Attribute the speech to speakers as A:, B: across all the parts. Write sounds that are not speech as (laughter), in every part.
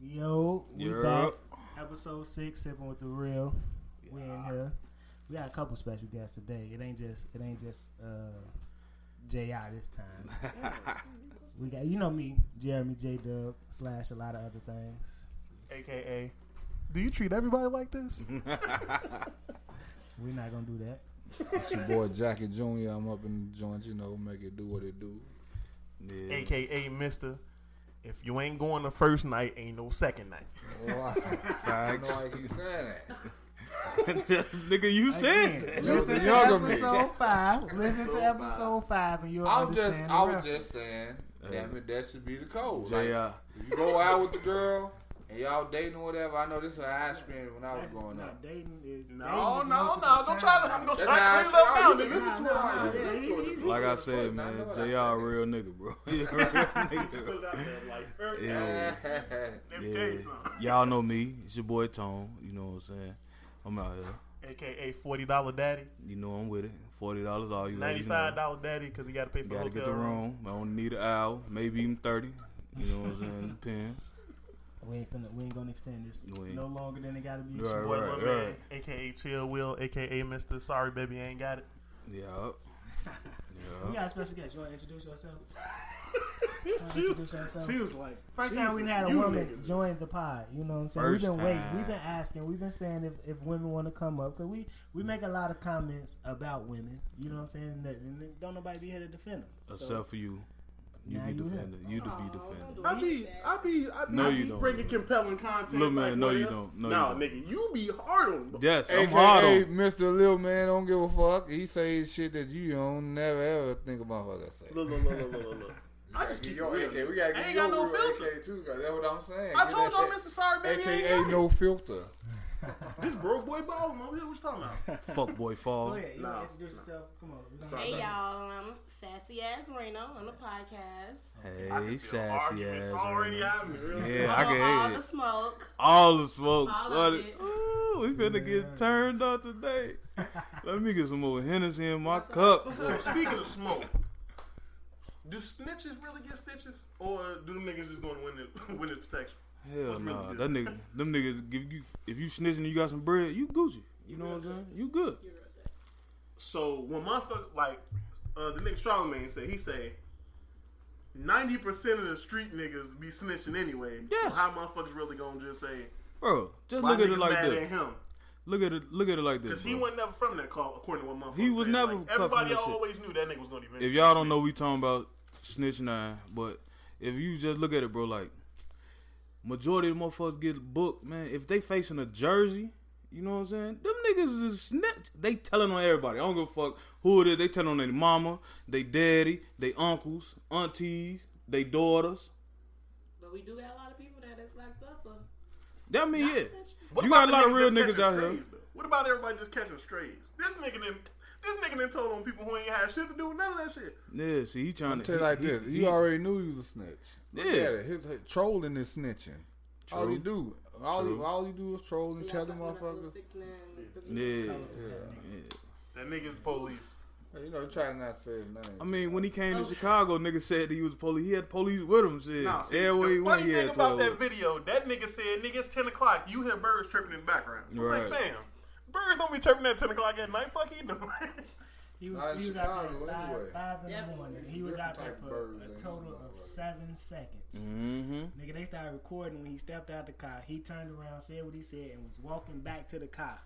A: Yo, we
B: Yup.
A: back. Episode six, sipping with the real. We in here. We got a couple special guests today. It ain't just it ain't just uh, Ji this
C: (laughs)
A: time. we got you know me, Jeremy J Dub slash a lot of other things.
D: AKA, do you treat everybody like
B: (laughs)
D: this?
A: We're not gonna do that.
C: It's your boy Jackie Jr. I'm up in the joint, you know, make it do what it do.
B: Yeah.
D: AKA, Mister, if you ain't going the first night, ain't no second
B: (laughs)
D: night.
C: Wow.
B: Facts.
C: I Oh, know why you keep
A: (laughs)
C: saying that.
B: (laughs) Nigga, you said
A: Again,
B: that.
C: That was
A: Listen
C: the
A: to
C: younger me.
A: episode
C: (laughs)
A: five. Listen to
C: Episode
A: episode five, and you'll
C: I was just,
A: understand. the
C: I was
A: reference.
C: just saying, damn it, that should be
B: (laughs)
C: the code. Like,
B: J.I.
C: if you go out with the girl and y'all dating or whatever. I know this is how I spent when I was
A: That's
C: growing
A: not
C: up.
A: dating is
D: No, no, no. Don't try to, don't
C: That's
D: try
C: how
D: to
C: I
D: clean it up now,
C: spent. You
D: nigga.
C: listen to it all. You listen to it. You
B: Like I
C: listen to it.
B: said, man,
C: know what I
B: JR a real nigga, bro. (laughs) He a real nigga. Yeah. Yeah. Y'all know me. It's your boy Tone. You know what I'm saying? I'm out here.
D: AKA forty dollar daddy,
B: You know I'm with it. Forty dollars all you
D: ninety
B: ladies
D: five
B: know.
D: dollar daddy, because he got to pay for
B: Gotta
D: hotel
B: get the room. I only need an hour, maybe even thirty. You know what I'm saying? (laughs) Depends.
A: We ain't finna, we ain't gonna extend this
B: We ain't.
A: no longer than it gotta be.
B: Right,
D: Boy,
B: right.
D: Lil man, AKA Chill Will, AKA Mister. Sorry, baby, I ain't got it.
B: Yeah.
A: (laughs) We
B: Yeah.
A: got a special guest. You want to introduce yourself? Wanna introduce yourself?
D: was like,
A: First time we had a
D: you
A: woman
D: niggas.
A: join the pod. You know what I'm saying?
B: First
A: we've been waiting.
B: time.
A: We've been asking. We've been saying if, if women want to come up. Because we, we make a lot of comments about women. You know what I'm saying? And, and don't nobody be here to defend them. So,
B: Except for you. You
A: Nah,
B: be
A: you hit-
B: defender. You to be defender.
E: I be, I be, I be
B: No, you don't.
E: bringing compelling content.
B: Look, man,
E: like,
B: no,
E: what
B: you
E: else?
B: don't. No, you
E: nah,
B: don't.
E: nigga, you be hard on. them.
B: Yes, I'm hard
C: AKA
B: on.
C: Mr. Lil Man don't give a fuck. He says shit that you don't never ever think a motherfucker say.
E: Look, look, look,
B: (laughs)
E: look, look, look, look. I just keep it
C: your
E: real.
C: AK. We gotta
E: I
C: get
E: ain't
C: your
E: got no
C: real
E: filter.
C: AK too, 'cause that's what I'm saying.
E: I
C: Get
E: told
C: that
E: y'all,
C: shit.
E: Mr. Sorry, baby, I ain't
C: AKA
E: got it.
C: no filter.
E: This broke boy ballin' over here. What you talking
B: (laughs)
E: about?
B: Fuck boy
A: go
B: fall.
A: ahead. You
E: Nah.
A: want to introduce yourself? Come on. We don't-
E: Sorry.
F: Hey y'all, I'm Sassy Ass Reno on the podcast.
E: I can
B: Hey,
E: feel
B: sassy
E: arguments
B: ass.
E: already
B: right
E: happening.
B: now.
E: Really.
B: Yeah, I
F: Blow all
B: can hear
F: the
B: it.
F: smoke.
B: All the smoke.
F: All of
B: All the-
F: it.
B: Ooh, we finna
A: Yeah.
B: get turned up today.
E: (laughs)
B: Let me get some more Hennessy in my cup.
E: So speaking of smoke, do snitches really get stitches, or do them niggas just gonna win the (laughs) win the protection?
B: Hell
E: What's really
B: nah,
E: good?
B: that nigga, them niggas give you. If you snitching, and you got some bread. You Gucci. You know what I'm saying? You good.
E: So when motherfucker like uh, the nigga Charlemagne said, he say ninety percent of the street niggas be snitching anyway.
B: Yes.
E: So how motherfuckers really gonna just say
B: Bro, just
E: my
B: look at
E: niggas
B: it like
E: mad at
B: this.
E: him?
B: Look at it. Look at it like this.
E: Because he
B: bro.
E: wasn't never from that call, according to what motherfuckers
B: He was
E: said.
B: never
E: Like,
B: cut from
E: everybody
B: that shit.
E: always knew that nigga was gonna be.
B: if y'all don't know, we talking about snitch nine. But if you just look at it, bro, like majority of the motherfuckers get booked, man. If they facing a jersey, you know what I'm saying? Them niggas is snitch. They telling on everybody. I don't give a fuck who it is. They telling on their mama, they daddy, they uncles, aunties, they daughters.
F: But we do got a lot of people that is locked up for
B: That mean
F: not
B: yeah.
F: snitching.
E: What
B: you got
E: about
B: a lot
E: the
B: of real
E: just
B: niggas out
E: catching
B: here.
E: strays, though? What about everybody just catching strays? This nigga then, this nigga then told on people who ain't had shit to do with none of that shit.
B: Yeah, see, he trying to
C: Tell you
B: he-
C: like
B: he-
C: this,
B: he-
C: you already knew you was a snitch. Look
B: Yeah.
C: at it. His, his trolling is snitching. All
B: True.
C: you do, all you,
B: True.
C: all you do is troll and
F: See,
C: tell
F: y'all
C: them
F: talking about
C: motherfuckers.
F: those 6ix9ine, the
B: Yeah.
F: people.
E: That nigga's police.
C: Hey, You know, try to not say his name.
B: I mean, when he came
F: Oh.
B: to Chicago, nigga said he was police. He had police with him. Said everywhere he
E: the
B: went,
E: funny
B: he
E: thing
B: had
E: about
B: 12.
E: that video, that nigga said, "Nigga, it's ten o'clock. You hear birds chirping in the background." I'm
B: Right.
E: like, fam, birds don't be chirping at ten o'clock at night. Fuck you, doing? (laughs)
A: He was,
C: Not in
A: he was out
C: Chicago,
A: there at five,
C: anyway.
A: five in the
F: Definitely.
A: morning. He was out there
C: Different type
A: for
C: of birds than
A: a
C: you
A: total
C: motherfuckers.
A: of seven seconds.
B: Mm-hmm.
A: Nigga, they started recording when he stepped out the car. He turned around, said what he said, and was walking back to the car.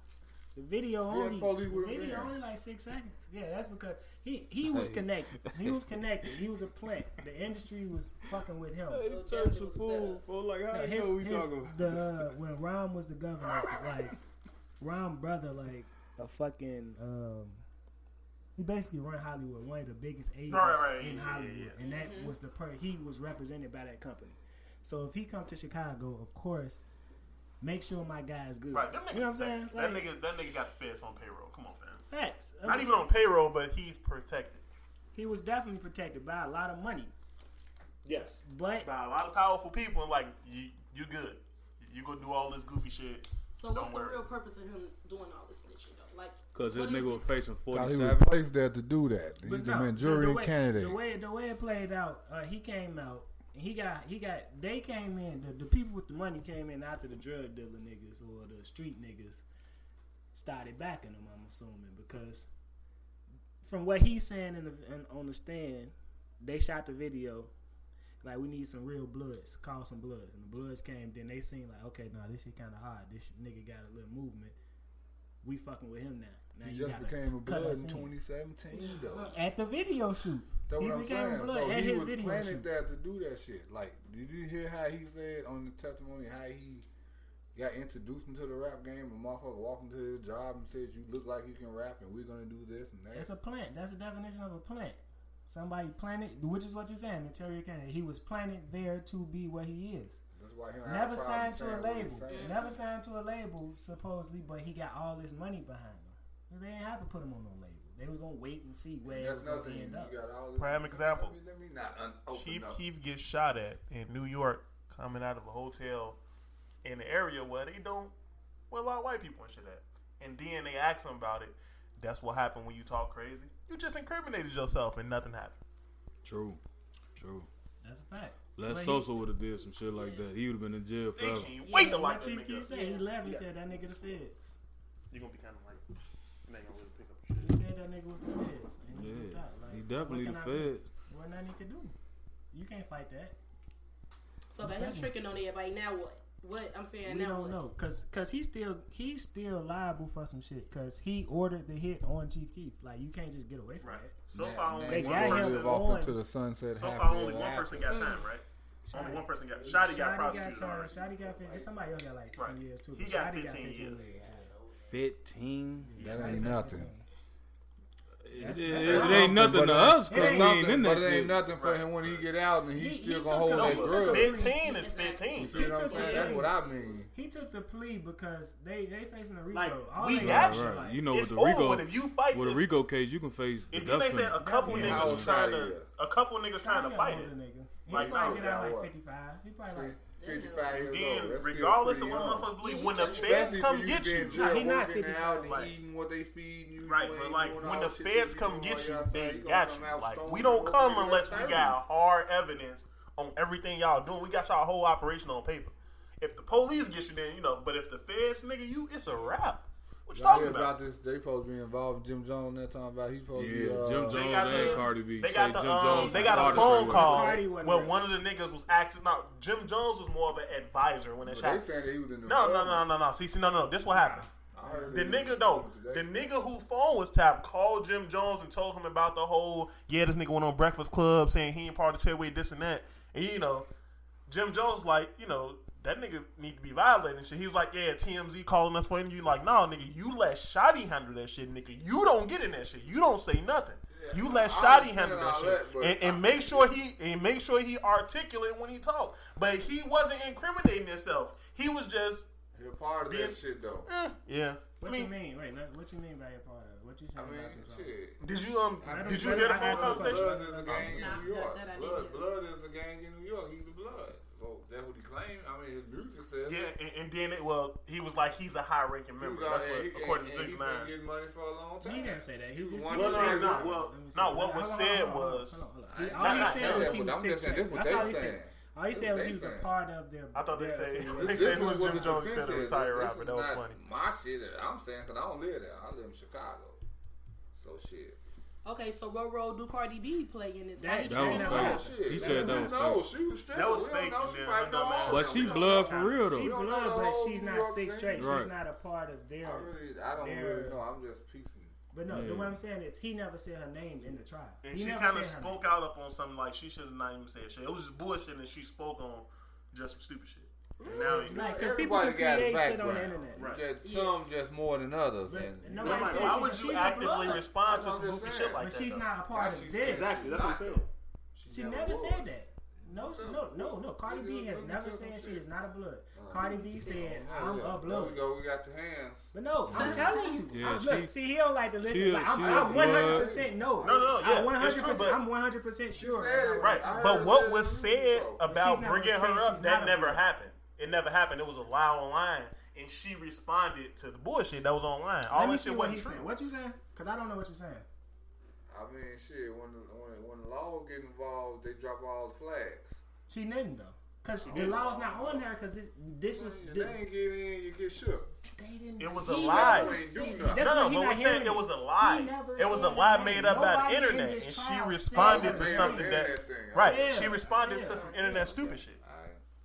A: The video
C: He had
A: only,
C: police with
A: the
C: him
A: video
C: there.
A: only like six seconds. Yeah, that's because he he was
B: Hey.
A: connected. He was connected. He was a plant. The industry was fucking with him.
B: Hey,
F: So
B: church
F: Jeff
B: a
F: was set
B: fool,
F: up.
B: bro. Like, how
A: Now,
B: you
A: his-
B: know we
A: his-
B: talking about?
A: the uh, when Ron was the governor, like Ron brother, like a fucking um, he basically run Hollywood, one of the biggest agents
E: Right, right,
A: in
E: yeah, yeah,
A: Hollywood,
E: yeah.
A: and that was the per he was represented by that company. So if he come to Chicago, of course, make sure my guy is good.
E: right? Them niggas
A: you know what I'm saying?
E: protected.
A: Like,
E: that nigga, that nigga got the feds on payroll. Come on, fam.
A: facts. I
E: Not
A: mean,
E: even on payroll, but he's protected.
A: he was definitely protected by a lot of money,
E: Yes,
A: but
E: by a lot of powerful people. Like you, you good. You go do all this goofy shit.
F: So what's
E: Don't
F: the
E: worry.
F: real purpose of him doing all this snitching though? Like,
B: Because this
F: what is
B: nigga was
F: it?
B: facing
C: God, he
B: 47.
C: was placed there to do that. He's
A: But
C: the
A: no,
C: manjurian
A: way,
C: candidate.
A: The way the way it played out, uh, he came out. and He got he got they came in the, the people with the money came in after the drug dealer niggas or the street niggas started backing them. I'm assuming because from what he's saying in the, in, on the stand, they shot the video. Like we need some real bloods, call some bloods, and the bloods came. Then they seen like, okay, nah, this shit kind of hard. This nigga got a little movement. We fucking with him now. Now
C: He
A: you
C: just
A: gotta
C: became a
A: cut
C: blood
A: us
C: in 2017, though.
A: at the video shoot.
C: That's
A: he
C: what I'm
A: became
C: saying.
A: blood
C: So
A: at
C: he
A: his
C: was
A: video
C: planning
A: shoot.
C: that to do that shit. Like, did you hear how he said on the testimony how he got introduced into the rap game? A motherfucker walked into his job and said, "You look like you can rap, and we're gonna do this and
A: That's
C: that."
A: a plant. That's the definition of a plant. Somebody planted, which is what you're saying, Material Cannon. He was planted there to be what he is.
C: That's why he don't have
A: Never
C: a problem
A: signed to a
C: saying what he's
A: label.
C: saying.
A: Never signed to a label, supposedly, but he got all this money behind him. They didn't have to put him on no label. They was gonna wait and see where it
C: That's
A: was gonna
C: nothing. You
A: end up.
C: got all this-
D: Prime example.
C: Let me, let me not un- open
D: Chief
C: up.
D: Keef gets shot at in New York, coming out of a hotel in the area where they don't, where a lot of white people and shit at. And then they ask him about it. That's what happened when you talk crazy. You just incriminated yourself and nothing happened.
B: True. True.
A: That's a fact.
B: Les
A: But
B: Sosa would have did some shit like that. He would have been in jail
D: They
B: forever.
D: can't
F: Yeah,
D: wait to lock
A: he, what
D: that
A: Chief
D: nigga
A: Keef
D: up.
A: said, he left. He
D: Yeah.
A: said that nigga the feds.
D: You're gonna be kind of like, you ain't gonna really pick up
A: He said that nigga was the feds. And he
B: Yeah.
A: flipped out. Like,
B: He definitely the
A: what can I do?
B: feds.
A: Well, nothing he could do. You can't fight that.
F: So about him tricking on everybody. Now what? What I'm saying
A: we
F: now
A: don't
F: what?
A: know, cause, cause he's still he's still liable for some shit, cause he ordered the hit on Chief Keef. Like you can't just get away from
E: Right.
A: that.
E: So
C: Man,
E: far,
C: man,
E: only
A: They
E: one
A: got him
E: person.
C: live off
A: on.
C: into the sunset.
E: So
C: happy
E: far, only
C: ever
E: one
C: after.
E: person got time, right? Only
A: Shawty-
E: one person got. Shotty
A: Shawty
E: got prosecuted
A: time,
E: already.
A: Shawty got 15. Somebody else got like
E: Right.
A: 10 years too.
E: He
A: but
E: got
A: Shawty
E: 15 years.
B: Fifteen.
C: That ain't nothing.
B: It,
A: That's-
B: it-
A: that's
B: it
A: something,
B: ain't nothing
C: but
B: to
C: it-
B: us
A: it
B: because
A: ain't
B: we ain't in that
C: but it
B: shit.
C: ain't nothing for him when he get out, and
A: He-
C: he's
A: he
C: still
A: took
C: gonna
A: a-
C: hold
A: he
C: that
A: took
C: grudge.
A: a-
D: Fifteen is fifteen.
C: You see what I'm saying? That's what I mean.
A: He took the plea because they they facing a Rico.
E: Like,
A: All
D: we
A: they
D: got
A: is,
D: you.
A: like,
B: You know,
D: It's
B: with the
D: over
B: Rico,
D: with if you fight
B: with a
D: this.
B: Rico case, you can face the
E: And then they
B: death
E: said a
B: penalty.
E: couple
A: Yeah.
E: niggas
C: How
E: was trying to,
C: is.
E: a couple niggas trying to
A: Shawty
E: fight
A: older
E: it.
A: Nigga. He
E: Like,
A: probably
C: no,
A: get out
C: now
A: like
C: what?
A: 55. He probably
C: See,
A: like.
C: 55 years old.
E: Then,
C: That's still
E: regardless of
C: pretty
E: what
C: young.
E: motherfuckers believe, when the
F: That's
E: feds
C: Especially for
E: come
C: you
E: get
C: to be in
E: you,
C: jail,
A: He not
C: working
A: 55.
C: out and
E: Like-
C: eating what they feeding you.
E: Right,
C: you
E: but
C: ain't
E: like
C: doing
E: when
C: all
E: the
C: that shit
E: feds
C: that
E: come
C: doing
E: get
C: on
E: you, they
C: your side. gonna
E: got
C: come
E: you.
C: out
E: Like
C: stoned
E: we don't
C: and
E: come
C: nobody
E: unless we
C: hurt
E: got hard evidence on everything y'all doing. We got y'all whole operation on paper. If the police get you, then you know. But if the feds nigga you, it's a wrap. What you
C: Y'all
E: talking
C: hear
E: about?
C: about this? They supposed to be involved. Jim Jones that time about he supposed to
B: Yeah,
C: be. Uh,
B: Jim Jones
E: They got
B: and
E: the-
B: Cardi B.
E: They
B: Say
E: got the
B: Jim
E: um,
B: Jones
E: they
B: and
E: got a
B: Cardi
E: phone
B: B.
E: call
A: Cardi wasn't
E: where
A: there.
E: one of the niggas was acting. No, Jim Jones was more of an advisor when that
C: But they
E: shot.
C: saying that he was in the.
E: No, no, no, no, no. See, see, no, no. This what happened. The nigga though, the nigga who phone was tapped called Jim Jones and told him about the whole yeah, this nigga went on Breakfast Club saying he ain't part of the tailway, this and that. And you know, Jim Jones like, you know, that nigga need to be violated and shit. He was like, Yeah, TMZ calling us for you like, nah, nigga, you let Shotty handle that shit, nigga. You don't get in that shit. You don't say nothing.
C: Yeah,
E: you let
C: I
E: Shotty
C: understand
E: handle that
C: all
E: shit.
C: that, but-
E: and, and make sure he and make sure he articulate when he talk. But he wasn't incriminating himself. He was just
C: You're part of that
E: Bitch.
C: shit though.
E: eh, yeah.
A: What
E: I mean,
A: you mean? Wait, no, what you mean by your part of it? What you
C: I
A: saying
C: mean,
A: about this?
C: shit.
E: Did you um?
A: I
E: Did you
A: don't-
E: hear the
A: I
E: phone
A: don't-
E: conversation?
C: Blood is a gang
F: Nah,
C: in New York.
F: that- that I
C: Blood,
F: did.
C: blood is a gang in New York. He's the blood. So that's what he claimed. I mean, his music says.
E: Yeah, and, and then it well, he was like he's a high ranking
C: He was
E: member. That's
C: out
E: what
C: there, he-
E: according to
C: and-
E: Six
C: and he
E: Nine.
C: been getting money for a long time.
A: He didn't say that. He,
C: was
A: just
C: one
A: he
E: No,
C: of
A: said-
C: the
E: no, no.
C: reasons.
E: Well,
A: Let me see.
E: no. What
A: Hold on,
E: was
A: hold
E: said
A: on, hold on, hold on,
E: was
C: I
A: hold on.
C: ain't
A: All he said
E: not saying
A: was
C: that,
A: he
C: but
A: was
C: I'm just
A: six.
C: saying, this
A: That's
C: what
A: all
C: they
A: he
C: saying.
A: said. All he
C: This
A: said
C: what
A: was
C: they
A: he was a
C: saying.
A: part of their.
E: I thought they
A: their
E: said-
A: affiliation.
E: They
C: This-
E: said he
C: this
E: was
C: is what
E: Jim
C: the
E: Jones
C: defense
E: said, a
C: is.
E: retired
C: This
E: rapper.
C: is
E: That was
C: not
E: funny.
C: My shit that I'm saying because I don't live there. I live in Chicago. So shit.
F: Okay, so what role do Cardi B play in this?
A: That-
F: Why he
A: that
F: tricking
B: was
F: her
B: fake.
F: out?
C: Oh shit.
B: He said that was
C: No, she was straight.
E: That was
C: we don't
E: fake,
C: know. She
E: yeah,
C: might
E: no,
C: know
E: no.
C: all
B: But
C: that.
B: she
C: We don't
B: blood
C: know.
B: for real
A: She
B: though.
C: don't know
A: blood,
C: the
A: but
C: whole
A: she's
C: New
A: not
C: York
A: six
C: scene.
A: straight. She's
B: Right.
A: not a part of their.
C: I really, I don't
A: their-
C: really know. I'm just piecing.
A: But no,
B: Yeah.
A: the what I'm saying is he never said her name in the trial.
E: And
A: he
E: she
A: never
E: kind of
A: said her name.
E: spoke out up on something like she should have not even said shit. It was just bullshit, and she spoke on just some stupid shit. And now he's
A: Like, 'cause people
C: Everybody
A: can
C: got a
A: create shit on the
C: background.
A: internet.
E: Right.
C: Just, Some just more than others.
A: But
C: and,
A: nobody
E: Nobody,
A: said
E: why
A: she-
E: would you
A: she's a
E: actively
A: blood.
E: respond to
C: That's
E: some
C: what I'm
E: goofy
C: saying.
E: shit like
A: But
E: that?
A: she's
E: though?
A: not a
C: Now
A: part
C: she
A: of
C: said
A: this.
C: Exactly,
D: that's what I'm saying.
A: She never
C: was.
A: said that. No,
C: She
A: no,
C: never
A: no,
C: was.
A: no. Cardi
C: We
A: B
C: just-
A: has
C: we
A: never
C: just
A: said
C: said.
A: she is not a blood. Cardi B said,
C: Oh,
A: "I'm
C: yeah.
A: a
C: There
A: blood."
C: we go. We got the hands.
A: But no, I'm telling you.
B: Yeah,
A: I'm,
B: she-
A: look, see, he don't like to listen.
B: she-
A: but I'm,
B: she
A: I'm
B: is
A: 100% no.
E: No, no, yeah,
A: I'm
E: it's
A: 100%,
E: true, but-
A: I'm 100% sure.
C: said
A: about
C: it.
E: Right,
C: I heard
E: but
C: it
E: what
C: said
E: was
C: in the news,
E: said
C: though.
E: about
A: She's not
E: bringing
A: saying
E: her
A: she's
E: up
A: not
E: that
A: a
E: never
A: woman.
E: happened. It never happened. It was a lie online, and she responded to the bullshit that was online.
A: Let
E: All
A: me
E: that
A: see
E: shit
A: what
E: wasn't
A: he's saying.
E: true.
A: What you saying? Because I don't know what you're saying.
C: I mean, shit. When the, when the, when the law get involved, they drop all the flags.
A: She didn't, though. Cause the law's not on her. Cause this, this was
C: If
A: this,
C: they ain't get in, you get shook.
A: they didn't.
D: It was
A: see
D: a
A: that.
D: lie.
C: They ain't do nothing.
A: That's
D: no,
A: what
D: no,
A: he
D: but
A: not
D: we're saying
A: hearing
D: it was a
A: He
D: lie.
A: never
D: It was a
A: said
D: lie
A: that.
D: made up by
A: Nobody
D: the
A: in
D: internet,
A: this
D: and she
A: trial
D: responded
A: said
D: to
C: Man,
A: that.
D: something
C: man,
D: that.
C: that thing.
D: Right,
A: Yeah.
D: she responded
A: Yeah.
D: to some internet stupid shit.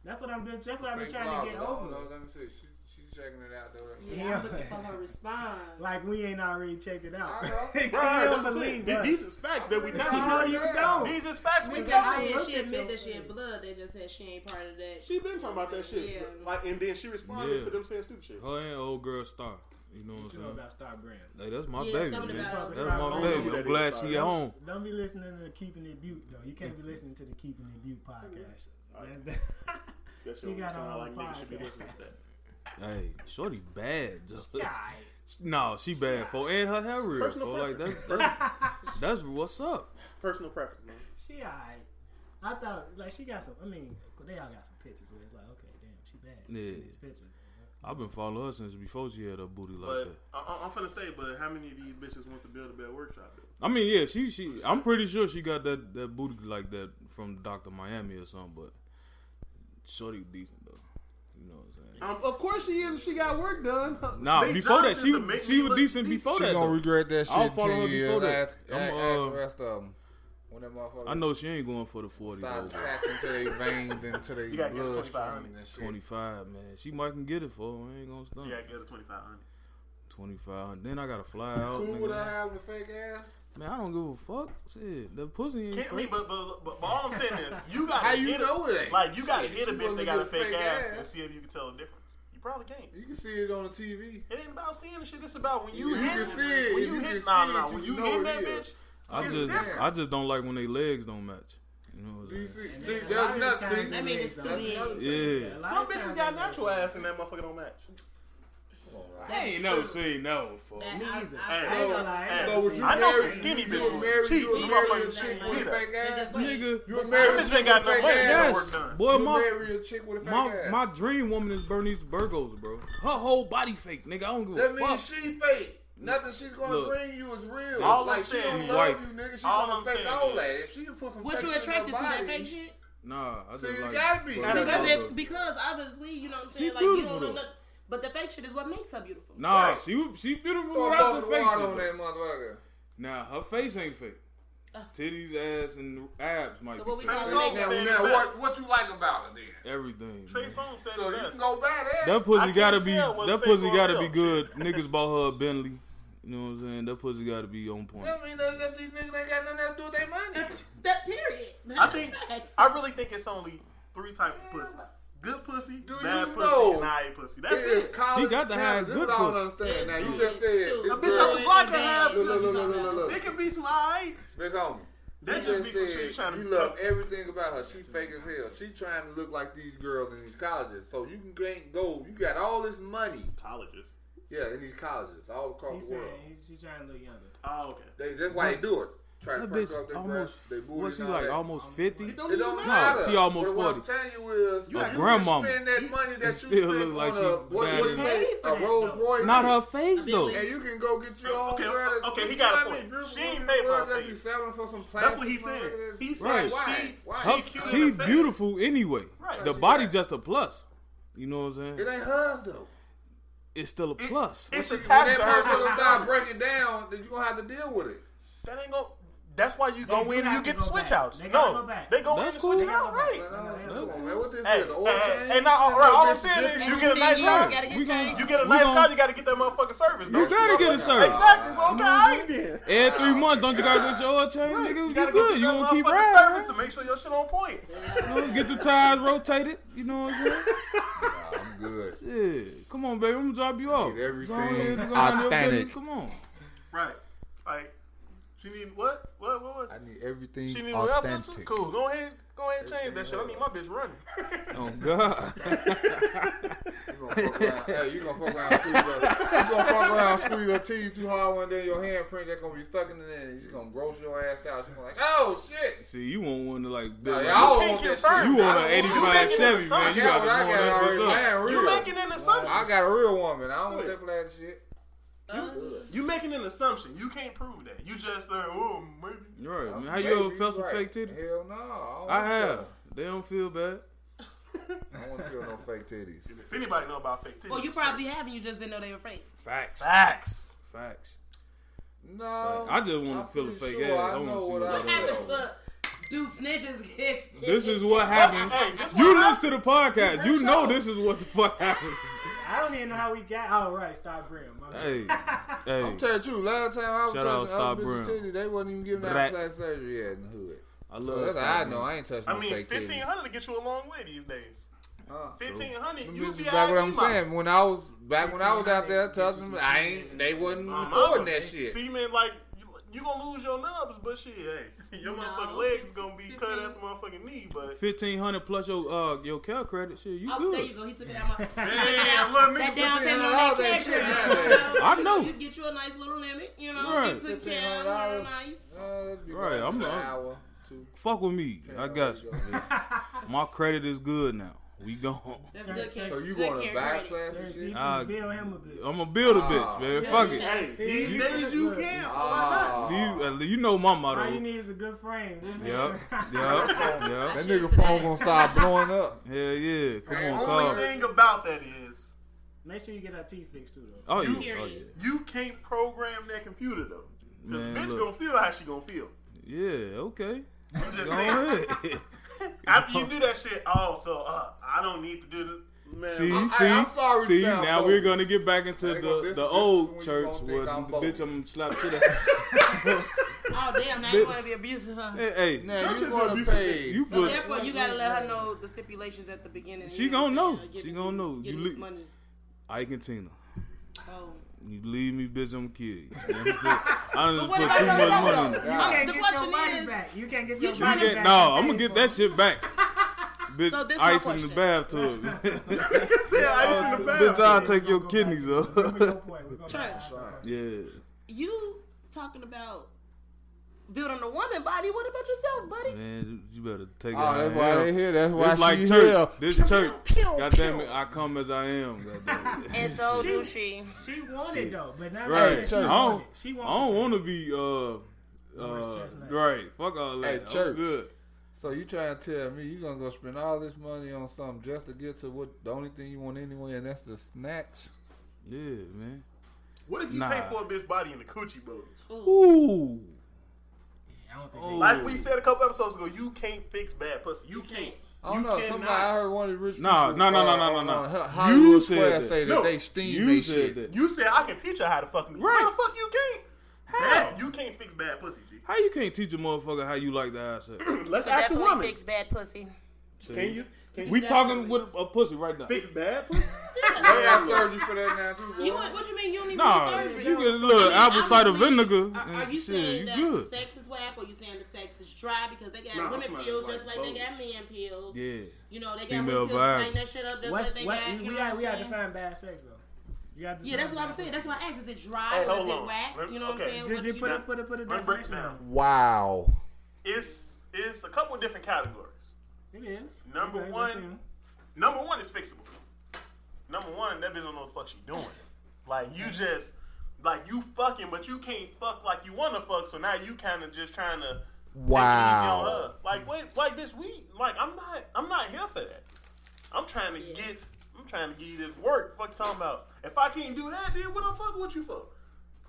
A: That's what I've been. That's what I've been
C: Fake
A: trying to
C: blogger,
A: get
C: I don't
A: over.
C: know, Let me see. She, she's checking it out though.
F: Yeah, I'm looking for her response.
A: Like we ain't already checked it out. (laughs)
C: I know.
A: Can't
D: Right, that's the
A: believe
D: thing.
A: us.
D: These is facts that we
A: No,
D: telling you.
A: you
D: right now.
A: don't.
D: These is facts we
F: we just
D: telling you.
A: I
F: said
A: looked
F: she
A: at your
F: admitted that she in
A: face.
F: blood. They just said she ain't part of that.
E: She been talking about that shit.
F: Yeah.
E: Like, and then she responded
B: Yeah.
E: to them saying stupid shit.
B: Her and old girl star. You know what
A: You know
B: I'm saying?
A: about Star Brand.
B: Like, that's my
F: Yeah,
B: baby,
F: something
B: man.
F: about old
B: That's
F: girl.
B: my
E: I don't know
B: baby.
E: who
B: I'm
E: that
B: glad
E: is,
B: she
E: sorry.
B: at home.
A: Don't be listening to Keeping It Butte though. You can't be listening to the Keeping It
C: (laughs)
A: Butte
E: (laughs)
A: podcast. (laughs) That's
E: That
A: You
E: shit
A: got
E: sound
A: all
E: like
A: the
E: niggas should be
A: podcast.
E: listening
A: (laughs)
E: to that.
B: Hey, Shorty bad.
A: the-
B: Just- no, she bad for and her hair real.
E: Personal
B: For like that's that's, that's what's up.
E: Personal preference, (laughs) man.
A: She alright. I thought like she got some. I mean, they all got some pictures where it's like, okay, damn, she bad.
B: Yeah.
A: In this picture.
B: I've been following her since before she had her booty like
E: But
B: that.
E: I, I- I'm finna say, but how many of these bitches went to build a bed workshop?
B: I mean, yeah, she she. I'm pretty sure she got that that booty like that from Doctor Miami or something. But Shorty decent though. You know what I'm saying?
E: Um, of course she is. if She got work done.
B: Nah,
E: They
B: before that
E: judges
B: she
E: to make
B: she
E: me
B: was
E: look
B: decent before
C: She
B: that.
C: gonna
B: though.
C: regret that
B: I'll
C: shit
B: follow her
C: ten years.
B: before that.
C: Ask, ask,
B: I'm,
C: ask
B: uh,
C: the rest of them. When that motherfucker
B: I know she ain't going for the forty.
C: stop
B: though.
C: attacking to their veins and to
E: You gotta get the
C: their blood
E: 2500.
C: stream and shit.
B: 25, man. She might can get it for. her. I ain't gonna stunt.
E: Yeah, get a 2500.
B: 25. Then I gotta fly out.
C: Cool with
B: nigga.
C: her having a fake ass?
B: Man, I don't give a fuck. Shit, the pussy ain't
E: Can't, I mean,
B: fake.
E: but, but, but, but all I'm saying
C: (laughs)
E: is, you gotta
C: How you
E: hit
C: know
E: a,
C: that?
E: Like, you gotta
C: Shit,
E: hit a
C: she
E: bitch
C: wasn't
E: that got a
C: getting
E: fake
C: fake
E: ass,
C: ass.
E: and see if you can tell the difference. You probably can't.
C: You can see it on the TV.
E: It ain't about seeing the shit. It's about when you,
C: You
E: hit.
C: can see it.
E: When
C: If
E: you,
C: you
E: hit.
C: can
E: Nah,
C: see it,
E: nah.
C: you
E: When you
C: know
E: hit
C: it
E: that
C: is.
E: bitch,
B: I
E: it's
B: just
E: different.
B: I just don't like when they legs don't match. You know what
C: Do you
B: I'm
C: see?
B: saying?
C: See,
A: then a lot
C: that's
A: of
C: nothing.
A: times
C: See,
F: I mean, it's too
C: that's
F: big.
C: another thing.
B: Yeah.
A: A lot
E: some
A: of times
E: bitches got
A: they-
E: natural ass, and that motherfucker don't match.
F: That's true.
B: seen no for.
F: That I-
A: Neither.
F: I-
E: Hey,
A: I ain't gonna lie, I ain't
C: So would
A: seen
C: you
A: it.
E: I know some
C: marry-
E: skinny
C: you
E: bitches
C: would marry,
E: cheat.
C: you would
E: Them
C: marry a
E: motherfuckers
C: chick
F: ain't
C: with a
E: like
C: fake
F: They
C: ass?
F: just wait.
B: Nigga,
C: You would
E: That
C: marry a
E: bitch
C: chick
E: ain't got
C: with
E: no
C: a
E: money.
C: fake
E: to get
C: ass?
E: the
B: yes,
E: work done.
B: boy,
C: You
B: my
C: marry a chick with a fake
B: my
C: ass?
B: my dream woman is Bernice Burgos, bro. Her whole body fake, nigga. I don't give a
C: That means
B: fuck.
C: she fake. Nothing she's gonna
B: Look.
C: bring you is real.
E: All
C: like
E: I'm
C: she
E: saying
C: don't
B: is-
C: love
B: Wife.
C: you, nigga. She
E: All
C: gonna
E: I'm
C: fake
E: saying
C: all
E: is-
C: that. If she can put some
F: What
C: fake
F: you
C: shit in her
F: attracted to that
C: body-
F: fake shit?
B: Nah, I just
C: See, it
B: like
C: gotta be.
B: Bernice
E: Because
F: Because
B: Burgos.
F: it's because obviously, you know what I'm
B: She
F: saying? Like you
B: beautiful,
F: don't know
B: though.
F: nothing. But the fake shit is what makes her beautiful.
B: Nah,
C: Right.
B: she she beautiful
C: Throw a
B: without
C: bucket
B: the
C: of
B: face.
C: water
B: in
C: on
B: it.
C: that motherfucker.
B: Now her face ain't fake. Titties, ass, and abs might
F: So
B: be
F: what we
B: fake.
F: call
E: Trey
F: that?
E: Songz
C: Now,
E: said
C: now
E: it
C: what,
E: best.
C: what you like about it then?
B: Everything.
E: Trey
B: man.
E: Songz said
C: So
E: it
C: you can
E: best.
C: go buy that.
B: That
E: I
B: pussy
E: can't
B: gotta be
E: tell what's
B: that
E: fake
B: pussy
E: or
B: gotta be
E: real.
B: good. Niggas bought her a Bentley. You know what I'm saying? That pussy gotta be on point.
C: That means that that these niggas ain't got nothing else to do with their money.
F: That period.
E: I think
F: That's
E: I really think it's only three type of pussies: good pussy,
C: Do
E: bad
C: you
E: pussy,
C: know?
E: and I pussy. That's
C: It is
E: it.
C: college
B: She got to have
C: campus. This
B: good
C: what I don't
B: pussy.
E: (laughs)
C: understand. Now you
F: It's
C: just said
F: two.
C: this
E: A bitch on
C: girl.
E: the block can have.
C: Look, look, look, look, look, look,
E: It can be some alright.
C: Big homie.
E: That
C: you
E: just be some shit you trying to.
C: you love everything about her. She fake as hell. She trying to look like these girls in these colleges. So you can can't go. You got all this money.
E: colleges.
C: Yeah, in these colleges all across
A: He's
C: the world.
A: saying he's, she's trying to look younger.
E: Oh, okay.
C: They, that's why they do it. Try to
B: That
C: perk up
B: bitch
C: their
B: almost
C: breasts, their booty.
B: what's she
C: and all
B: like?
C: that.
B: Almost fifty?
E: It don't
C: It
E: even
C: don't
E: matter.
C: matter.
B: she almost
C: but What I'm
B: 40.
C: telling you is,
B: A
C: you, can
B: grandmama.
C: spend that money that you
B: and still
C: still
B: look like
C: on a,
B: she
C: what, what do you
B: bad.
C: say,
A: Paid for
C: a
A: that,
C: Rolls
A: though.
C: Royce.
B: Not her face
F: Billy.
B: though.
C: And you can go get your own
E: Okay,
C: girl. that-
E: okay, he
C: you
E: got a
C: know how
E: point.
C: many beautiful
E: She ain't
C: women
E: paid for
C: girls
E: her
C: that be
E: face.
C: selling for some plastic.
E: That's what he said.
C: motherfuckers?
E: He said
B: Right.
E: why?
C: Why? Why?
B: Her,
E: She cute
B: she
E: in the face.
B: beautiful anyway.
E: Right.
B: The
E: She
B: body
C: got-
B: just a plus. You know what I'm
C: It
B: saying?
C: ain't hers though.
B: It's still a plus.
E: It's
C: When that
E: attached to her. to
C: motherfucker
E: the
C: start
E: body.
C: breaking down, then you gonna have to deal with it.
E: That ain't gonna. That's why you go
A: do
E: in and
A: have
E: you
A: to
E: get
A: go
E: the switch
A: back.
E: outs.
A: They gotta
E: no,
A: go back.
E: they go in
B: That's
E: and
B: cool.
E: switch
B: They
E: it
A: gotta
E: out
A: go back.
E: right.
C: But, uh,
A: Hey,
C: Come on, man. What this
E: Hey,
C: is? The oil
E: hey,
C: change?
E: hey, and all, right, all I'm saying is
F: Every
E: you get a
F: 10
E: nice
F: years,
E: car.
F: You gotta get
B: We gonna-
F: changed.
E: You get a
B: We
E: nice
B: gon-
E: car, you gotta get that motherfucking service.
B: You
E: though.
B: gotta get a service.
E: Exactly, it's okay. I ain't did.
B: Every three months, don't you gotta get your oil change, nigga?
E: You
B: You
E: gotta go
B: good?
E: get
B: You
E: that
B: gonna keep
E: motherfucking service
B: riding?
E: to make sure your shit on point.
B: You know, Get the tires rotated. You know what I'm saying?
C: Nah, I'm good.
B: Yeah, come on, baby. I'm gonna drop you off.
C: need everything
B: Go ahead and go handle your
C: authentic.
B: business. Come on.
E: Right. Like, she need what? What? What was?
C: I need everything
E: She need what else?
C: authentic.
E: Cool. Go ahead. Go ahead and change that shit. I need my bitch running.
B: Oh God. (laughs)
C: You gonna fuck around? Hey, you gonna fuck around? and Squeeze your, you gonna fuck around? and Squeeze your titty too hard one day. Your handprint that's gonna be stuck in there. She's gonna gross your ass out. She's gonna like, oh shit.
B: See, you want one to like build.
C: Nah,
B: like-
C: y'all
E: can't
C: want that
E: confirm.
C: shit.
B: you want an
E: You
B: '85
E: making an
B: Chevy, man? You
E: assumption.
B: got to
C: Oh, Yeah, what I
B: warm
C: got
B: that
C: already. I
B: bitch up.
C: ain't real.
E: You making an assumption.
C: I got a real woman. I don't want that plastic shit.
E: You making an assumption. You can't prove that. You just uh, oh maybe.
B: Right, man. How you ever
C: Maybe,
B: felt some
C: right.
B: fake titty?
C: Hell no. don't
B: I
C: want
B: have.
C: that.
B: They don't feel bad.
C: I don't want to feel no fake titties.
B: (laughs)
E: If anybody know about fake titties,
F: Well, you probably have, and you just didn't know they were fake.
B: Facts.
E: facts.
B: Facts.
C: No,
B: I just wanna
C: I'm
B: feel a
C: pretty
B: fake
C: sure
B: ass. I
C: I
B: wanna
C: know
B: see
C: what
B: what
C: I
F: What
B: Yeah.
F: happened
C: know.
F: to do snitches get stitches?
B: This is what happens.
E: Hey, this
B: You
E: one-
B: listen to the podcast. You know this is what the fuck happens.
A: I don't even know how we got. All right, stop brim.
B: Hey, hey.
C: (laughs) I'm telling you, last time I was
B: Shout out
C: touching
B: Star
C: other bitches'
B: Brown.
C: titties, they wasn't even giving
B: Black.
C: out plastic surgery yet in the hood.
B: I
C: So
B: love.
C: that's how I know. I ain't touching no
E: I mean,
C: fake
E: fifteen
C: titties.
E: hundred to get you a long way these days.
C: Huh.
E: Fifteen hundred,
C: Them
E: you
C: bitches
E: be
C: back what I'm
E: out
C: saying. When I was back when I was out there touching, them, I ain't. They wasn't recording that shit.
E: See, man, like you, you gonna lose your nubs, but shit, hey, (laughs) your
F: No,
E: motherfucking legs gonna be cut
F: 15.
E: at the motherfucking knee. But
B: Fifteen hundred plus your uh your cal credit. Shit, you
F: Oh, there you
B: good.
F: go. He took it out my.
E: (laughs) damn, little nigga,
F: that down
C: put your
F: payment
C: hand
F: on
C: all
F: that
C: that
F: cash.
C: shit.
F: (laughs) credit.
B: I
F: You
B: know.
F: You get you a nice little limit. You know,
B: Right.
F: get some
C: Fifteen
F: care,
C: hundred
F: little
C: dollars.
F: nice.
C: Uh, it'd be
B: Right,
C: like
B: I'm
C: an
B: not-
C: hour, two.
B: Fuck with me. I got you.
A: (laughs)
C: Yeah.
B: My credit is good now. We gone. (laughs)
F: That's good care.
C: So you
F: good
C: going to
F: care
C: buy
F: credit.
C: plastic shit?
B: Ah,
A: bill him a bit.
B: I'm gonna build a bitch,
C: Ah.
B: man. Fuck it.
E: hey, these
A: You-
E: days you can. so why
C: Ah.
B: You, uh, you know my
A: All you
B: motto.
A: need is a good frame. This (laughs)
B: Yep. Yep. Yep.
C: That nigga phone gonna start blowing up.
B: Hell yeah. Come
E: not?
B: on,
E: Only
B: Carl.
E: thing about that is
A: Make sure you get our teeth fixed too, though.
B: Oh yeah. Oh,
F: Period.
E: you can't program that computer though. Cause
B: Man,
E: bitch
B: look.
E: gonna feel how she gonna feel.
B: yeah. Yeah. Okay.
E: I'm just
B: Go
E: saying.
B: ahead. (laughs)
E: After you do that shit, oh, so uh, I don't need to do this. Man,
B: See,
C: I'm-
B: see,
C: hey, I'm sorry to
B: see.
C: sound
B: Now
C: bogus.
B: we're gonna get back into
C: They
B: the,
C: gonna- this-
B: the
C: this is
B: old
C: when you
B: church
C: gonna
B: where
C: think
B: the
C: I'm
B: bitch
C: bogus.
B: I'm slap shit. out.
F: Oh damn! Now you want to be abusive, huh?
B: hey, hey,
C: Now you
E: Churches
C: gonna
E: abusive.
C: pay?
B: you
F: So
B: put
F: therefore, you gotta let her know the stipulations at the beginning.
B: She
F: You what
B: gonna
F: I'm
B: know.
F: saying?
B: She
F: Getting-
B: gonna know.
F: getting
B: You
F: this
B: li-
F: money.
B: Ike and Tina.
F: Oh.
B: You leave me, bitch, I'm gonna kill you. I done
F: But what
B: put
F: about
B: too
F: your
B: much
F: stuff,
B: money. in
F: though?
B: it.
F: My-
A: You can't get
F: the
A: your
F: question
A: money
F: is,
A: back. You can't get
F: you
A: your
B: You
A: money
F: tryna-
B: can't,
A: back.
B: no,
A: You
B: I'm
A: paid
B: gonna get
A: for it.
B: that shit back. Bitch,
F: So this my
B: ice in the
F: question.
B: bathtub. (laughs)
E: yeah, I used to the
B: bitch, I'll take your kidneys up.
A: We're gonna play. We're gonna play.
F: Church.
B: (laughs) yeah.
F: You talking about building a woman body? What about yourself, buddy?
B: Man, you better take it.
C: Oh, that's
B: how
C: why
B: it
C: they
B: is.
C: here. That's why
B: This
C: she
B: like
C: here.
B: church. This church. God damn it, I come as I am. goddamn it.
F: And so do she.
A: She wanted though, but not
B: Right.
A: right.
C: Hey,
A: she
C: church.
B: I
A: wanted.
B: don't,
A: She
B: I don't
A: wanted.
B: want to be, uh,
A: Morris
B: uh,
A: Chestnut.
B: right. Fuck all that.
C: Hey,
B: I'm
C: church.
B: good.
C: So you trying to tell me you gonna go spend all this money on something just to get to what the only thing you want anyway, and that's the snatch.
B: Yeah, man.
E: What if you
B: Nah.
E: pay for a bitch body in the coochie boobs?
B: Ooh.
A: I don't think
B: Oh.
E: Like we said a couple episodes ago, you can't fix bad pussy. You can't.
C: I don't
E: You
C: know.
E: cannot.
C: Somebody I heard one of the rich
B: Nah,
C: people.
B: nah, nah,
C: uh,
B: nah, nah,
C: on,
B: nah,
C: uh,
B: nah.
C: Hollywood
B: You
C: Square
B: said that.
C: say that
E: No,
C: they steam
B: You
C: they
B: said
C: shit.
B: that.
E: You said I can teach her how to fuck me.
B: Right.
E: Why the fuck you can't? Bad- You can't fix bad pussy, G.
B: How you can't teach a motherfucker how you like the ass? sex?
E: Let's ask a
F: Definitely
E: woman.
F: fix bad pussy.
E: Can you? Can
B: We
E: you
B: talking with a pussy right now.
E: fix bad pussy?
C: They got surgery for that now too, boy.
F: You, what do you mean you don't even
B: Uh, Nah,
F: need surgery?
B: you get a little apple cider vinegar.
F: Are,
B: and
F: are you
B: shit,
F: saying
B: you
F: that
B: good.
F: sex is whack, or you saying the sex is dry because they got
E: Nah, I'm
F: women
E: talking
F: pills
E: about
F: just like
E: like
F: they got men pills?
B: Yeah.
F: You know, they got
B: Female
F: women pills
B: vibe.
F: to tighten that shit up just
A: What's,
F: like they
A: what,
F: got. You
A: we
F: know
A: got, we
F: what
A: got
F: I'm
A: to
F: saying?
A: define bad sex though. You got to
F: Yeah, that's what I'm saying. That's why I asked: Is it dry?
E: Hey,
F: or
E: hold
F: is it
E: on.
F: whack?
E: Let-
F: You know what I'm
E: okay.
F: saying?
E: Just-
F: What do
A: just
F: you
A: put
F: know?
A: a put a put a
E: Let's break it
A: definition
E: down.
A: on
C: Wow.
E: (laughs) It's it's a couple of different categories.
A: it. It is
E: Number
A: Okay,
E: one.
A: let's see.
E: Number one is fixable. Number one, that bitch don't know what the fuck she doing. Like you just like you fucking, but you can't fuck like you want to fuck. So now you kind of just trying to
C: Wow.
E: take it easy on her. Like wait, like this we like I'm not I'm not here for that. I'm trying to get I'm trying to get you this work. Fuck you talking about. If I can't do that, then what the fuck what you for?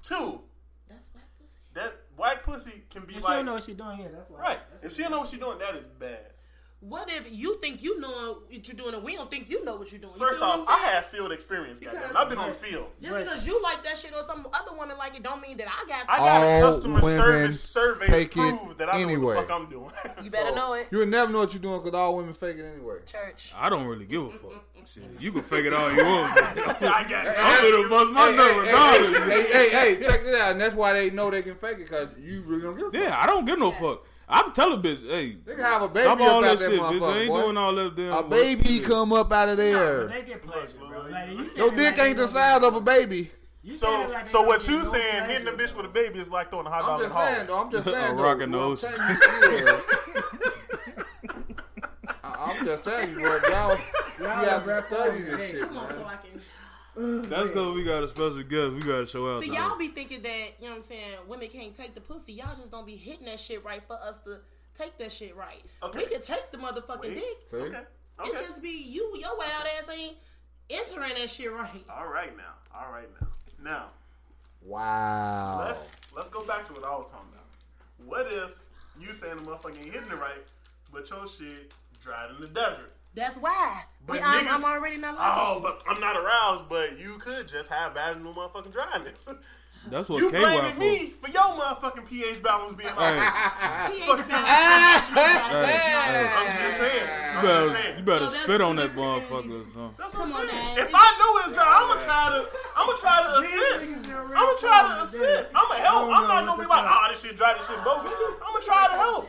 E: Two,
F: That's whack pussy.
E: that white pussy can be
A: But she
E: like
A: don't know what she's doing here. That's why.
E: right. If she don't know what she doing, that is bad.
F: What if you think you know what you're doing and we don't think you know what you're doing? You
E: First
F: feel what I'm
E: off, I
F: saying?
E: have field experience.
F: Because-
E: Goddamn, I've been on the field.
F: Just
A: Right.
F: because you like that shit or some other woman like it, don't mean that I got.
E: I got a
C: All
E: customer
C: women
E: service survey to
C: fake it
E: prove that I
C: anyway.
E: know what the fuck I'm
F: you
E: doing. (laughs)
F: better know it.
C: You'll never know what you're doing because all women fake it anyway.
F: Church.
B: I don't really give a fuck. Shit, you can fake it all you want.
E: I got
B: I'm
E: it.
B: gonna bust my nut
C: hey,
B: regardless.
C: hey, hey, hey, check this out. And that's why they know they can fake it because you really don't give a fuck.
B: Yeah, I don't give no fuck. I'm telling bitch, hey,
C: They can have a baby
B: stop
C: up
B: all that
C: out that
B: shit, bitch. I
C: motherfucker,
B: ain't
C: boy.
B: doing all that damn.
C: A
B: work.
C: baby come up out of
A: But
C: there.
A: they get pleasure, bro.
E: Look,
A: Like, you
E: look.
A: said
C: Your
A: it
C: dick
A: like
C: ain't
A: they
C: the
A: don't
C: size
A: get-
C: of a baby.
A: you said it
E: (laughs) So,
A: like they
E: so
A: don't
E: what
A: get
E: you
A: no
E: saying,
A: pleasure,
E: hitting the bitch
A: bro.
E: with a baby is like throwing a hot
C: I'm
E: dog in
C: just
E: the hall.
C: saying, though.
E: (laughs)
C: I'm just saying, though.
B: Rocking the
C: what I'm
B: ocean.
C: telling you is- (laughs) I- I'm just telling you, boy. Y'all, you have to study this shit,
F: Come on, so
C: man.
F: I can.
B: That's because we got a special guest. We got to show out.
F: So
B: to
F: y'all
B: her.
F: be thinking that you know what I'm saying? Women can't take the pussy. Y'all just don't be hitting that shit right for us to take that shit right.
E: Okay.
F: We can take the motherfucking
E: Wait.
F: dick.
C: See?
E: Okay.
F: It just be you, your wild ass ain't entering that shit right.
E: All right now. All right now. Now
C: Wow.
E: let's let's go back to what I was talking about. What if you saying the motherfucker ain't hitting it right, but your shit dried in the desert?
F: That's why.
E: But
F: We- I'm,
E: niggas-
F: I'm already not like
E: Oh, but I'm not aroused. But you could just have vaginal motherfucking dryness. (laughs)
B: That's
E: You
B: what KY
E: blaming
B: for.
E: me for your motherfucking pH balance being
B: Hey,
E: off.
F: it. He ain't
E: fucking-
F: balanced.
E: I'm just
B: you
E: saying. I'm just
B: better, you
E: saying.
B: better
F: So that's
B: spit on
F: two
B: that
F: different
B: motherfucker or
F: entities.
B: something.
E: That's what I'm
F: Come on,
E: saying.
F: man.
E: If I knew it's dry, I'ma try to, I'ma try to assist. I'ma try to assist. I'ma help. I'm not gonna be like, ah, this shit dry, this shit bogus. I'ma try to help.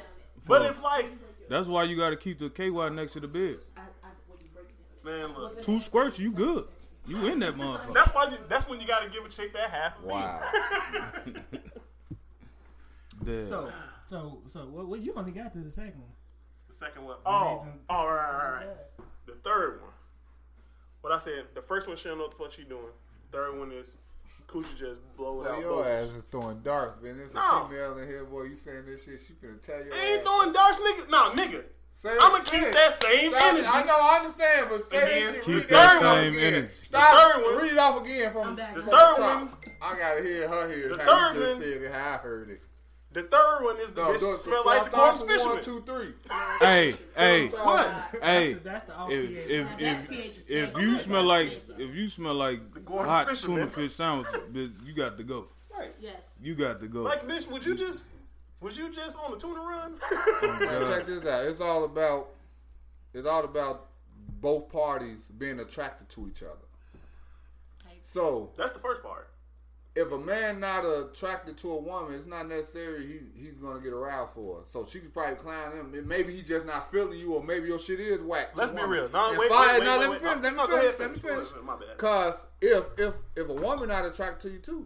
E: But if like,
B: That's why you gotta keep the KY next to the bed.
E: man, look,
B: Two squirts, you good. You in that
C: (laughs)
B: motherfucker.
E: that's why. You, that's when you gotta give a chick that half. a beat.
C: Wow.
B: Yeah.
A: So, so, so, well, well, you only got to the second one.
E: The second one. Oh, all right, all right, all right. The third one. What I said. The first one, she don't know what the fuck she doing. Third one is coochie just blowing
C: Boy,
E: out.
C: your
E: bogus.
C: ass is throwing darts, man. There's
E: No.
C: a female in here, boy. You saying this shit? She finna tell your
E: I ain't
C: ass.
E: throwing darts, nigga. No, nigga.
C: Say
E: I'ma
C: it.
E: keep that same
C: Stop it.
E: energy.
C: I know, I understand, but say
E: Again.
C: this shit.
B: Keep
C: read
B: that
C: it off
B: same
C: again.
B: energy.
C: Stop.
E: The third one-
C: Read it off again from,
F: I'm back.
E: The
C: from
E: third
C: top.
E: one-
C: I gotta hear her hear
E: The
C: how you
E: third
C: just
E: one-
C: said it, how I heard it.
E: The third one is the
C: No,
E: bitch
C: do it
E: smell
C: from
E: like the
C: top
E: corpse
C: to
E: fisherman.
C: One, two, three.
B: Hey, hey,
C: What?
B: hey.
A: That's the off
B: If if
F: That's
B: if,
F: PH.
B: if, you smell like if you smell like
E: Gordon
B: hot
E: Fisher,
B: tuna
E: man.
B: fish sandwiches, bitch, you got to go.
E: Right.
F: Yes.
B: You got to go.
E: Like, bitch, would you just, was you just on the tuna run? (laughs)
C: Man, check this out. It's all about it's all about both parties being attracted to each other. So
E: That's the first part.
C: if a man not attracted to a woman, it's not necessary he he's gonna get aroused for. her. So she could probably clown him. And maybe he just not feeling you, or maybe your shit is whack. to
E: Let's
C: a
E: be
C: woman.
E: real. No,
C: And
E: wait, wait,
C: fine-
E: wait,
C: no,
E: wait,
C: let me
E: wait.
C: finish. Let me
E: No, go
C: finish.
E: ahead,
C: Let me
E: finish.
C: finish.
E: My bad.
C: Cause if if if a woman not attracted to you too,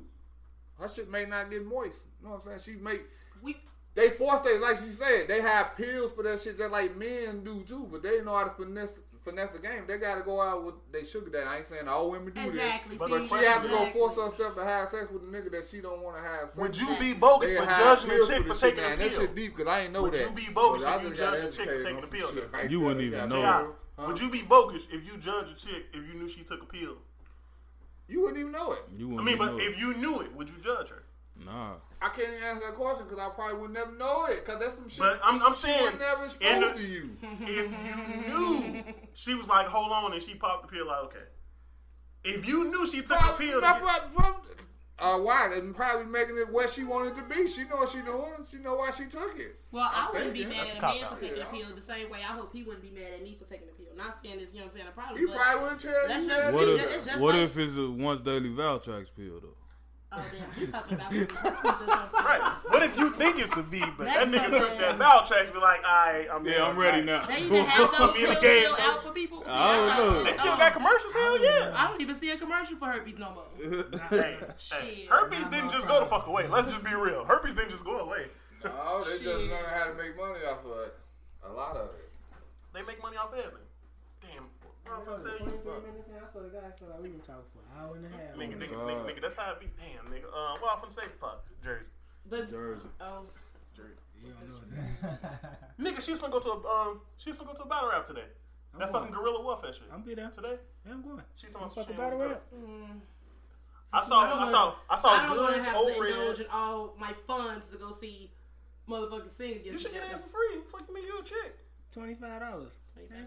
C: her shit may not get moist. You know what I'm saying? She may
F: We
C: they force they like she said, they have pills for that shit just like men do too, but they know how to finesse finesse the game. They gotta go out with they sugar daddy. I ain't saying all women do
F: exactly.
E: But the
C: this. But
F: see,
C: she has to go
F: exactly.
C: force herself to have sex with a nigga that she don't want to have sex
E: Would
C: with.
E: you be bogus
C: They
E: for
C: have
E: judging a
C: pills
E: chick
C: this
E: for
C: shit,
E: taking a
C: man. That
E: pill?
C: shit deep because I ain't know
E: Would
C: that.
E: you be bogus
C: But I
E: if you
C: just gotta
E: judged a chick for
C: educate
E: taking
C: on
E: a
C: some
E: pill,
C: shit
E: though?
C: right
B: You
C: there.
B: wouldn't
C: They
B: even
C: got
B: know.
E: Yeah.
C: pills. Huh?
E: Would you be bogus if you judge a chick if you knew she took a pill?
C: You wouldn't even know it.
B: you wouldn't
E: I mean,
B: know
E: but
B: it.
E: if you knew it, would you judge her?
B: nah,
C: I can't even answer that question because I probably would never know it because that's some shit.
E: But I'm, I'm
C: she
E: saying,
C: would never
E: in
C: expose to
E: the,
C: you.
E: if you knew she was like, hold on, and she popped the pill, like, okay. If you knew she took a
C: Probably-
E: pill,
C: prob- prob- uh, why? And probably making it where she wanted to be. She know what she doing. She know why she took it.
F: Well, I wouldn't be
C: thinking.
F: mad
E: That's
F: at a
E: cop
F: man
E: out.
F: for taking a
C: Yeah.
F: pill the same way I hope he wouldn't be mad at me for taking a pill. Not saying this, you know what I'm saying? I probably
C: He
F: would.
C: probably wouldn't tell
F: That's
C: you
F: just
C: that.
B: what
F: See,
C: either.
F: it's
B: if
F: just
B: what
F: like-
B: if it's a once daily Valtrax pill though?
F: Oh, damn. He's talking about something. He's just talking-
A: (laughs)
E: right. What if you think it's a V, but that
F: That's
E: nigga
F: so
E: took that
F: bad.
E: valve tracks, be like, all right, I'm
B: Yeah, I'm
E: I'm
B: ready
E: back."
B: now.
F: They even have those
E: Me and the
F: pills
E: gang,
F: still
E: so-
F: out for people. See,
B: I don't
F: thought-
B: know.
E: They still
F: oh,
E: got commercials, hell yeah.
F: I don't even see a commercial for herpes no more.
E: Hey, hey,
F: Shit.
E: herpes didn't just go the fuck away. Let's just be real. Herpes didn't just go away.
C: No, Oh, they just
F: Shit.
C: learn how to make money off of it. A lot of it.
E: They make money off everything. Damn, what the fuck say you?
A: minutes in, I swear to God, I feel like we been talking for an hour and a half.
E: Nigga, nigga, nigga, nigga, that's how it be. Damn, nigga. Uh, what I'm finna say? Fuck, Jersey.
F: But,
B: Jersey.
F: oh,
E: Jersey.
A: You don't know that.
E: Nigga, she's finna go to a, um, she's finna go to a battle rap today. That
A: I'm
E: fucking
A: going.
E: guerrilla warfare shit.
A: I'm be there.
E: Today,
A: Yeah, I'm going.
E: she's
A: I'm
E: talking
A: fucking
E: shit.
A: battle rap.
E: I saw,
F: I don't
E: I saw, I
F: I
E: saw
F: don't want to
E: Goods,
F: have to
E: Old
F: indulge
E: Red.
F: in all my funds to go see motherfucking sing
E: You
F: against
E: should
F: each
E: get in
F: other.
E: for free. Fuck me, you a chick.
A: Twenty five dollars.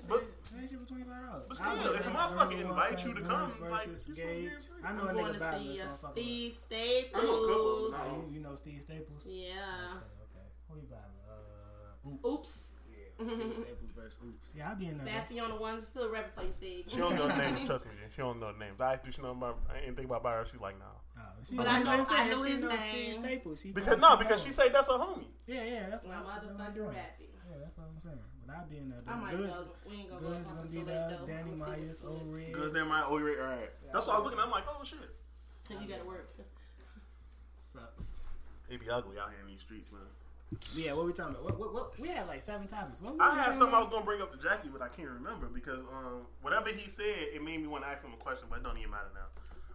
E: But-
A: ain't shit for twenty five dollars.
E: But still, if a motherfucker invite you to come, like, you supposed to be in free.
A: I know
F: I'm
A: a
F: going
A: nigga
F: to
A: battle
F: see
A: this
F: a
A: motherfucker.
F: Steve
E: Oh,
F: Staples.
A: Oh, you- you know Steve Staples? Okay,
F: Yeah.
A: okay. Who you battling? Uh, oops.
F: Oops.
A: Yeah, Steve
F: (laughs)
A: Staples versus Oops. Yeah, I be in there.
F: Sassy on the ones still rapping for you, Steve.
E: She don't know the
F: (laughs)
E: names. Trust me, she don't know the names. I asked her, she know about anything about Byron. She's like, no.
A: Oh, she
F: But I
A: she
F: know-
A: knows-
F: I
A: she
F: know his
A: knows
F: name.
A: Steve Staples. She
E: Because no, because she say that's her homie.
A: Yeah, yeah, that's
F: My
A: what I'm- that's what I'm
F: motherfucking
A: doing.
F: rapping.
A: Yeah, that's what I'm saying. But I be in there.
F: I
A: doing
F: might
A: goods,
F: go. We ain't gonna go
A: Goods gonna
F: fucking
A: be
F: so
A: there.
F: late though.
A: Danny
F: I'ma see
A: Myers,
F: what's
A: O
F: good.
A: Red.
E: Because they're my oh, you're right, all right. That's what I was looking at. I'm like, oh shit.
F: You gotta work.
A: (laughs) Sucks.
E: They be ugly out here in these streets, man.
A: Yeah, what we talking about? What, what, what? We had like seven topics. What was
E: I
A: we
E: had
A: saying?
E: something I was gonna bring up to Jackie, but I can't remember because um, whatever he said, it made me want to ask him a question, but it don't even matter now.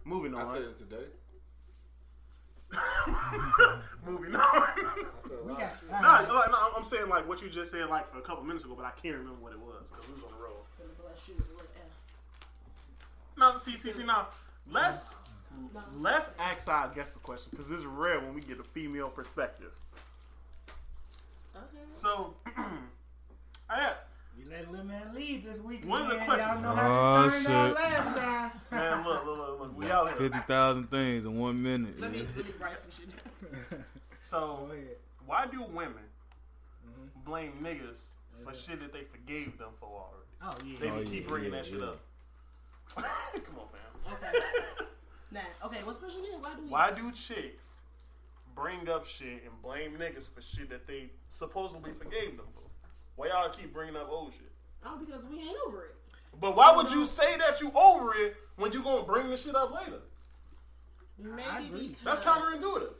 E: Moving
C: I
E: on.
C: said it today.
E: (laughs) Moving on. (laughs)
C: I said a
A: We
C: lot
A: got
C: of shit.
A: all
E: no,
A: right.
E: no, no, I'm saying like what you just said like a couple minutes ago, but I can't remember what it was because we was on the road. No, see, see, see, now let's let's ask our guest the question because it's rare when we get a female perspective.
F: Okay.
E: So, (clears throat) I had,
A: You let little man lead this weekend.
E: One of the
A: Y'all
E: questions-
A: know how
B: Oh,
A: this turned out
B: shit.
A: last time. (laughs)
E: man, look, look, look, look, we out here.
B: Fifty thousand things in one minute.
F: Let me
B: yeah.
F: let me write some shit
A: (laughs)
F: down.
E: So,
A: Go ahead.
E: why do women
B: Mm-hmm.
E: blame niggas for shit that they forgave them for already?
A: Oh
E: They
A: yeah.
B: Oh,
E: be keep
B: yeah,
E: bringing
B: yeah,
E: that shit
B: yeah.
E: up. (laughs) Come on, fam.
F: Okay. Nah. Okay. What's special again? Why do
E: (laughs)
F: we?
E: Why do chicks bring up shit and blame niggas for shit that they supposedly forgave them for? Why y'all keep bringing up old shit?
F: Oh, because we ain't over it.
E: But why would you say that you over it when you gonna bring this shit up later?
A: agree.
F: Maybe
E: That's
F: because-
E: counterintuitive.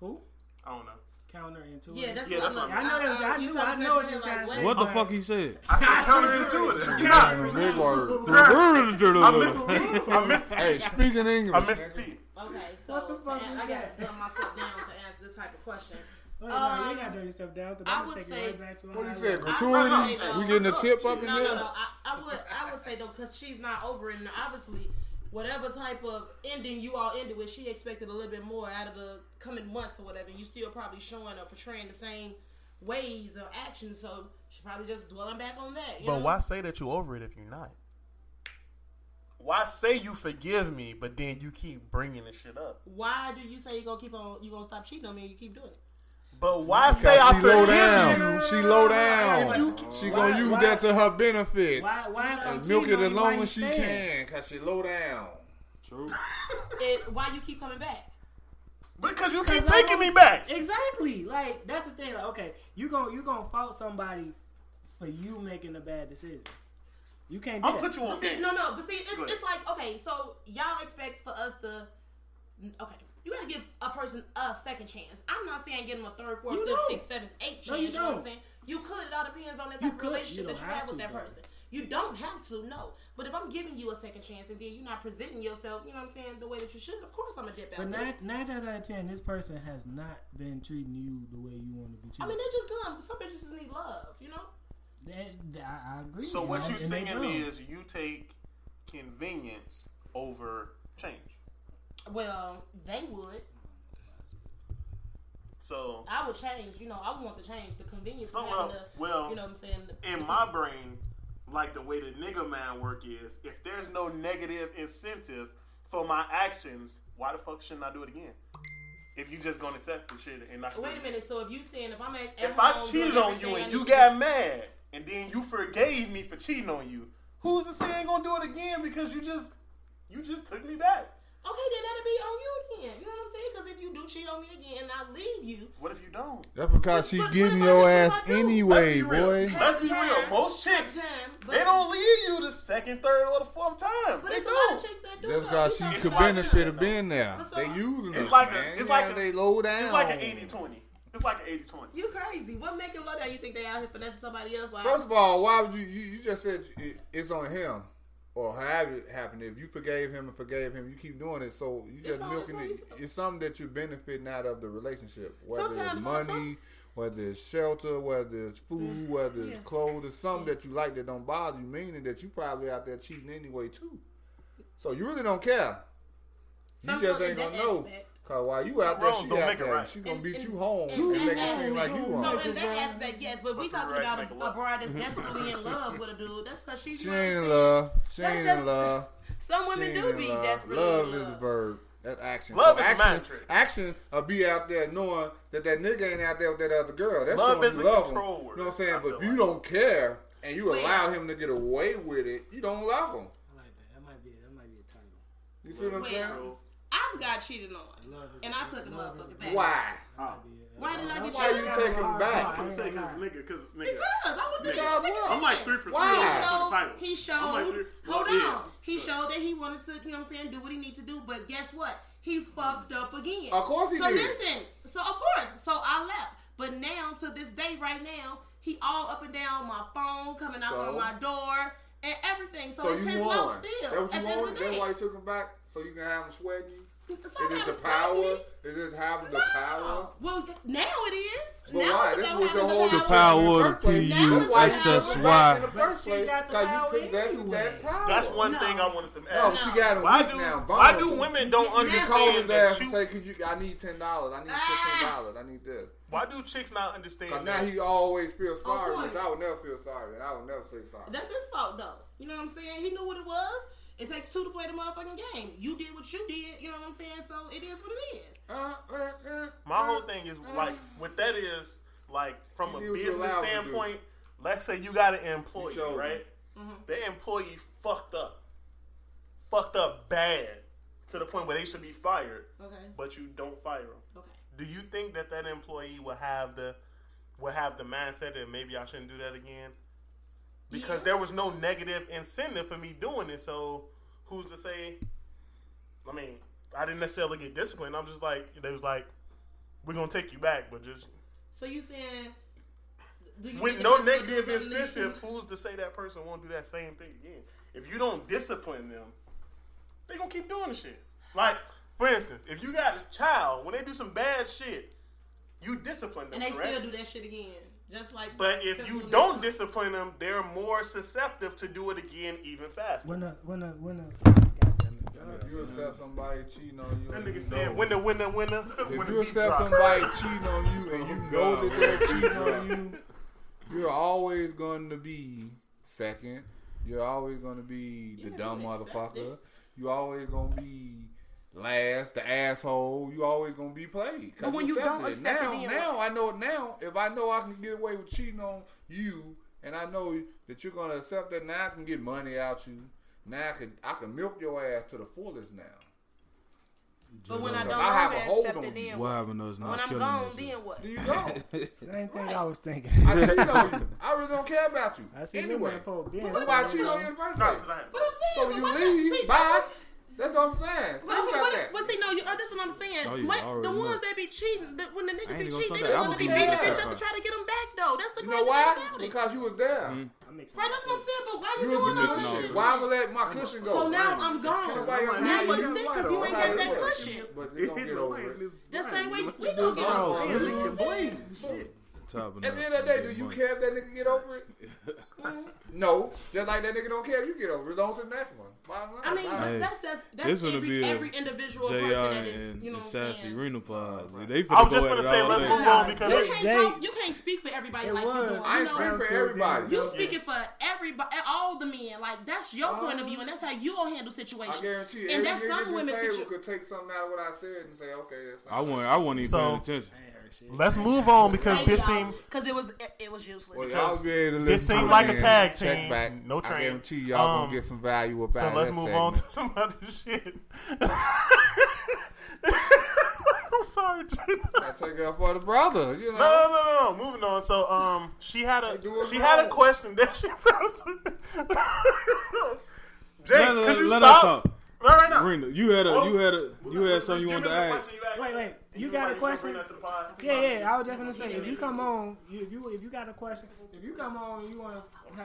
A: Who?
E: I don't know.
A: Counterintuitive.
F: Yeah, that's
E: Yeah,
F: what
E: that's
F: I'm
E: what
A: I
E: I'm-
A: know. That's, I,
F: you
A: knew,
F: sound
A: I know what
F: special,
A: you're
F: like,
A: trying to
F: what?
A: say.
B: What the
A: but-
B: fuck he said?
E: I said counterintuitive. You're not.
C: Damn, big word.
E: I missed the
B: (laughs)
E: T. (laughs) I missed the
C: Hey,
E: T.
C: speaking English,
E: I missed the T.
F: Okay, so
A: What the fuck
F: to an-
A: is
F: I gotta
A: that?
F: dumb myself down to answer this type of question.
A: Wait, no, you
F: Um,
A: ain't gotta turn yourself down. 'cause
F: I
A: I'm
F: would
A: gonna take
F: say-
A: it right back to
C: what
A: how
C: he
A: I
C: said,
A: was.
C: gratuity?
F: I- I-
C: We getting a tip up in
F: No, no,
C: there?
F: no. I, I would, I would say though, because she's not over it, and obviously, whatever type of ending you all ended with, she expected a little bit more out of the coming months or whatever. And you still probably showing or portraying the same ways or actions, so she probably just dwelling back on that. You know?
E: say that you over it if you're not? Why say you forgive me, but then you keep bringing this shit up?
F: Why do you say you gonna keep on? You gonna stop cheating on me? and You keep doing it.
E: But why say I
C: She
E: forgive
C: low
E: you?
C: down. She low
E: You
C: down.
E: keep-
C: She gonna use that to her benefit.
A: Why? Why? If I'm
C: And milk
A: cheating
C: it
A: on
C: as
A: you, why
C: long
A: you
C: as she
A: staying?
C: can, cause she low down.
B: True.
F: it why you keep coming back?
E: Because you keep
A: Cause I
E: taking me
A: don't-
E: back.
A: Exactly. Like that's the thing. Like okay, you gon' you gonna fault somebody for you making a bad decision. You can't. Do
E: I'm
A: that.
E: put you on
F: But see,
E: game.
F: no, no, but see, it's,
E: Go ahead.
F: it's like okay, so y'all expect for us to okay, you got to give a person a second chance. I'm not saying give them a third, fourth,
A: You
F: fifth,
A: don't.
F: sixth, seventh, eighth chance.
A: No, you
F: you, know what
A: don't.
F: I'm saying? You could. It all depends on that
A: You
F: type of
A: could.
F: relationship
A: You
F: that
A: don't
F: you
A: have
F: have, with
A: to,
F: that
A: though.
F: person. You don't have to, no. But if I'm giving you a second chance and then you're not presenting yourself, you know what I'm saying, the way that you should, of course I'm gonna dip out.
A: But
F: there.
A: nine, nine times out of ten, this person has not been treating you the way you want to be treated.
F: I mean, they're just dumb. Some bitches just need love, you know.
A: They- I, I agree.
E: So
A: with
E: what
A: that,
E: you
A: and they
E: saying
A: dumb.
E: is you take convenience over change.
F: Well, they would.
E: So
F: I would change. You know, I would want to change the convenience.
A: Oh,
E: So,
F: of
E: well,
F: having the,
E: well,
F: you know what I'm saying. the-
E: in my brain, like the way the nigga man work is, if there's no negative incentive for my actions, why the fuck shouldn't I do it again? If you just gonna accept the shit and not
F: Wait a minute. So if you saying if I'm at at
E: if I
F: home doing
E: cheated on
F: everything
E: you
F: I
E: and you
F: need-
E: got mad and then you forgave me for cheating on you, who's to say I ain't gonna do it again because you just you just took me back?
F: okay, then that'll be on you then. You know what I'm saying? Because if you do cheat on me again and I leave you,
E: What if you don't?
C: That's because she
F: But- but
C: getting
F: what if
C: your
F: I-
C: ass
F: what if I do?
C: anyway,
E: Let's be real.
C: boy.
E: Let's be real.
F: Time.
E: Most chicks
F: time, but,
E: they don't leave you the second, third, or the fourth time.
F: But
E: they
F: it's a
E: don't.
F: lot of chicks that do.
C: That's
F: though.
C: because
F: You know
C: she
F: what
C: could
F: I'm saying?
C: benefit of being there.
F: That's
C: They
F: all.
C: using
E: It's
C: us,
E: like a-
C: man.
E: it's like
C: Now
E: a-
C: they low down.
E: It's like an 80 20. It's like an 80 20.
F: You crazy? What making love that you think they out here finessing somebody else? Why?
C: First of all, why would you? You, you just said it, it's on him, or however it happened. If you forgave him and forgave him, you keep doing it. So you just
F: all- it's
C: milking
F: all
C: it.
F: you-
C: It's something that you're benefiting out of the relationship, whether it's
F: Sometimes
C: money.
F: also-
C: Whether it's shelter, whether it's
E: Mm-hmm.
C: food, whether it's
F: Yeah.
C: clothes, it's something that you like that don't bother you, meaning that you probably out there cheating anyway too. So you really don't care.
F: Some
C: you just
F: in
C: ain't
F: that
C: gonna know.
F: aspect.
C: Cause while you out there,
E: Wrong
C: she
E: don't
C: out
E: make it
C: there.
E: right.
C: She gonna
F: In-
C: beat
F: in-
C: you home
F: in
C: too
F: that
C: and make it seem like you
F: aspect.
C: wrong.
F: So in that aspect, yes. But we
E: But
F: talking
E: you're right,
F: about
E: make a
F: a, a
E: lot.
C: (laughs)
F: bride that's desperately in love with a dude. That's because she's
C: She
F: you know what I'm
C: ain't in
F: saying?
C: love. She
F: That's
C: ain't
F: just-
C: in love.
F: Some women
C: She
F: do
C: ain't
F: be
C: in love.
F: desperately
C: Love
F: in
C: is a
F: love.
C: verb. That's action.
E: Love
C: so
E: is a
C: action,
E: mind trick.
C: action will be out there knowing that that nigga ain't out there with that other girl. That's
E: Love
C: showing
E: is
C: you
E: a
C: love him.
E: control
C: You know what I'm
E: word, I
C: saying? But if
E: feel
C: you
E: like.
C: don't care and you
F: Well-
C: allow him to get away with it, you don't love him.
A: I like that. That might be. That might be a title.
C: You see what I'm
F: Well-
C: saying?
F: I've got cheated on,
A: Love is
F: and
A: a-
F: I took a
A: love is a-
F: motherfucker back.
C: Why?
E: Oh.
F: Why did I get
C: Why you
F: cheated on?
C: take him back?
E: I'm saying because nigga, because nigga.
F: Because I would
E: Nigga,
F: be
E: I'm like three for three.
C: Why?
E: on the
F: He showed,
E: titles.
F: he showed
E: I'm like three-
F: hold
E: well, yeah.
F: on. He showed that he wanted to, you know what I'm saying, do what he needed to do, but guess what? He fucked up again.
C: Of course he
F: so
C: did.
F: listen, so of course. So I left. But now to this day right now, he all up and down my phone, coming out
C: So?
F: on my door and everything. So,
C: So
F: it's his
C: you
F: no
C: won.
F: still.
C: That what
F: at
C: you
F: the end of
C: wanted?
F: the
C: That's
F: day.
C: why you took him back? So you can have him sweating you?
F: So
C: Is it
F: that
C: the
F: was
C: power?
F: Tony.
C: Is it having the power?
F: Well, now it is.
C: But
F: now
C: why?
F: it's
C: This was
F: about
C: your
F: having
C: whole
B: The power
C: in the
B: of
C: first
B: the
C: place.
F: PU.
C: That's why you got
F: That's just
C: the
B: why.
C: right in the
A: But
C: first
A: she
C: place,
A: got the
C: 'cause
A: power
C: you possessed
A: anyway.
C: that power.
E: That's one
F: No.
E: thing I wanted to
C: No,
E: ask.
C: she got him
E: Why
C: weak
E: do
C: now.
E: why do
C: vulnerable.
E: women don't
F: You
C: You call his
E: understand
C: ass
E: that
C: and
E: you?
C: say, Could you, I need ten dollars. I need
F: Ah.
C: fifteen dollars. I need this.
E: Why do chicks not understand?
C: Cause now
E: that?
C: he always feels
F: On
C: sorry,
F: point.
C: which I would never feel sorry, and I would never say sorry.
F: That's his fault though. You know what I'm saying? He knew what it was. It takes two to play the motherfucking game. You did what you did. You know what I'm saying? So it is what it is.
C: Uh, uh, uh,
E: My whole
C: uh,
E: thing is
C: uh.
E: like what that is like from
C: You
E: a
C: do what you
E: business
C: allowed to do.
E: standpoint. Let's say you got an employee,
C: You chose
E: right? The employee fucked up, fucked up bad to the point where they should be fired,
F: Okay.
E: but you don't fire them.
F: Okay.
E: Do you think that that employee will have the will have the mindset that maybe I shouldn't do that again? Because
F: Yeah.
E: there was no negative incentive for me doing it. So who's to say? I mean, I didn't necessarily get disciplined. I'm just like they was like, we're gonna take you back, but just
F: So you saying do you
E: with
F: think
E: no
F: the person
E: negative
F: will do something to you?
E: incentive. Who's to say that person won't do that same thing again? If you don't discipline them, they gonna keep doing the shit. Like for instance, if you got a child when they do some bad shit, you discipline them,
F: And they
E: correct?
F: still do that shit again. Just like
E: But if
F: Tell
E: you
F: them
E: don't
F: no.
E: discipline them, they're more susceptible to do it again even faster.
A: When the when the when the
C: If you accept somebody cheating on you,
E: That
C: and you
E: nigga said,
C: know-
E: winner, winner, winner. (laughs)
C: If
E: when
C: you
E: the beat
C: accept
E: drop.
C: (laughs) somebody cheating on you and you know that they're cheating on you, you're always going to be second. You're always going to be the
F: Yeah,
C: dumb
F: you accept
C: motherfucker.
F: it.
C: You're always going to be last, the asshole. You always going to be played. 'Cause
G: But when you don't
C: accepted it.
G: accept it,
C: now,
G: then you're
C: now I know now if I know I can get away with cheating on you, and I know that you're going to accept that. Now I can get money out you. Now I can I can milk your ass to the fullest now.
G: But when I
C: If
G: don't
C: I have a
G: accept
C: hold
G: it,
C: on
G: then
C: you.
B: What
G: what?
B: happened to us not
G: When I'm
B: killing
G: gone,
B: that
G: then
B: shit?
G: what?
C: Do you
G: (laughs)
C: know?
A: same thing I
G: Right.
A: was thinking.
C: I cheated on you. I really don't care about you.
A: I see anyway,
C: anyway,
A: them for being
C: that's why I cheated on you in the first
E: No,
C: place.
E: 'cause I-
F: But
C: So
F: I'm saying,
C: when
F: but
C: you
F: why
C: leave,
F: see,
C: bye.
F: that's-
C: That's what I'm saying. Think
F: But, but,
C: about
F: but,
C: that.
F: but see, no, you, uh, this is what I'm saying.
B: Oh, you
F: What-
B: already
F: the
B: know.
F: ones that be cheating, the, when the niggas
B: ain't
F: be
B: even gonna
F: cheating,
B: start that.
F: they be
B: I'ma
F: willing to be
C: keep
F: beating
C: that.
F: each other, try to get them back though. That's the
C: You
F: crazy
C: know why?
F: thing about it.
C: Because you was there.
E: Mm-hmm.
F: Right, that's what I'm saying. But why you
C: You was
F: doing
C: the
F: all this
C: cushion.
F: shit?
C: Why would I let my cushion go?
F: So now I'm
C: Can't
F: gone.
C: nobody else
F: Now
C: have
F: you're
C: you.
F: sick because you ain't got that cushion.
C: But they gonna get over it.
F: The same way we gonna get over it.
B: Top of that.
C: At the end of the day, do you care if that nigga get over it?
F: Mm-hmm.
C: No. Just like that nigga don't care if you get over it. On to the next one. Bottom line.
F: I mean,
C: Bye.
F: but that's just
B: This
F: that's
B: gonna be
F: every
B: a
F: every individual
B: JR
F: person that is.
B: and,
F: You know
B: and
F: what I'm
B: Sassy
F: saying? Uh,
B: Reno Pods. They finna go
E: I was just
B: at
E: gonna
B: it
E: say,
B: all
E: let's
B: day.
E: move on because
F: You can't
A: Jay-
F: talk. You can't speak for everybody
A: It
F: like you
A: was.
F: do. You
C: I ain't
F: know,
C: speaking for
A: Until
C: everybody.
A: then.
F: You speaking for everybody, all the men. Like that's your point of view, and that's how you gonna handle situations.
C: I guarantee you,
F: and
C: every
F: that's
C: nigga
F: some
C: at
F: women's
C: this table
F: situ-
C: could take something out of what I said and say, okay, that's
B: I wasn't, I wasn't even
E: So-
B: paying attention.
E: Let's move on because
F: Thank
E: this
F: y'all,
E: seems
F: Cause it was it, it was useless.
C: Well, y'all be able to listen
E: this seem
C: to it
E: like a
C: and
E: tag
C: check
E: team.
C: Back.
E: No
C: I
E: train.
C: guarantee y'all gonna
E: Um,
C: get some value about
E: So
C: it.
E: let's
C: that
E: move on
C: segment.
E: to some other shit. (laughs) I'm sorry, Jay.
C: I take it up for the brother. You know,
E: No, no, no, no. Moving on. So, um, she had a
C: They do it
E: she had a
C: wrong.
E: question that she found. to- (laughs) Jay,
B: Let-
E: could you
B: let us
E: stop?
B: talk.
E: Right, right now.
B: Reno, you had a, you had a, you
E: Give me
B: had something you wanted
E: the
B: to ask.
E: question you asked.
A: Wait, wait.
E: And
A: You
E: was
A: got
E: like,
A: a
E: gonna
A: question?
E: bring that to the pod.
A: Yeah, yeah. I was just gonna say if you come on, you, if you if you got a question, if you come on and you wanna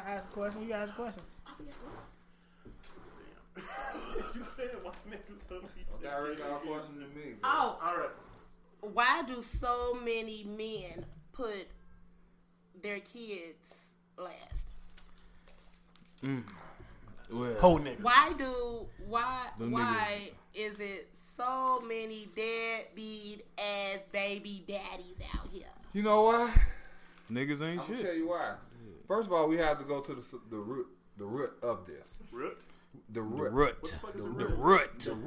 A: ask a question, you ask a question.
E: You said why niggas don't be
C: Y'all already got a question to me.
F: Oh,
E: All right.
F: why do so many men put their kids last?
B: Well,
E: Whole niggas.
F: Why do why
B: Them
F: why is it so many deadbeat ass baby daddies out here?
C: You know why?
B: niggas ain't
C: I'm gonna tell
B: shit.
C: you why. First of all, we have to go to the, s- the root, the root of this.
E: Root?
B: The
C: The root.
B: rut. The rut.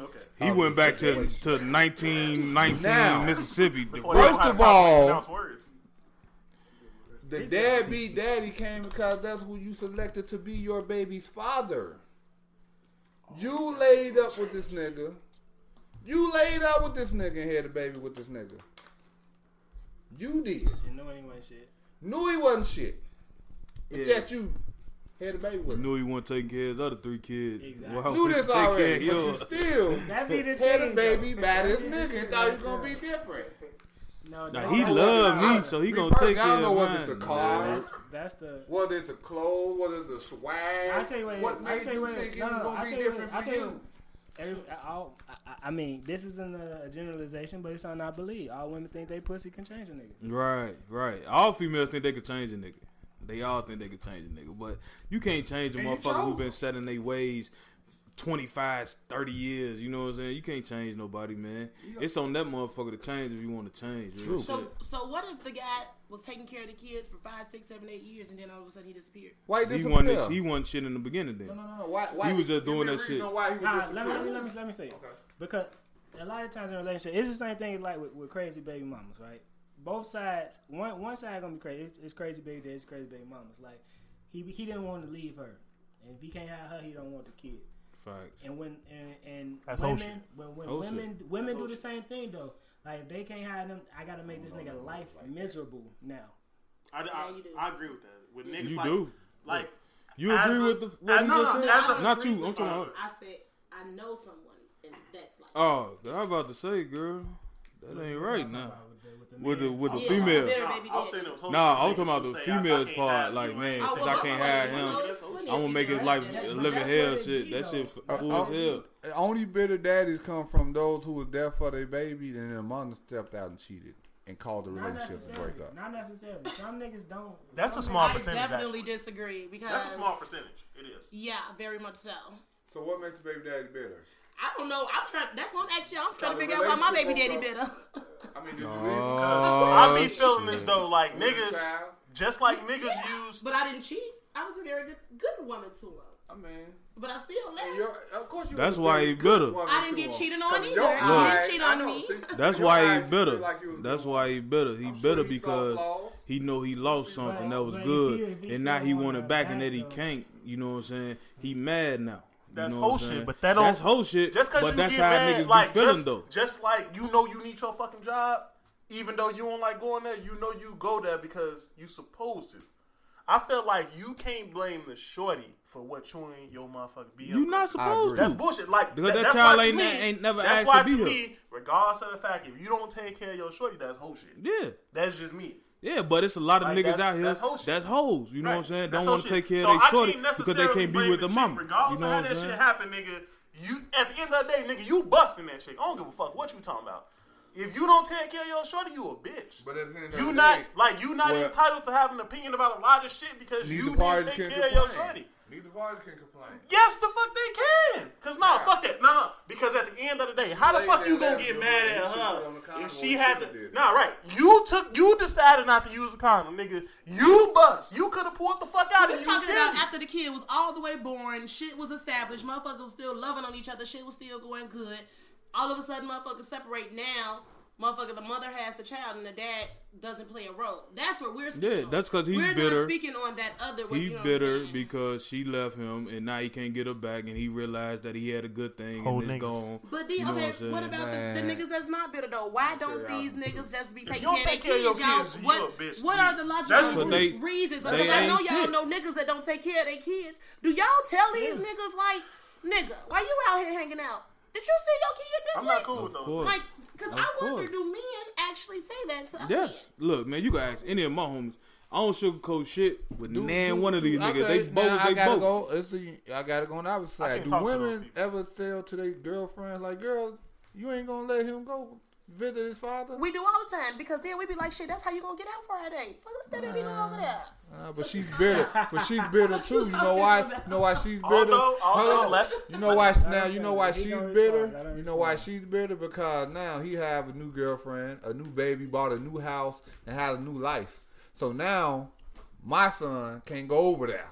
E: Okay.
B: He went back to, to 1919
C: Now.
B: Mississippi. The
E: Before
B: rut.
E: y'all had
C: of
E: to
C: all-
E: pronounce words.
C: The deadbeat daddy came because that's who you selected to be your baby's father.
B: Oh,
C: You laid up with this nigga. You laid up with this nigga and had a baby with this nigga. You did.
A: Didn't know anyone shit.
C: Knew he wasn't shit. It's
B: Yeah.
C: that you had a baby with him.
B: Knew he wasn't taking care of his other three kids.
A: Exactly.
B: Why
C: Knew
B: would you (laughs)
C: this
B: take care of
C: already, but you
B: yours? (laughs)
C: still
A: That
C: (laughs)
A: be the
C: had a
A: thing,
C: baby
A: though.
C: by this nigga and thought you was gonna be different.
A: No,
B: Now,
A: that-
B: he
C: I don't
B: loved
C: know.
B: me, so he
C: Me
B: gonna
C: personally,
B: take
C: I
B: care
C: don't know
B: of
C: whether it's
B: mine.
C: the car,
A: that's, that's the.
C: whether it's the clothes, whether it's the swag.
A: I tell you what it is. I
C: made
A: tell you
C: you
A: what it
C: think
A: is.
C: it
A: No,
C: was
A: no,
C: gonna
A: I
C: be
A: tell you what it is.
C: different
A: I
C: for
A: tell you.
C: you?
A: every, all, I, I mean, this isn't a generalization, but it's something I believe. All women think they pussy can change a nigga.
B: Right, right. All females think they could change a nigga. They all think they could change a nigga, but you can't change a
C: And you
B: motherfucker who
C: chose.
B: been set in their ways 25, 30 years. You know what I'm saying? You can't change nobody, man. It's on that motherfucker to change if you want to change. True.
F: So, so what if the guy was taking care of the kids for five, six, seven, eight years, and then all of a sudden he disappeared?
C: Why he
B: He
C: disappear?
B: won this. He won shit in the beginning. Then
C: no, no, no, no. Why, why
B: was just
C: give
B: doing
C: me a
B: that
C: reason
B: shit.
C: Why he would
A: Nah,
C: disappear.
A: let me, let me let me let me say it.
C: Okay.
A: Because a lot of times in relationships, it's the same thing like with, with crazy baby mamas, right? Both sides, one one side gonna be crazy. It's, it's crazy baby dad, it's crazy baby mamas. Like he he didn't want to leave her, and if he can't have her, he don't want the kid.
B: facts.
A: And when and, and
E: That's whole
A: women, when, when
B: Whole
A: women women do the same thing though. Like if they can't have them, I gotta make this nigga life miserable now.
E: I, I,
F: you do.
E: I agree with that. With niggas
B: You
E: like,
B: do.
E: like
B: You
E: As
B: agree
E: a-
B: with the what
E: as-
B: he
E: no,
B: just
E: no,
B: said?
E: as a- uh,
B: Not
F: agree
B: you. I'm
F: with
B: talking
F: you.
B: about.
F: I said I know someone, and that's like
B: Oh, I was about to say, girl, that ain't right now. With the with the
F: Yeah.
B: female.
F: Yeah.
E: nah,
F: baby
E: I was
F: dad.
E: saying those whole
B: Nah, I was
E: shit niggas
B: talking about
E: who
B: the
E: say, I- I
B: females
E: can't
B: part,
E: have you,
B: like,
E: ain't
B: man,
E: shit.
B: since I
F: well,
B: can't
F: my
B: have
F: mother
B: him,
F: knows plenty of
B: I'm gonna make his
F: females
B: life
F: out there. That's
B: live
F: my-
B: in
A: that's
B: hell.
A: what it
B: Shit,
A: be,
B: that shit
A: though.
B: f- fool as hell.
C: Only bitter daddies come from those who were there for their baby and then mom stepped out and cheated and called the
A: Not
C: relationship a
A: necessarily.
C: breakup.
A: Not necessarily. Some niggas don't.
E: That's a
A: some
E: small
F: I
E: percentage.
F: definitely
E: Actually.
F: disagree because
E: That's a small percentage. It is.
F: Yeah, very much so.
C: So what makes the baby daddy bitter?
F: I don't know. I'm trying. That's what I'm actually. I'm
C: Got
F: trying to
C: a
F: figure out why my baby daddy
C: relationship
B: (laughs)
F: better.
C: I mean, did you
B: Oh,
E: I be feeling this though, like
C: With a
E: niggas,
C: child?
E: just like niggas use.
F: but I didn't cheat. I was a very good good woman to him.
C: I mean,
F: But I still left.
C: you're, of course you.
B: That's
C: was a
B: why
C: very
B: he
C: good
B: bitter.
C: woman
F: I didn't
C: to
F: get
C: him.
F: cheated on
C: 'Cause
F: either.
C: your
F: He didn't
C: eyes-
F: cheat
C: I
F: on
C: know,
F: me.
C: see,
B: That's
C: your
B: why
C: eyes
B: he
C: feel
B: bitter.
C: like you was
B: That's
C: doing
B: why he bitter. He
C: I'm sure
B: bitter
C: he saw
B: because
C: flaws.
B: he know he lost something that was
A: But if he-
B: good,
A: if he
B: and now
A: still
B: he
A: want
B: want
A: her
B: it back, and
A: back,
B: that he
A: though.
B: can't. You know what I'm saying? He mad now. You
E: That's
B: know what
E: whole
B: I'm
E: shit,
B: saying?
E: but that don't-
B: That's whole shit.
E: Just because
B: but
E: you
B: that's
E: get
B: how
E: mad,
B: niggas
E: like
B: be feeling
E: just,
B: though.
E: just like you know you need your fucking job, even though you don't like going there, you know you go there because you supposed to. I feel like you can't blame the shorty for what chewing your motherfucking BM.
B: You not supposed
C: agree.
E: That's
B: to.
E: bullshit. Like
B: Because that
E: that's
B: child
E: why to
B: ain't-
E: me,
B: ain't never
E: That's
B: asked
E: why
B: to be
E: to
B: here.
E: me, regardless of the fact, if you don't take care of your shorty, that's whole shit.
B: Yeah.
E: That's just me.
B: Yeah, but it's a lot of
E: Like,
B: niggas
E: that's-
B: out here
E: that's
B: that's,
E: hoe shit.
B: hoes. You know what I'm
E: Right.
B: saying?
E: That's
B: Don't
E: who
B: want to
E: shit.
B: take care
E: So
B: of
E: I
B: their shorty
E: can't
B: because they
E: necessarily
B: can't be
E: blame
B: with the
E: chick.
B: mama. You
E: Regardless
B: know
E: of how
B: what
E: that
B: I'm saying?
E: shit happened, nigga, you at the end of the day, nigga, you busting that shit. I don't give a fuck what you talking about. If you don't take care of your shorty, you a bitch.
C: But at the end of
E: you
C: the
E: not
C: day,
E: like you not
C: well-
E: entitled to have an opinion about a lot of shit because
C: Neither
E: you
C: party
E: didn't
C: can
E: take care of your
C: complain.
E: shorty.
C: Neither party can complain.
E: Yes, the fuck they can. Cause nah,
C: Yeah.
E: fuck that. No, no. Because at the end of the day, how the
C: Lady
E: fuck you
C: that
E: gonna
C: left
E: get
C: you,
E: mad
C: you
E: at her
C: should've put on the condom
E: if
C: when
E: she
C: you
E: had
C: should've
E: to?
C: did.
E: Nah, right. You took. You decided not to use the condom, nigga. You bust. You could have pulled the fuck out
F: We're
E: of you.
F: talking about
E: didn't.
F: after the kid was all the way born, shit was established, motherfuckers was still loving on each other, shit was still going good. All of a sudden, motherfuckers separate now. Motherfucker, the mother has the child and the dad doesn't play a role. That's what we're speaking
B: Yeah,
F: on.
B: that's 'cause he's
F: we're
B: bitter.
F: not speaking on that other way.
B: He
F: you know
B: bitter
F: what I'm saying?
B: because she left him, and now he can't get her back, and he realized that he had a good thing,
E: Whole
B: and
E: niggas.
B: it's gone.
F: But then,
B: You know
F: okay,
B: what I'm
F: what,
B: saying?
F: about the, the
C: Man.
F: niggas that's not bitter though? Why don't
C: tell y'all
F: these
C: the
F: niggas just be taking
E: you don't
F: care of
E: take care
F: their
E: of your
F: kids, y'all?
E: kids, you
F: What,
E: a bitch,
F: what
E: dude.
F: are the
E: That's
F: logical
E: what
B: they-
F: reasons?
B: they
F: Because I
B: ain't
F: know y'all
B: shit.
F: know niggas that don't take care of their kids. Do y'all tell these niggas like, nigga, why you out here hanging out? Did you see your kid this
E: I'm
F: way?
E: not cool with
B: Of
E: those.
B: course.
F: Like, because
B: Of
F: I wonder,
B: course.
F: do men actually say that to other
B: Yes. Look, man, you can ask any of my homies. I don't sugarcoat shit with
C: Do-
B: nan
C: do-
B: one of
C: do-
B: these niggas.
C: okay,
B: They both.
C: now I
B: They
C: gotta
B: both.
C: go. It's the, I gotta go on the opposite
E: can't
C: side. Do
E: talk to those
C: women
E: people.
C: ever tell to their girlfriend like, "Girl, you ain't gonna let him go visit his father"?
F: men? We do all the time because then we be like, shit, that's how you gonna get out Friday. Fuck, let that nigga go over there.
C: Uh, but she's bitter. but (laughs) she's bitter too. You know why? You know why she's bitter?
E: Although,
C: Hold
E: although
C: on.
E: less.
C: You know why now? You know why
A: He
C: she's
A: don't
C: bitter.
A: respond.
C: You know why she's bitter because now he have a new girlfriend, a new baby, bought a new house, and had a new life. So now my son can't go over there.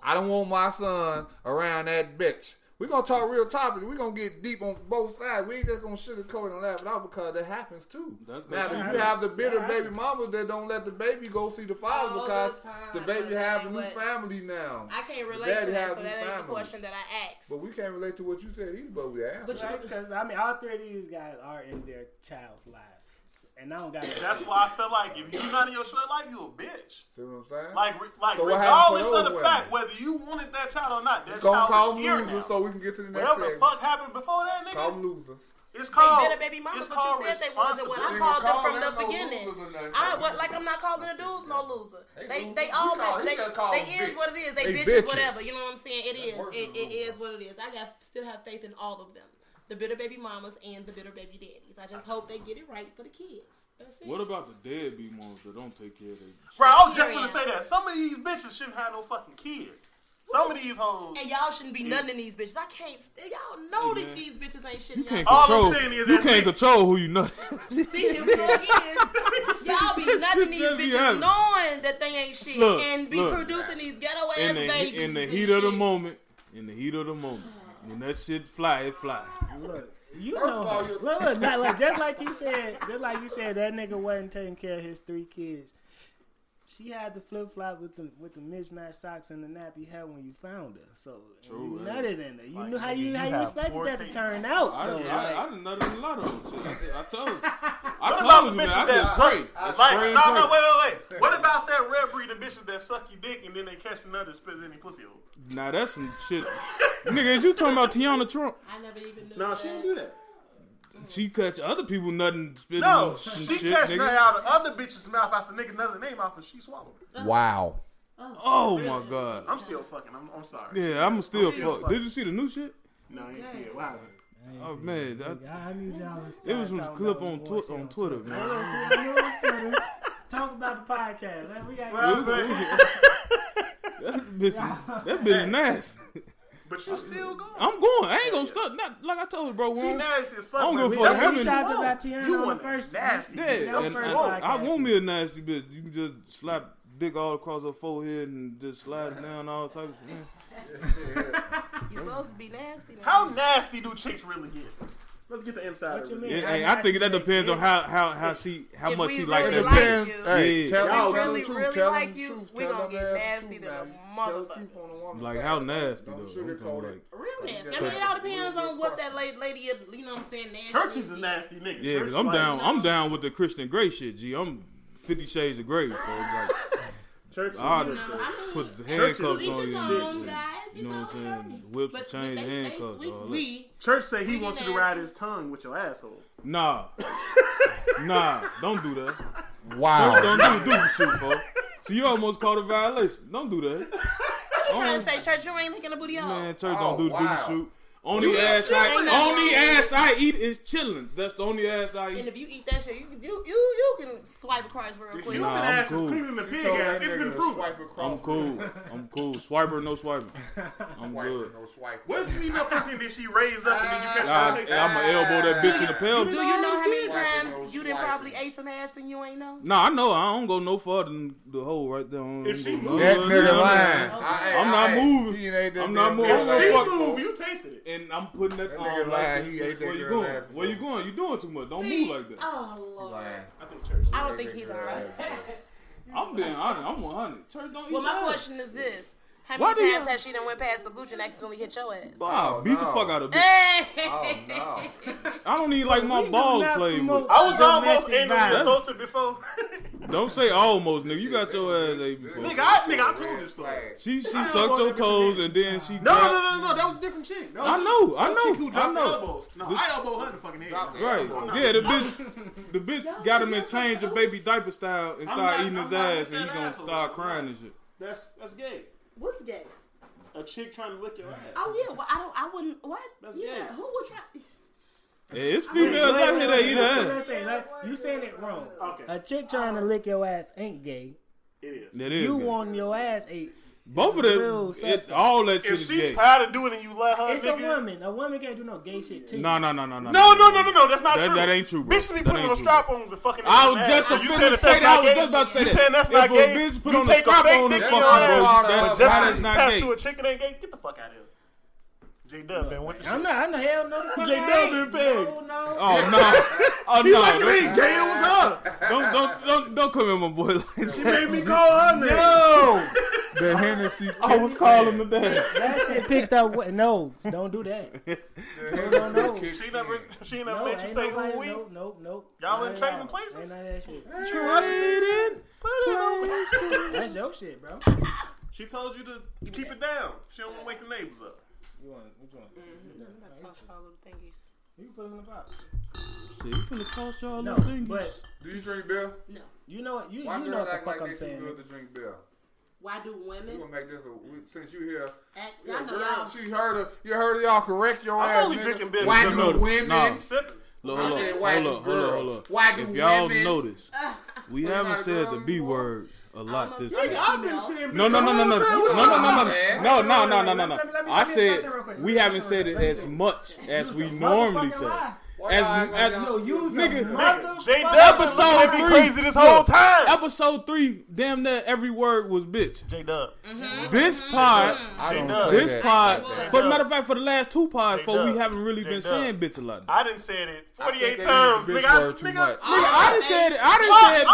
C: I don't want my son around that bitch. We're gonna talk real topics. We're gonna get deep on both sides. We ain't just gonna sugarcoat and laugh it out because that happens too.
B: That's
C: now
B: gonna
C: you
B: happen.
C: have the bitter
A: That
C: baby mamas that don't let the baby go see the father
F: All the
C: because
F: time,
C: the
F: but
C: baby
F: that
C: have a
F: ain't
C: new
F: what-
C: family now.
F: I can't relate
C: Daddy
F: to
C: has
F: that,
C: new
F: so that ain't the
C: family.
F: question that I asked.
C: But we can't relate to what you said either, but we answered.
F: But you-
A: Right, because I mean, all three of these guys are in their child's lives, and I don't got.
E: That's why I feel like if you're not in your short life, you a bitch.
C: See what I'm saying?
E: Like, re- like
C: So what happened
E: regardless
C: for
E: of the
C: those
E: fact
C: women?
E: whether you wanted that child or not, that
C: It's gonna
E: child
C: call
E: is
C: them
E: here
C: losers
E: now.
C: so we can get to the next
E: Whatever the
C: segment.
E: fuck happened before that, nigga,
C: Call them losers.
E: It's
F: They've
E: called.
F: been a baby mama,
E: it's
F: but you
E: called
F: said they wasn't when I
C: responsibility.
F: called them
C: Call
F: from
C: them
F: the
C: no
F: beginning.
C: losers or nothing.
F: I what like I'm not calling the dudes no loser.
C: They
F: They
C: losers.
F: they
C: We
F: all
C: call-
F: they
C: he
F: they,
C: gotta call
F: they
C: them
F: is what it is. They,
C: They
F: bitches,
C: bitches.
F: whatever. You know what I'm saying? It is.
C: worse
F: It,
C: than
F: it
C: losers.
F: is what it is. I got still have faith in all of them. The bitter baby mamas and the bitter baby daddies. I just hope they get it right for the kids. That's it.
B: What about the deadbeat moms that don't take care of their
E: Bro, I was just
F: Period.
E: gonna say that. Some of these bitches shouldn't have no fucking kids. Some of these hoes.
F: and y'all shouldn't be none in these bitches. I can't. Y'all know
B: Hey,
F: that
B: man.
F: these bitches ain't shit.
B: You
F: y'all.
B: can't
E: All I'm
B: control.
E: saying is
B: you
E: that-
B: can't control who you know.
F: See, here we go again. (laughs) Y'all be nothing these
B: Just be
F: bitches
B: having-
F: knowing that they ain't shit
B: Look,
F: and be
B: look.
F: producing these ghetto ass
B: in
F: babies.
B: the in the
F: and
B: heat
F: shit.
B: of the moment. In the heat of the moment. When that shit fly, it fly.
A: Look, you
C: First
A: know,
C: of all,
A: look,
C: you're-
A: look, look, look, just like you said, just like you said, that nigga wasn't taking care of his three kids. She had the flip flop with the with the mismatched socks and the nap you had when you found her. So
B: True,
A: you
B: right.
A: nutted in there. You
E: Like,
A: knew how
E: nigga,
A: you,
E: you
A: how you
E: have
A: expected that to
E: 14.
A: turn out.
B: I
A: though.
B: done,
A: Like,
B: I, I done nutted a lot of them too. I, I
E: (laughs)
B: told you. I
E: What
B: told
E: about
B: you,
E: the
B: man.
E: bitches
B: I
E: that
B: just
E: suck?
B: pray. Just
E: like,
B: pray and
E: no, no,
B: pray.
E: wait, wait, wait. What about that red breed of bitches that suck your dick and then they catch another and spit it in your pussy hole?
B: Now that's some (laughs) shit. Nigga, is you talking about Tiana Trump?
F: I never even knew.
E: No,
F: that.
E: she didn't do that.
B: She catch other people nothing spitting
E: No,
B: and
E: she
B: shit,
E: catch
B: nigga.
E: nut out of other bitches' mouth after nigga another name off and she swallowed it.
C: Wow.
B: Oh my god.
E: I'm still fucking. I'm, I'm sorry.
B: Yeah, I'm still
E: I'm still
B: fuck. Did you see the new shit?
E: No, I didn't see it. Wow.
B: Oh man, that,
A: nigga, I need y'all to
B: it
A: start
B: was from
A: talking
B: clip
A: about
B: on
A: more
B: twi-
A: shit
B: on Twitter, man.
A: Hold on, see, I know it's Twitter. Talk about the podcast. man. We got
E: Well, but,
B: (laughs) That bitch, is- that bitch is nasty.
E: but you still going.
B: I'm going. I ain't gonna stop. Not like I told you, bro. we
E: she
B: don't-
E: nasty as fuck.
B: I don't
E: but
B: give a
E: that's
B: fuck.
E: what
A: We
E: you
A: talked
E: want.
A: about Tiana
E: You
A: on the
E: want a
A: first-
E: Nasty.
B: Yeah,
A: That's
B: and
A: first
B: I, I
A: podcast.
B: want me a nasty bitch. You can just slap dick all across her forehead and just slide down all types. Of, man.
F: You supposed to be nasty. Now.
E: How nasty do chicks really get? Let's get the inside.
A: What
E: of
A: you
E: it.
A: mean?
B: Yeah,
A: how
B: hey, I think that
A: nasty they
B: depends on
A: is.
B: how how how she how
F: If
B: much
F: we
B: she like
F: really
B: that.
F: like
B: bitch.
F: Depends. you.
C: Hey,
B: Yeah.
C: tell
F: Y'all
C: them, tell
F: really,
C: the truth,
F: really
C: tell
F: like
C: them
F: you,
C: the truth,
F: we
C: tell
F: gonna
C: them
F: get
C: the
F: nasty
C: truth,
F: than a
C: man. Tell the truth on the woman's
B: Like
C: side.
B: how nasty
C: Don't
B: though.
C: sugarcoat it.
F: Real nasty. I mean, it all depends on what that lady, lady, you know what I'm saying. Nasty.
E: Churches is a nasty nigga.
B: Yeah,
E: Church
B: cause I'm
E: like,
B: down. I'm down with the Christian Grey shit. G, I'm Fifty Shades of Grey. So like,
E: Church is
B: I
F: You know, I mean,
B: put the
E: Church is-
B: handcuffs on
F: each his
B: you.
F: own,
B: and-
F: guys,
B: You know what I'm saying?
F: hey.
B: Whips,
F: But
B: chains,
F: they- they-
B: handcuffs.
F: We,
B: all that.
F: we
E: Church say he
F: We
E: wants you to
F: nasty.
E: ride his tongue with your asshole.
F: (laughs)
B: Nah, nah, don't do that.
C: Wow.
B: Don't do
C: (laughs)
B: do shit, folks. So you almost called a violation. Don't do that.
F: trying
B: Only,
F: to say, church, you ain't licking a booty hole.
B: man, church
C: Oh,
B: don't do do
C: wow.
B: shoot. Only ass
F: ain't
B: I
F: nothing
B: only
F: wrong with
B: ass I eat is chilling. That's the only ass I
F: And
B: eat.
F: if you eat that shit, you you you, you can swipe across real quick.
E: Human
B: Nah, I'm
E: ass
B: cool.
E: is cleaner than the pig
C: Told that
E: ass. It's
C: nigga
E: been
C: to
E: proven.
C: Swipe across.
B: I'm cool. I'm cool. Swiper, no swiper. I'm
C: Swipe,
B: good.
C: no swipe.
E: What's me no pussy and then she raised up and then you catch
B: Nah,
E: that
B: I'm
E: chick?
B: gonna elbow that bitch in the
F: Do
B: pelvis.
F: you know how many
C: Swiping
F: times
C: those
F: you didn't
C: swipers.
F: probably ate some ass and you ain't know?
B: Nah, I know. I don't go no farther than the hole right there. I don't
E: If she
B: go
E: moved-
B: nowhere
C: That
B: near
C: nigga lying.
B: there.
C: I-
B: I'm
C: I-
B: not
C: I-
B: moving.
C: He ain't that
B: I'm not
C: damn
B: moving.
C: bitch.
B: I'm
E: She
B: Fuck.
E: moved. You tasted it.
B: And I'm putting that,
C: That
B: on.
C: nigga
B: like
C: lying.
B: this.
C: He ate that
B: Where you
C: girl
B: going?
C: ass
B: Where you going? You doing too much. Don't
F: See?
B: move like that.
F: Oh lord.
C: Lying.
E: I think church.
F: I don't
C: That
F: think he's
C: girl
F: alright.
C: ass.
B: I'm being honest. I'm 100. Church don't eat
F: Well, my
B: ass.
F: question is this: How
B: Why
F: many
B: do y'all-
F: times has she done went past the Gucci and accidentally hit your ass?
B: Wow,
C: Oh,
B: beat the
C: no.
B: fuck out of bitch.
F: (laughs) Hey!
C: Oh, no.
B: I don't even like my
A: We do
B: balls
A: not
B: played with.
A: promote
E: I was almost
A: domestic
E: anally
A: violence.
E: assaulted before. (laughs)
B: Don't say almost, nigga. You got
C: They
B: your
C: gonna
B: ass
C: be-
B: ate
C: they
B: before.
E: nigga, I, nigga, I
C: Red
E: told you the story.
C: flag.
B: She she
E: I
B: sucked
E: want
B: her
E: that bitch
B: toes
E: again.
B: and then she.
E: No,
B: grabbed-
E: no, no, no, no. That was a different chick. No,
B: I know, I
E: that was a chick who
B: know, I
E: dropped the
B: know.
E: elbows. No, I elbow her in the fucking head.
C: Drop the
B: Right?
C: elbow.
B: Yeah, the bitch, the bitch got him in change of baby diaper style and
E: I'm
B: start
E: not-
B: eating his
E: I'm not
B: ass,
E: with
B: and he
E: that
B: gonna
E: asshole.
B: start crying and shit.
E: That's that's gay.
F: What's gay?
E: A chick trying to lick your ass.
F: Oh yeah, well I don't, I wouldn't. What?
E: That's
F: yeah,
E: gay.
F: who (laughs) would try?
B: Yeah, it's
A: Wait,
B: females
A: wait,
B: out
A: wait,
B: here
A: wait,
B: that eat
A: wait, wait, wait,
B: ass.
A: say, like, You saying it wrong.
E: Okay.
A: A chick trying to lick your ass ain't gay.
E: It is.
B: That is
A: You
B: gay.
A: want your ass ate.
B: both of
A: real
B: them. It's
A: suspect.
B: all that shit
E: If
B: is
E: she
B: gay.
E: tired of doing it, and you let her.
A: It's a
E: nigga,
A: woman. A woman can't do no gay shit to you.
B: No, no, no, no, no.
E: No, no, no, no, no. That's not
B: That-
E: true.
B: that ain't true, bro.
E: Bitches be
B: That
E: putting
B: ain't
E: on
B: true.
E: strap ons and fucking.
B: I was just
E: You
B: about
E: said
B: to
E: that's
B: say that.
E: not
B: I was
E: gay?
B: just about to say
E: you
B: that.
E: saying that's
B: If
E: not
B: a
E: gay?
B: bitch put
E: you
B: on a
E: take
B: strap
E: fake
B: on,
E: dick
B: that's
E: in your
B: not gay.
E: ass,
C: That's
E: but
C: not
E: just
B: gay.
E: attached to a chick it ain't gay. Get the fuck out of here. J Dub man, what the shit?
A: I'm not. I'm not. Hell no. the fuck
E: J.
A: I
E: Dub
A: ain't.
E: and Peg.
A: No, no.
B: Oh
E: (laughs)
B: no! Oh no!
E: Look at me,
B: Don't-
E: gay. It was her.
B: Don't don't don't don't come in my boy like
E: She
B: that.
E: made me call her name.
B: No!
C: The Hennessy.
B: (laughs) I was calling him today.
A: That shit picked up. wa- No, don't do
E: (laughs)
A: that. No, no, no.
E: She never,
B: (laughs)
E: she ain't never
A: No,
E: let you
A: ain't
E: say
A: nobody-
E: who we.
A: Nope, nope, nope.
E: Y'all
A: Not
E: in
A: at
E: trading
A: all.
E: places?
A: Ain't none of that
E: (laughs)
A: shit.
E: Put it on.
A: That's your shit, bro.
E: She told you to keep it down. She don't want to wake the neighbors up.
A: You want? Which one?
F: I'm about to talk about little thingies.
A: Mm-hmm. You can put them in the box.
B: See, you finna cost y'all
A: No,
B: little things.
A: but
C: Do you drink beer?
F: No.
A: you know what? You, you
C: Why
A: know
C: girls
A: what the
C: act
A: fuck
C: like
A: I'm
C: they too
A: saying.
C: good to drink beer?
F: Why do
C: We
F: women
C: gonna make this a, we, since you here.
F: act?
C: Yeah,
F: I know
C: girl,
F: y'all.
C: she heard her. You heard her, y'all correct your
E: I'm
C: ass.
E: only
C: nigga.
E: drinking beer
C: Why
B: because
C: do
B: of-
C: women?
B: Nah.
E: Sipping.
B: Look,
C: I
B: hold
C: said,
B: up,
C: why
B: hold
C: do
B: up, hold up,
C: girls-
B: hold up.
C: why do
B: if y'all
C: women- (laughs)
B: notice, we haven't
C: not a
B: said
C: girl
B: the B
C: anymore?
B: word a lot
F: a-
B: this.
F: Nigga,
B: episode.
F: I-
C: I've been saying
B: No, no, no, no, no, no, no, no,
C: Man.
A: Let me- let me- let
B: no, no, no, no, no, no, no.
A: me-
B: I
A: let me address
B: said
A: it real quick. Let
B: we
A: me
B: haven't
A: address it real
B: said it
A: quick.
B: as much as
A: Use
B: we
A: a
B: normally
A: motherfucking
B: say.
A: lie.
C: Why y'all act
B: As,
C: like
B: as
C: y'all
A: No, use a
B: Nigga.
A: motherfucking
E: J Dub
A: lie.
E: was so
B: Episode three.
E: crazy this whole
B: Look,
E: time.
B: Episode three, damn near every word was bitch.
E: J Dub.
B: This pod,
C: I don't
E: does.
C: say
B: this
C: that.
B: pod,
F: J-Dub.
B: for the matter of fact, for the last two pods, for we
E: J-Dub.
B: haven't really been
E: J-Dub.
B: saying bitch a lot.
E: I didn't say it
C: I think
E: 48
C: they
E: times,
C: use
E: nigga.
C: bitch
E: I,
C: word too
E: nigga,
C: much.
B: Nigga, I done said, I done said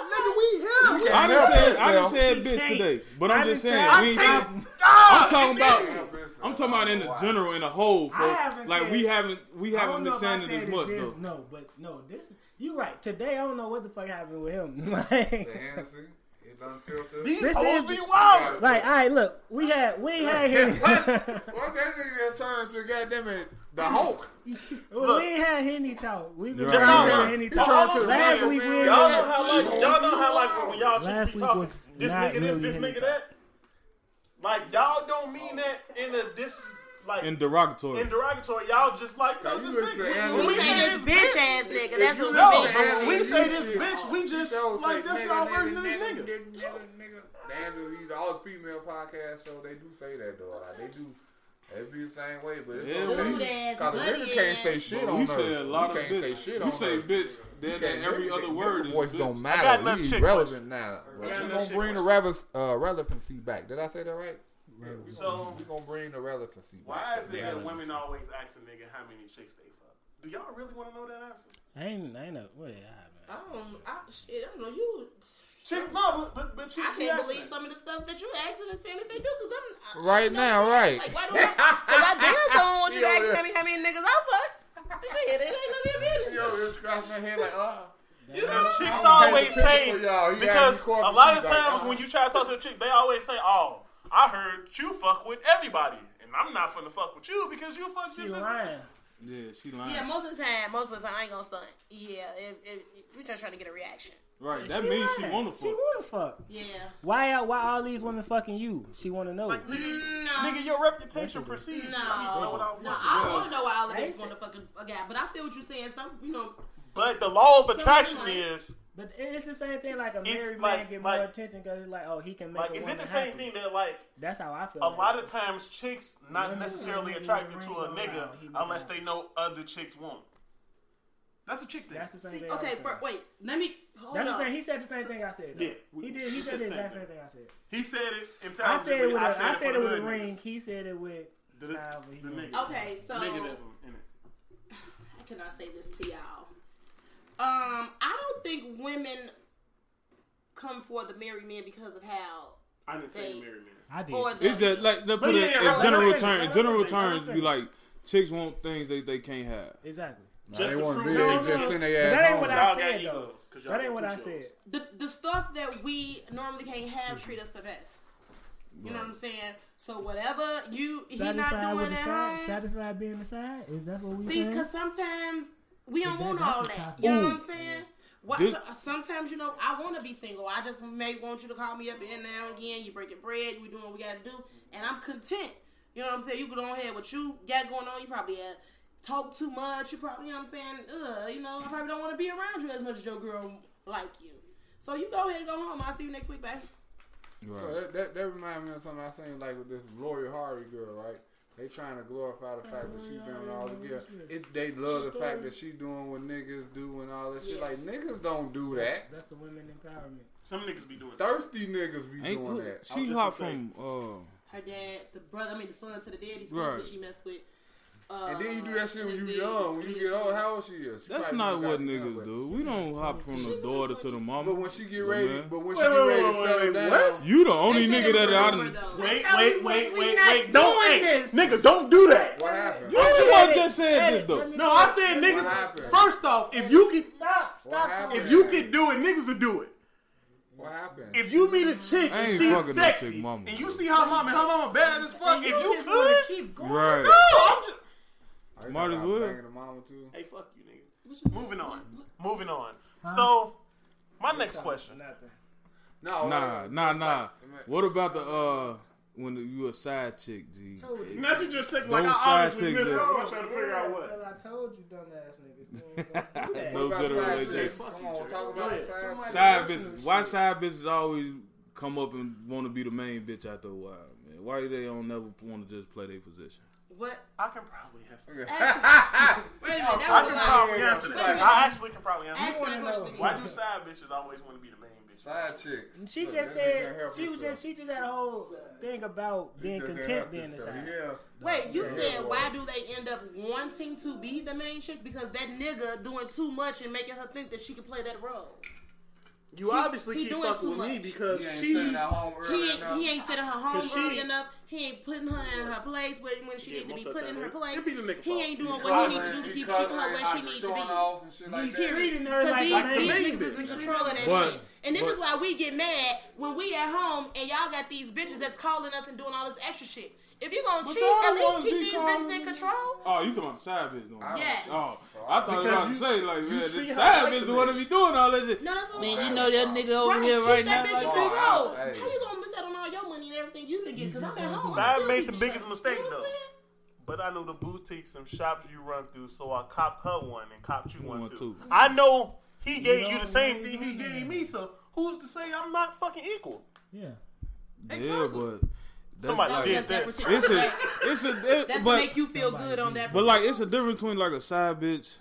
B: bitch.
C: You can't
B: I done
C: help
B: said, I done
C: yourself.
B: said bitch
A: can't.
B: today, but I'm just
A: done
B: saying.
A: said-
B: we ain't-
A: I
B: I'm,
A: can't.
B: talking about, I'm talking about in the
C: Wow.
B: general, in the whole, folks.
A: haven't
B: Like
A: said-
B: we haven't, we
A: I
B: haven't
A: don't know
B: been
A: if I
B: saying
A: said
B: it as
A: it
B: much
A: this-
B: though.
A: No, but no, this you right. Today I don't know what the fuck happened with him. (laughs)
C: The
A: Like,
C: Hennessy, it's unfiltered. (laughs)
A: this is
E: hoes be wild.
A: like, all right, look, we had we ain't had
F: (laughs)
A: Henny,
C: What that nigga turned to goddamn it, the Hulk.
A: (laughs) we ain't had Henny talk. We been
B: Just
A: trying
B: now,
A: to have
B: man.
A: Henny
C: He
A: talk.
C: turned to the
A: Last
C: man,
A: week we
C: man.
A: ain't
E: Y'all
A: had
E: know how like y'all know how like when y'all
A: Last
E: just be
A: week
E: talking
A: was
E: this
A: not
E: nigga this
A: really
E: this
A: Henny
E: nigga that. Like y'all don't mean that in a this like
B: And
E: in,
B: derogatory.
E: derogatory. Y'all just like
C: Now,
E: no
C: you
E: this
C: listen to
E: nigga.
C: Angela
E: When
F: We
E: we
C: Yee.
F: say
E: say
F: this bitch ass nigga. That's
C: you
F: what
E: No,
C: know
F: we
C: that
F: mean.
E: but when we say
C: Angela
E: this
C: Yee shit,
E: bitch, we just
C: shows
E: like that's
C: nigga,
E: our
C: nigga,
E: version of this nigga.
C: nigga, nigga, nigga. The Angela Yee, all the female podcasts, so they do say that though. Like, they do. It be the same way, but it's
B: Yeah,
C: okay.
F: Rude ass,
C: Cause a
F: bloody
C: nigga can't
F: ass.
C: say shit
B: But
C: on
B: we
C: her.
B: say a lot
C: you
B: of
C: can't
B: bitch.
C: say shit
B: you
C: on
B: say
C: her.
B: bitch. Then
C: Okay,
B: that every
C: nigga,
B: other
C: nigga
B: word is
C: voice
B: bitch.
C: don't
E: got
C: matter.
E: another
C: We
E: chick
C: relevant now. But you
E: another
C: gonna
E: chick
C: bring the revis- uh, relevancy back. Did I say that right?
E: So
C: We gonna bring the relevancy back.
E: why is it that
C: Relevancy.
E: women always ask a nigga how many chicks they fuck? Do y'all really want to know that answer?
A: I ain't I ain't know what happened.
F: I don't, I, shit, I don't know you.
E: Chick, no, but but, but chicks
F: I
E: be
F: can't
E: asking
F: believe
E: that.
F: some of the stuff that you asking and saying that they do. Cause I'm I- I
C: Right
F: know-
C: now, right.
F: Like, why do I? Cause I damn don't want you
C: She
F: to
C: over
F: ask
C: there.
F: me how many niggas I fuck. Shit, it ain't none of your business.
C: Yo, it's scratching her head like, uh.
E: "Ah."
F: You know,
E: Because chicks
C: I don't
E: always
C: pay the
E: say
C: bill for y'all. You gotta
E: because a
C: record the
E: lot of
C: shit like
E: times
C: that.
E: when you try to talk to a chick, they always say, "Oh, I heard you fuck with everybody, and I'm not finna fuck with you because you fuck
A: You
E: just this." (laughs)
A: lying.
B: Yeah, she lying.
F: yeah, most of the time, most of the time, I ain't gonna stunt. Yeah, if, if, if we just trying to get a reaction.
B: Right. That means she
A: lying.
B: wanna
A: She
B: fuck.
A: wanna fuck.
F: Yeah.
A: Why why all these women fucking you? She wanna know.
F: No.
E: Nigga, your reputation precedes you. I need to know what
F: No,
E: I'm
F: no,
E: fucking
F: I don't
E: with.
F: want to know why all of
A: Basic.
F: this want to fucking a guy, but I feel what you're saying. Some, you know,
E: But the law of
F: Something
E: attraction
F: like-
E: is
A: But it's the same thing. Like a
E: It's
A: married man
E: like-
A: get more
E: like-
A: attention because it's like, oh, he can make.
E: like,
A: a
E: is
A: woman
E: it the same
A: happy.
E: thing that like
A: That's how I feel.
E: a
A: now.
E: lot of times chicks not
A: Women
E: necessarily
A: don't
E: attracted
A: ring
E: to a
A: around.
E: nigga
A: He don't
E: unless
A: know.
E: they know other chicks won't? That's a chick thing.
A: That's the same
F: see,
A: thing. I
F: okay,
A: said.
F: for, wait, let me. Hold
A: That's
F: on.
A: the same. He said the same thing I said. though.
E: Yeah.
A: he did. He
E: He
A: said
E: said
A: the
E: the
A: exact
E: same
A: same thing I said.
E: He said it
A: I said it
E: intelligently.
A: with.
E: I
A: a- I
E: said
A: said it
E: for
A: with
E: the
A: a
E: hood
A: ring.
E: niggas.
A: He said it with.
E: The- the niggas.
F: Okay, so
E: Niggadism in it.
F: how can I say this to y'all? Um, I don't think women come for the married men because of how
E: I didn't say
F: They-
E: married men.
A: I did.
F: or the
B: It's just like they put
E: yeah,
B: it
E: yeah,
B: in
E: right,
B: general
A: right,
B: terms.
A: right,
B: general
A: right,
B: terms
A: right.
B: be like chicks want things they, they can't have.
A: exactly.
E: Just
C: they
E: to
C: wanna
E: prove
C: be,
E: that
C: they
E: you-
C: just
A: But
C: send their
A: that
C: ass
A: ain't
C: home.
A: what I
E: Y'all got
A: said though.
E: egos, 'cause y'all
A: That
E: got
A: ain't what I
E: two
A: said.
E: shows.
F: the the stuff that we normally can't have treat us the best. You know what I'm saying? So whatever you he not
A: Satisfied with
F: doing
A: the
F: at
A: side.
F: home.
A: Satisfied being the side. Is that what we
F: See,
A: saying?
F: because sometimes we don't
A: that-
F: want
A: that's
F: all
A: the
F: that.
A: topic.
F: You know what
B: Ooh.
F: I'm saying? What,
B: This-
F: so- sometimes you know I want to be single. I just may want you to call me up and now and again. You breaking bread. We doing what we gotta do, and I'm content. You know what I'm saying? You go on ahead what you got going on. You probably had talk too much. You probably you know what I'm saying. Ugh, you know I probably don't want to be around you as much as your girl like you. So you go ahead and go home. I'll see you next week, babe.
C: So that, that, that reminds me of something I seen like with this Lori Harvey girl, right? They trying to glorify the fact that she doing all the girls. It's they love the fact that she doing what niggas do and all that shit.
F: Yeah.
C: Like niggas don't do that.
A: That's the women empowerment.
E: Some niggas be doing that.
C: Thirsty niggas be
B: Ain't
C: doing
B: who-
C: that.
B: she
E: just
B: hot
E: gonna
B: from uh
F: her dad, the brother, I mean the son to the daddy, excuse
B: Right.
F: me, she messed with. Uh,
C: And then you do that shit when
F: his
C: you
F: dude,
C: young. When you
F: his
C: get old,
F: dude.
C: how old she is? She
B: that's
C: probably
B: not
C: been
B: what
C: got done
B: niggas
C: with.
B: do. We don't hop from the
F: She's
B: daughter
F: only
B: to the
F: 20.
B: mama.
C: But when she get
B: Well,
C: ready,
B: man.
C: but when she
E: Wait,
C: get
E: wait,
C: ready
E: wait,
C: to
E: wait,
C: settle
E: wait,
C: down,
E: what?
B: you the
F: That
B: only
F: shit
B: nigga
F: is a
B: that I
F: rumor,
B: done.
F: though.
E: Wait,
A: That's how
E: wait,
A: we-
E: wait,
A: we
E: wait,
A: not
E: wait. Don't,
A: doing
E: hey,
A: this.
E: nigga, don't do that.
C: What happened?
E: You the
A: Edit,
E: one just
B: said this,
A: edit,
B: though.
A: let me-
E: No, I said
C: What
E: niggas.
C: happened?
E: First off, if you could,
A: Stop. Stop.
C: happened?
A: talking.
E: if you could do it, niggas will do it.
C: What happened?
E: If you meet a chick
B: I
E: and
B: ain't
E: she's
B: fucking no
E: sexy,
B: chick mama.
E: and you see her mama, and her mama bad as fuck,
A: And
E: if you
A: just wanna
E: could,
A: keep going.
B: Right.
E: no, I'm just.
C: Are They
B: Might
C: thought
B: as
C: I was
B: well.
C: banging the mama too.
E: Hey, fuck you, nigga. Moving on. Moving on. So, my next question.
C: No,
B: Nah,
C: like,
B: nah, nah.
C: like-
B: What about the uh when you a side chick, G?
E: Nessie just said
B: like, I side obviously chicks, missed yeah.
E: I'm trying to figure out what.
A: I told you, dumbass niggas.
E: (laughs)
A: man, don't do that.
B: No
C: What about
B: general
C: side chicks?
B: relations.
C: Come on, talk about the side chicks.
B: Side bitches. Why side bitches always come up and want to be the main bitch after a while, man? Why they don't never want to just play their position?
H: (laughs)
F: What?
E: I can probably answer that.
F: Wait a minute,
E: Oh, I
F: that was
E: can
F: a
E: probably
F: lie.
E: answer
F: Wait a
E: that.
F: minute.
E: I actually can probably answer
F: Ask
E: that.
F: that question again.
E: Why do side bitches always want to be the main bitch?
C: Side chicks.
A: She
C: Look,
A: just
C: that nigga
A: said
C: can't help
A: she was
C: himself.
A: just she just had a whole thing about
C: He
A: being
C: just can't
A: content
C: help
A: being this
C: himself.
A: side.
C: Yeah.
F: Wait, you
C: Yeah.
F: said why do they end up wanting to be the main chick? Because that nigga doing too much and making her think that she can play that role.
H: You obviously
F: he
H: keep
F: doing
H: fucking
F: too
H: with me
F: much.
H: because
C: He ain't
H: she.
C: sitting at home early
F: He ain't,
C: enough.
F: he ain't sending her home
H: 'Cause
F: early
H: she-
F: enough. He ain't putting her in her place where when she
H: Yeah,
F: needs to be
H: most of
F: put
H: the
F: in
H: time
F: her
H: it-
F: place.
H: it be the nigga
F: He
H: fault.
F: ain't doing what he
C: Covering-
F: needs to do to
C: he
F: keep treating her
C: covering
F: where she
C: how
F: needs to
C: showing
F: be.
C: off and shit like
A: He's
C: that.
A: treating her
F: Because
A: like
F: these,
A: that.
F: these
H: main
F: niggas is in control of that
B: But-
F: shit. And this
B: but-
F: is why we get mad when we at home and y'all got these bitches that's calling us and doing all this extra shit. If you gonna
B: But
F: cheat,
B: y'all
F: at least
B: ones
F: keep
B: be
F: these
B: calling
F: bitches in
B: me.
F: control.
B: Oh, you talking about the side bitch doing? that?
F: Yes.
B: Oh, I thought
H: Because
B: you
H: you-
B: was about to say like, man,
H: see
B: this
H: how
B: side
H: I like
B: bitch
H: the
B: want to be doing all this shit.
F: No, that's what I'm
I: Man,
F: saying.
I: you know that nigga over
F: Right,
I: here
F: keep
I: right now.
F: that bitch
I: Like,
F: in
C: that.
F: control. How
C: Hey.
F: you gonna miss out on all your money and everything you been getting? Cause I'm at home.
E: I
F: I'm still
E: made the
F: getting
E: biggest
F: shit.
E: mistake,
F: You know what I'm
E: though. But I know the boutique, some shops you run through, so I copped her one and copped you one
B: one,
E: too.
B: too.
E: I know he gave you,
A: know
E: the same
A: what
E: thing
A: you
E: he
A: mean.
E: gave me, so who's to say I'm not fucking equal?
A: Yeah.
B: Yeah, but that's
E: Somebody
B: like-
E: did that.
F: saying? That's that
B: It's
F: particular-
B: a, it's a, it-
F: That's
B: but
F: to make you feel good on that.
B: But like, it's a
F: particular-
B: difference between like a side bitch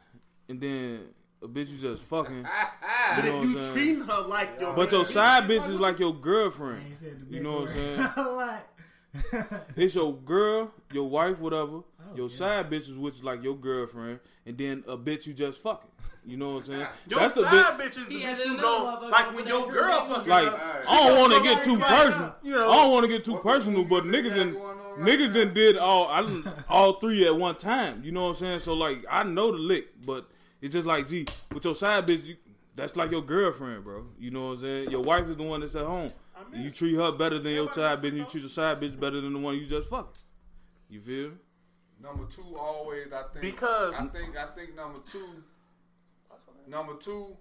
B: and then a bitch you just fucking.
H: But
B: You know
H: if
B: what
H: you
B: I'm
H: treating her like your.
B: But your side bitch is like your girlfriend.
A: He said the
B: You
A: bitch
B: know what I'm saying?
A: (laughs) were- a lot.
B: It's your girl, your wife, whatever. your
A: yeah.
B: side bitch is which is like your girlfriend, and then a bitch you just fucking. You know what I'm saying?
E: Your
B: That's the bitch.
E: side bitch is the
F: He had
E: bitch you
F: another
E: go
F: motherfucker
E: like
F: on
E: when
F: to that
E: your
F: girl.
E: girl fucking
B: Like,
C: Alright.
B: I don't want to
E: Come
B: get
E: on,
B: too
E: right
B: personal.
E: now, you know.
B: I don't want to get too
C: What the fuck
B: personal,
C: you
B: but
C: think
B: niggas
C: got
B: done,
C: going on right
B: niggas
C: now?
B: done did all I done, all three at one time. You know what I'm saying? So like, I know the lick, but it's just like, gee, with your side bitch, you, that's like your girlfriend, bro. You know what I'm saying? Your wife is the one that's at home. you treat her better than your
E: Everybody
B: side
E: does
B: bitch. You
E: that,
B: treat your side bitch better than the one you just fucked. You feel? me?
C: Number two always, I think.
E: Because-
C: I think I think number two, number two,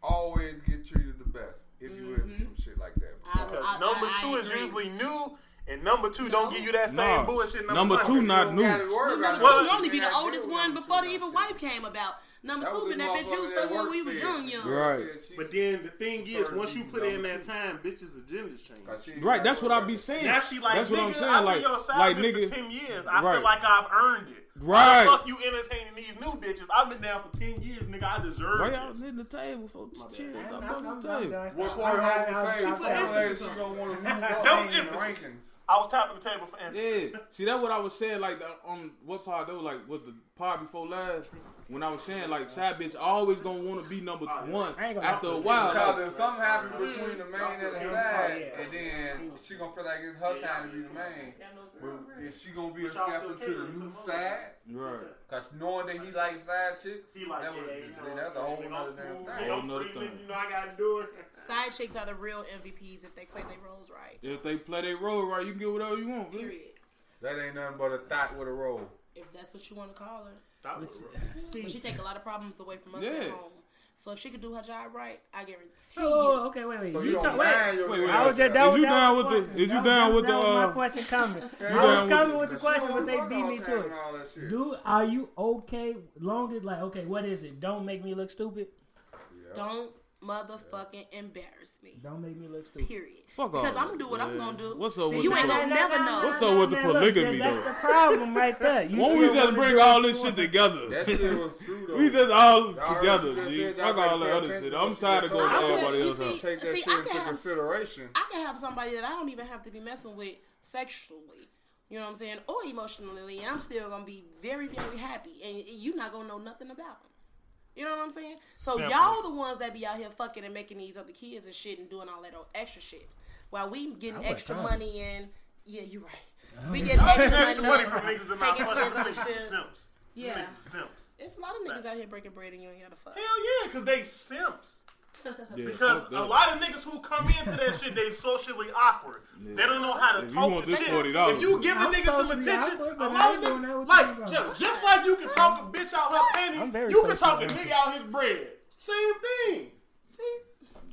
C: always get treated the best if you in some shit like that.
F: Mm-hmm. I-
C: Because
F: I-
E: Because number
F: I- I
E: two is
F: agree.
E: usually new, and number two don't give you that same
B: Nah.
E: bullshit. Number,
B: Number
E: one.
B: two,
C: you
B: not
C: don't
B: new.
C: gotta worry
F: Well, number
C: about it.
F: two, you only be
C: You
F: the
C: gotta
F: oldest
C: deal with
F: one
C: number
F: before
C: two,
F: the even
C: that shit.
F: wife came about. Number
C: That
F: two,
C: was
F: been
C: the
F: that bitch you was
C: motherfucker that
F: fucking when
C: work
F: we was
C: said.
F: young, young.
B: Right.
C: Said she-
H: But then the thing is,
C: Sorry,
H: once you
C: you
H: put in
C: number
H: that
C: two.
H: time, bitches' agendas change.
C: 'cause she ain't
B: Right.
C: gotta
B: That's what
C: worry
B: I
C: about
B: be
C: that.
B: saying.
E: Now she like,
B: that's
E: nigga,
B: what I'm
E: I've
B: saying.
E: been
B: Like,
E: your side
B: like
E: bitch
B: nigga,
E: for ten years. I feel
B: Right.
E: like I've earned it. Why
B: Right.
E: the fuck you entertaining these new bitches? I've been down for ten years, nigga. I deserve
B: why y'all
E: it.
B: hitting the table for chill?
A: I'm,
B: Stop
A: I'm,
B: bumping
A: I'm
B: the table.
A: done.
C: What
A: Stop.
C: Corey
A: I- I-
C: Holmes
A: I-
C: say,
A: I-
C: sooner or
A: I-
C: later she gonna want to move
E: That
C: up
E: was
C: in the
E: emphasis.
C: rankings.
E: I was tapping the table for emphasis.
B: Yeah. See, that's what I was saying. Like the- on what pod? That was like what the pod before last. When I was saying like side bitch always gonna want to be number
E: Oh,
B: one
A: I ain't gonna
B: after a
A: lie.
B: while.
C: Because
B: Like,
C: if something happens between the main and the side,
A: yeah.
C: and then she gonna feel like it's her time to be the main. But is she gonna be
H: But y'all still
C: accepted to the
H: catering
C: new
H: to the
C: side?
B: right.
C: Cause knowing that he likes side chicks,
H: He like,
C: that
H: yeah,
C: was,
H: you know,
C: that's a whole
H: you know,
C: other
H: smooth,
C: damn
H: you
C: thing.
H: know,
B: Another
H: freeman,
B: thing.
H: You know, I got to do it.
F: Side chicks are the real MVPs if they play their roles right.
B: If they play their role right, you can get whatever you want. man.
F: Period.
C: That ain't nothing but a thought with a roll.
F: If that's what you want to call her. But she
A: See.
F: take a lot of problems away from us at
B: Yeah.
F: home. So if she could do her job right, I guarantee you.
A: Oh, okay, wait, wait.
C: So
A: you
C: you
A: talk,
C: don't
A: wait.
C: mind your
B: Wait, wait,
A: I was just, that
B: Is
A: was,
B: you
A: that was
B: down with the-
A: question.
B: is you
A: That was-
B: down
A: that
B: with
A: was
B: the,
A: my
B: uh,
A: question coming.
C: down
A: I was
B: with
A: coming
B: the-
A: with the question, but they beat me to it.
C: it.
A: Do are you okay? Long as like okay, what is it? Don't make me look stupid.
F: Don't motherfucking embarrass me.
A: Don't make me look stupid.
F: Period.
B: Fuck all
F: because
B: that,
F: I'm gonna do what I'm
B: man.
F: gonna do.
B: What's up
F: See,
B: with
F: you
B: the-
F: ain't gonna
A: Nah,
F: never
A: nah,
F: know.
A: nah,
B: What's
A: nah,
B: up with the
A: nah, look,
B: polygamy,
A: That's
B: though?
A: the problem right
B: (laughs)
A: there. You
B: Won't
A: still
B: we just
A: wanna
B: bring
A: do
B: all
A: what you
B: this shit
A: want.
B: together?
C: That shit was true
A: (laughs)
C: though.
B: we just all
C: Y'all heard
B: together,
C: what she
B: G.
C: said, y'all
B: Fuck all
C: better
B: that
C: pay
B: other
C: attention
B: shit.
C: to
B: I'm
C: what she
B: tired of
C: said.
B: going to
C: I
F: could-
B: everybody
F: you
B: else.
F: see-
B: house.
C: Take that
F: See,
C: shit
F: I
C: into
F: can have-
C: consideration.
F: I can have somebody that I don't even have to be messing with sexually, you know what I'm saying, or emotionally, and I'm still gonna be very, very happy, and you're not gonna know nothing about them. You know what I'm saying? So
E: Simple.
F: y'all the ones that be out here fucking and making these other kids and shit and doing all that old extra shit, while we
A: I
F: getting
A: wasn't
F: extra
A: trying to-
F: money and yeah, you're right. We get extra money,
E: Extra money
F: (laughs)
E: from niggas that not
F: taking
E: fucking
F: kids on
E: niggas is (laughs)
F: trips.
E: simps.
F: Yeah.
E: Niggas is simps.
F: It's a lot of niggas out here breaking bread and you ain't got to fuck.
E: Hell yeah, because they simps.
B: Yeah,
E: Because
B: fucked
E: a
B: up.
E: lot of niggas who come into that shit, they socially awkward. They don't know how to
B: If you
E: talk
B: want
E: to
B: this
E: shit.
B: $40.
E: If you give a
A: I'm
E: nigga some
A: socially
E: attention,
A: awkward,
E: a
A: but I
E: lot
A: ain't
E: of
A: doing that
E: niggas,
A: with
E: like,
A: you, though.
E: ju- just like you can talk a bitch out her
A: I'm very
E: panties, you
A: socially
E: can talk a
A: awkward.
E: nigga out his bread. Same thing.
F: See?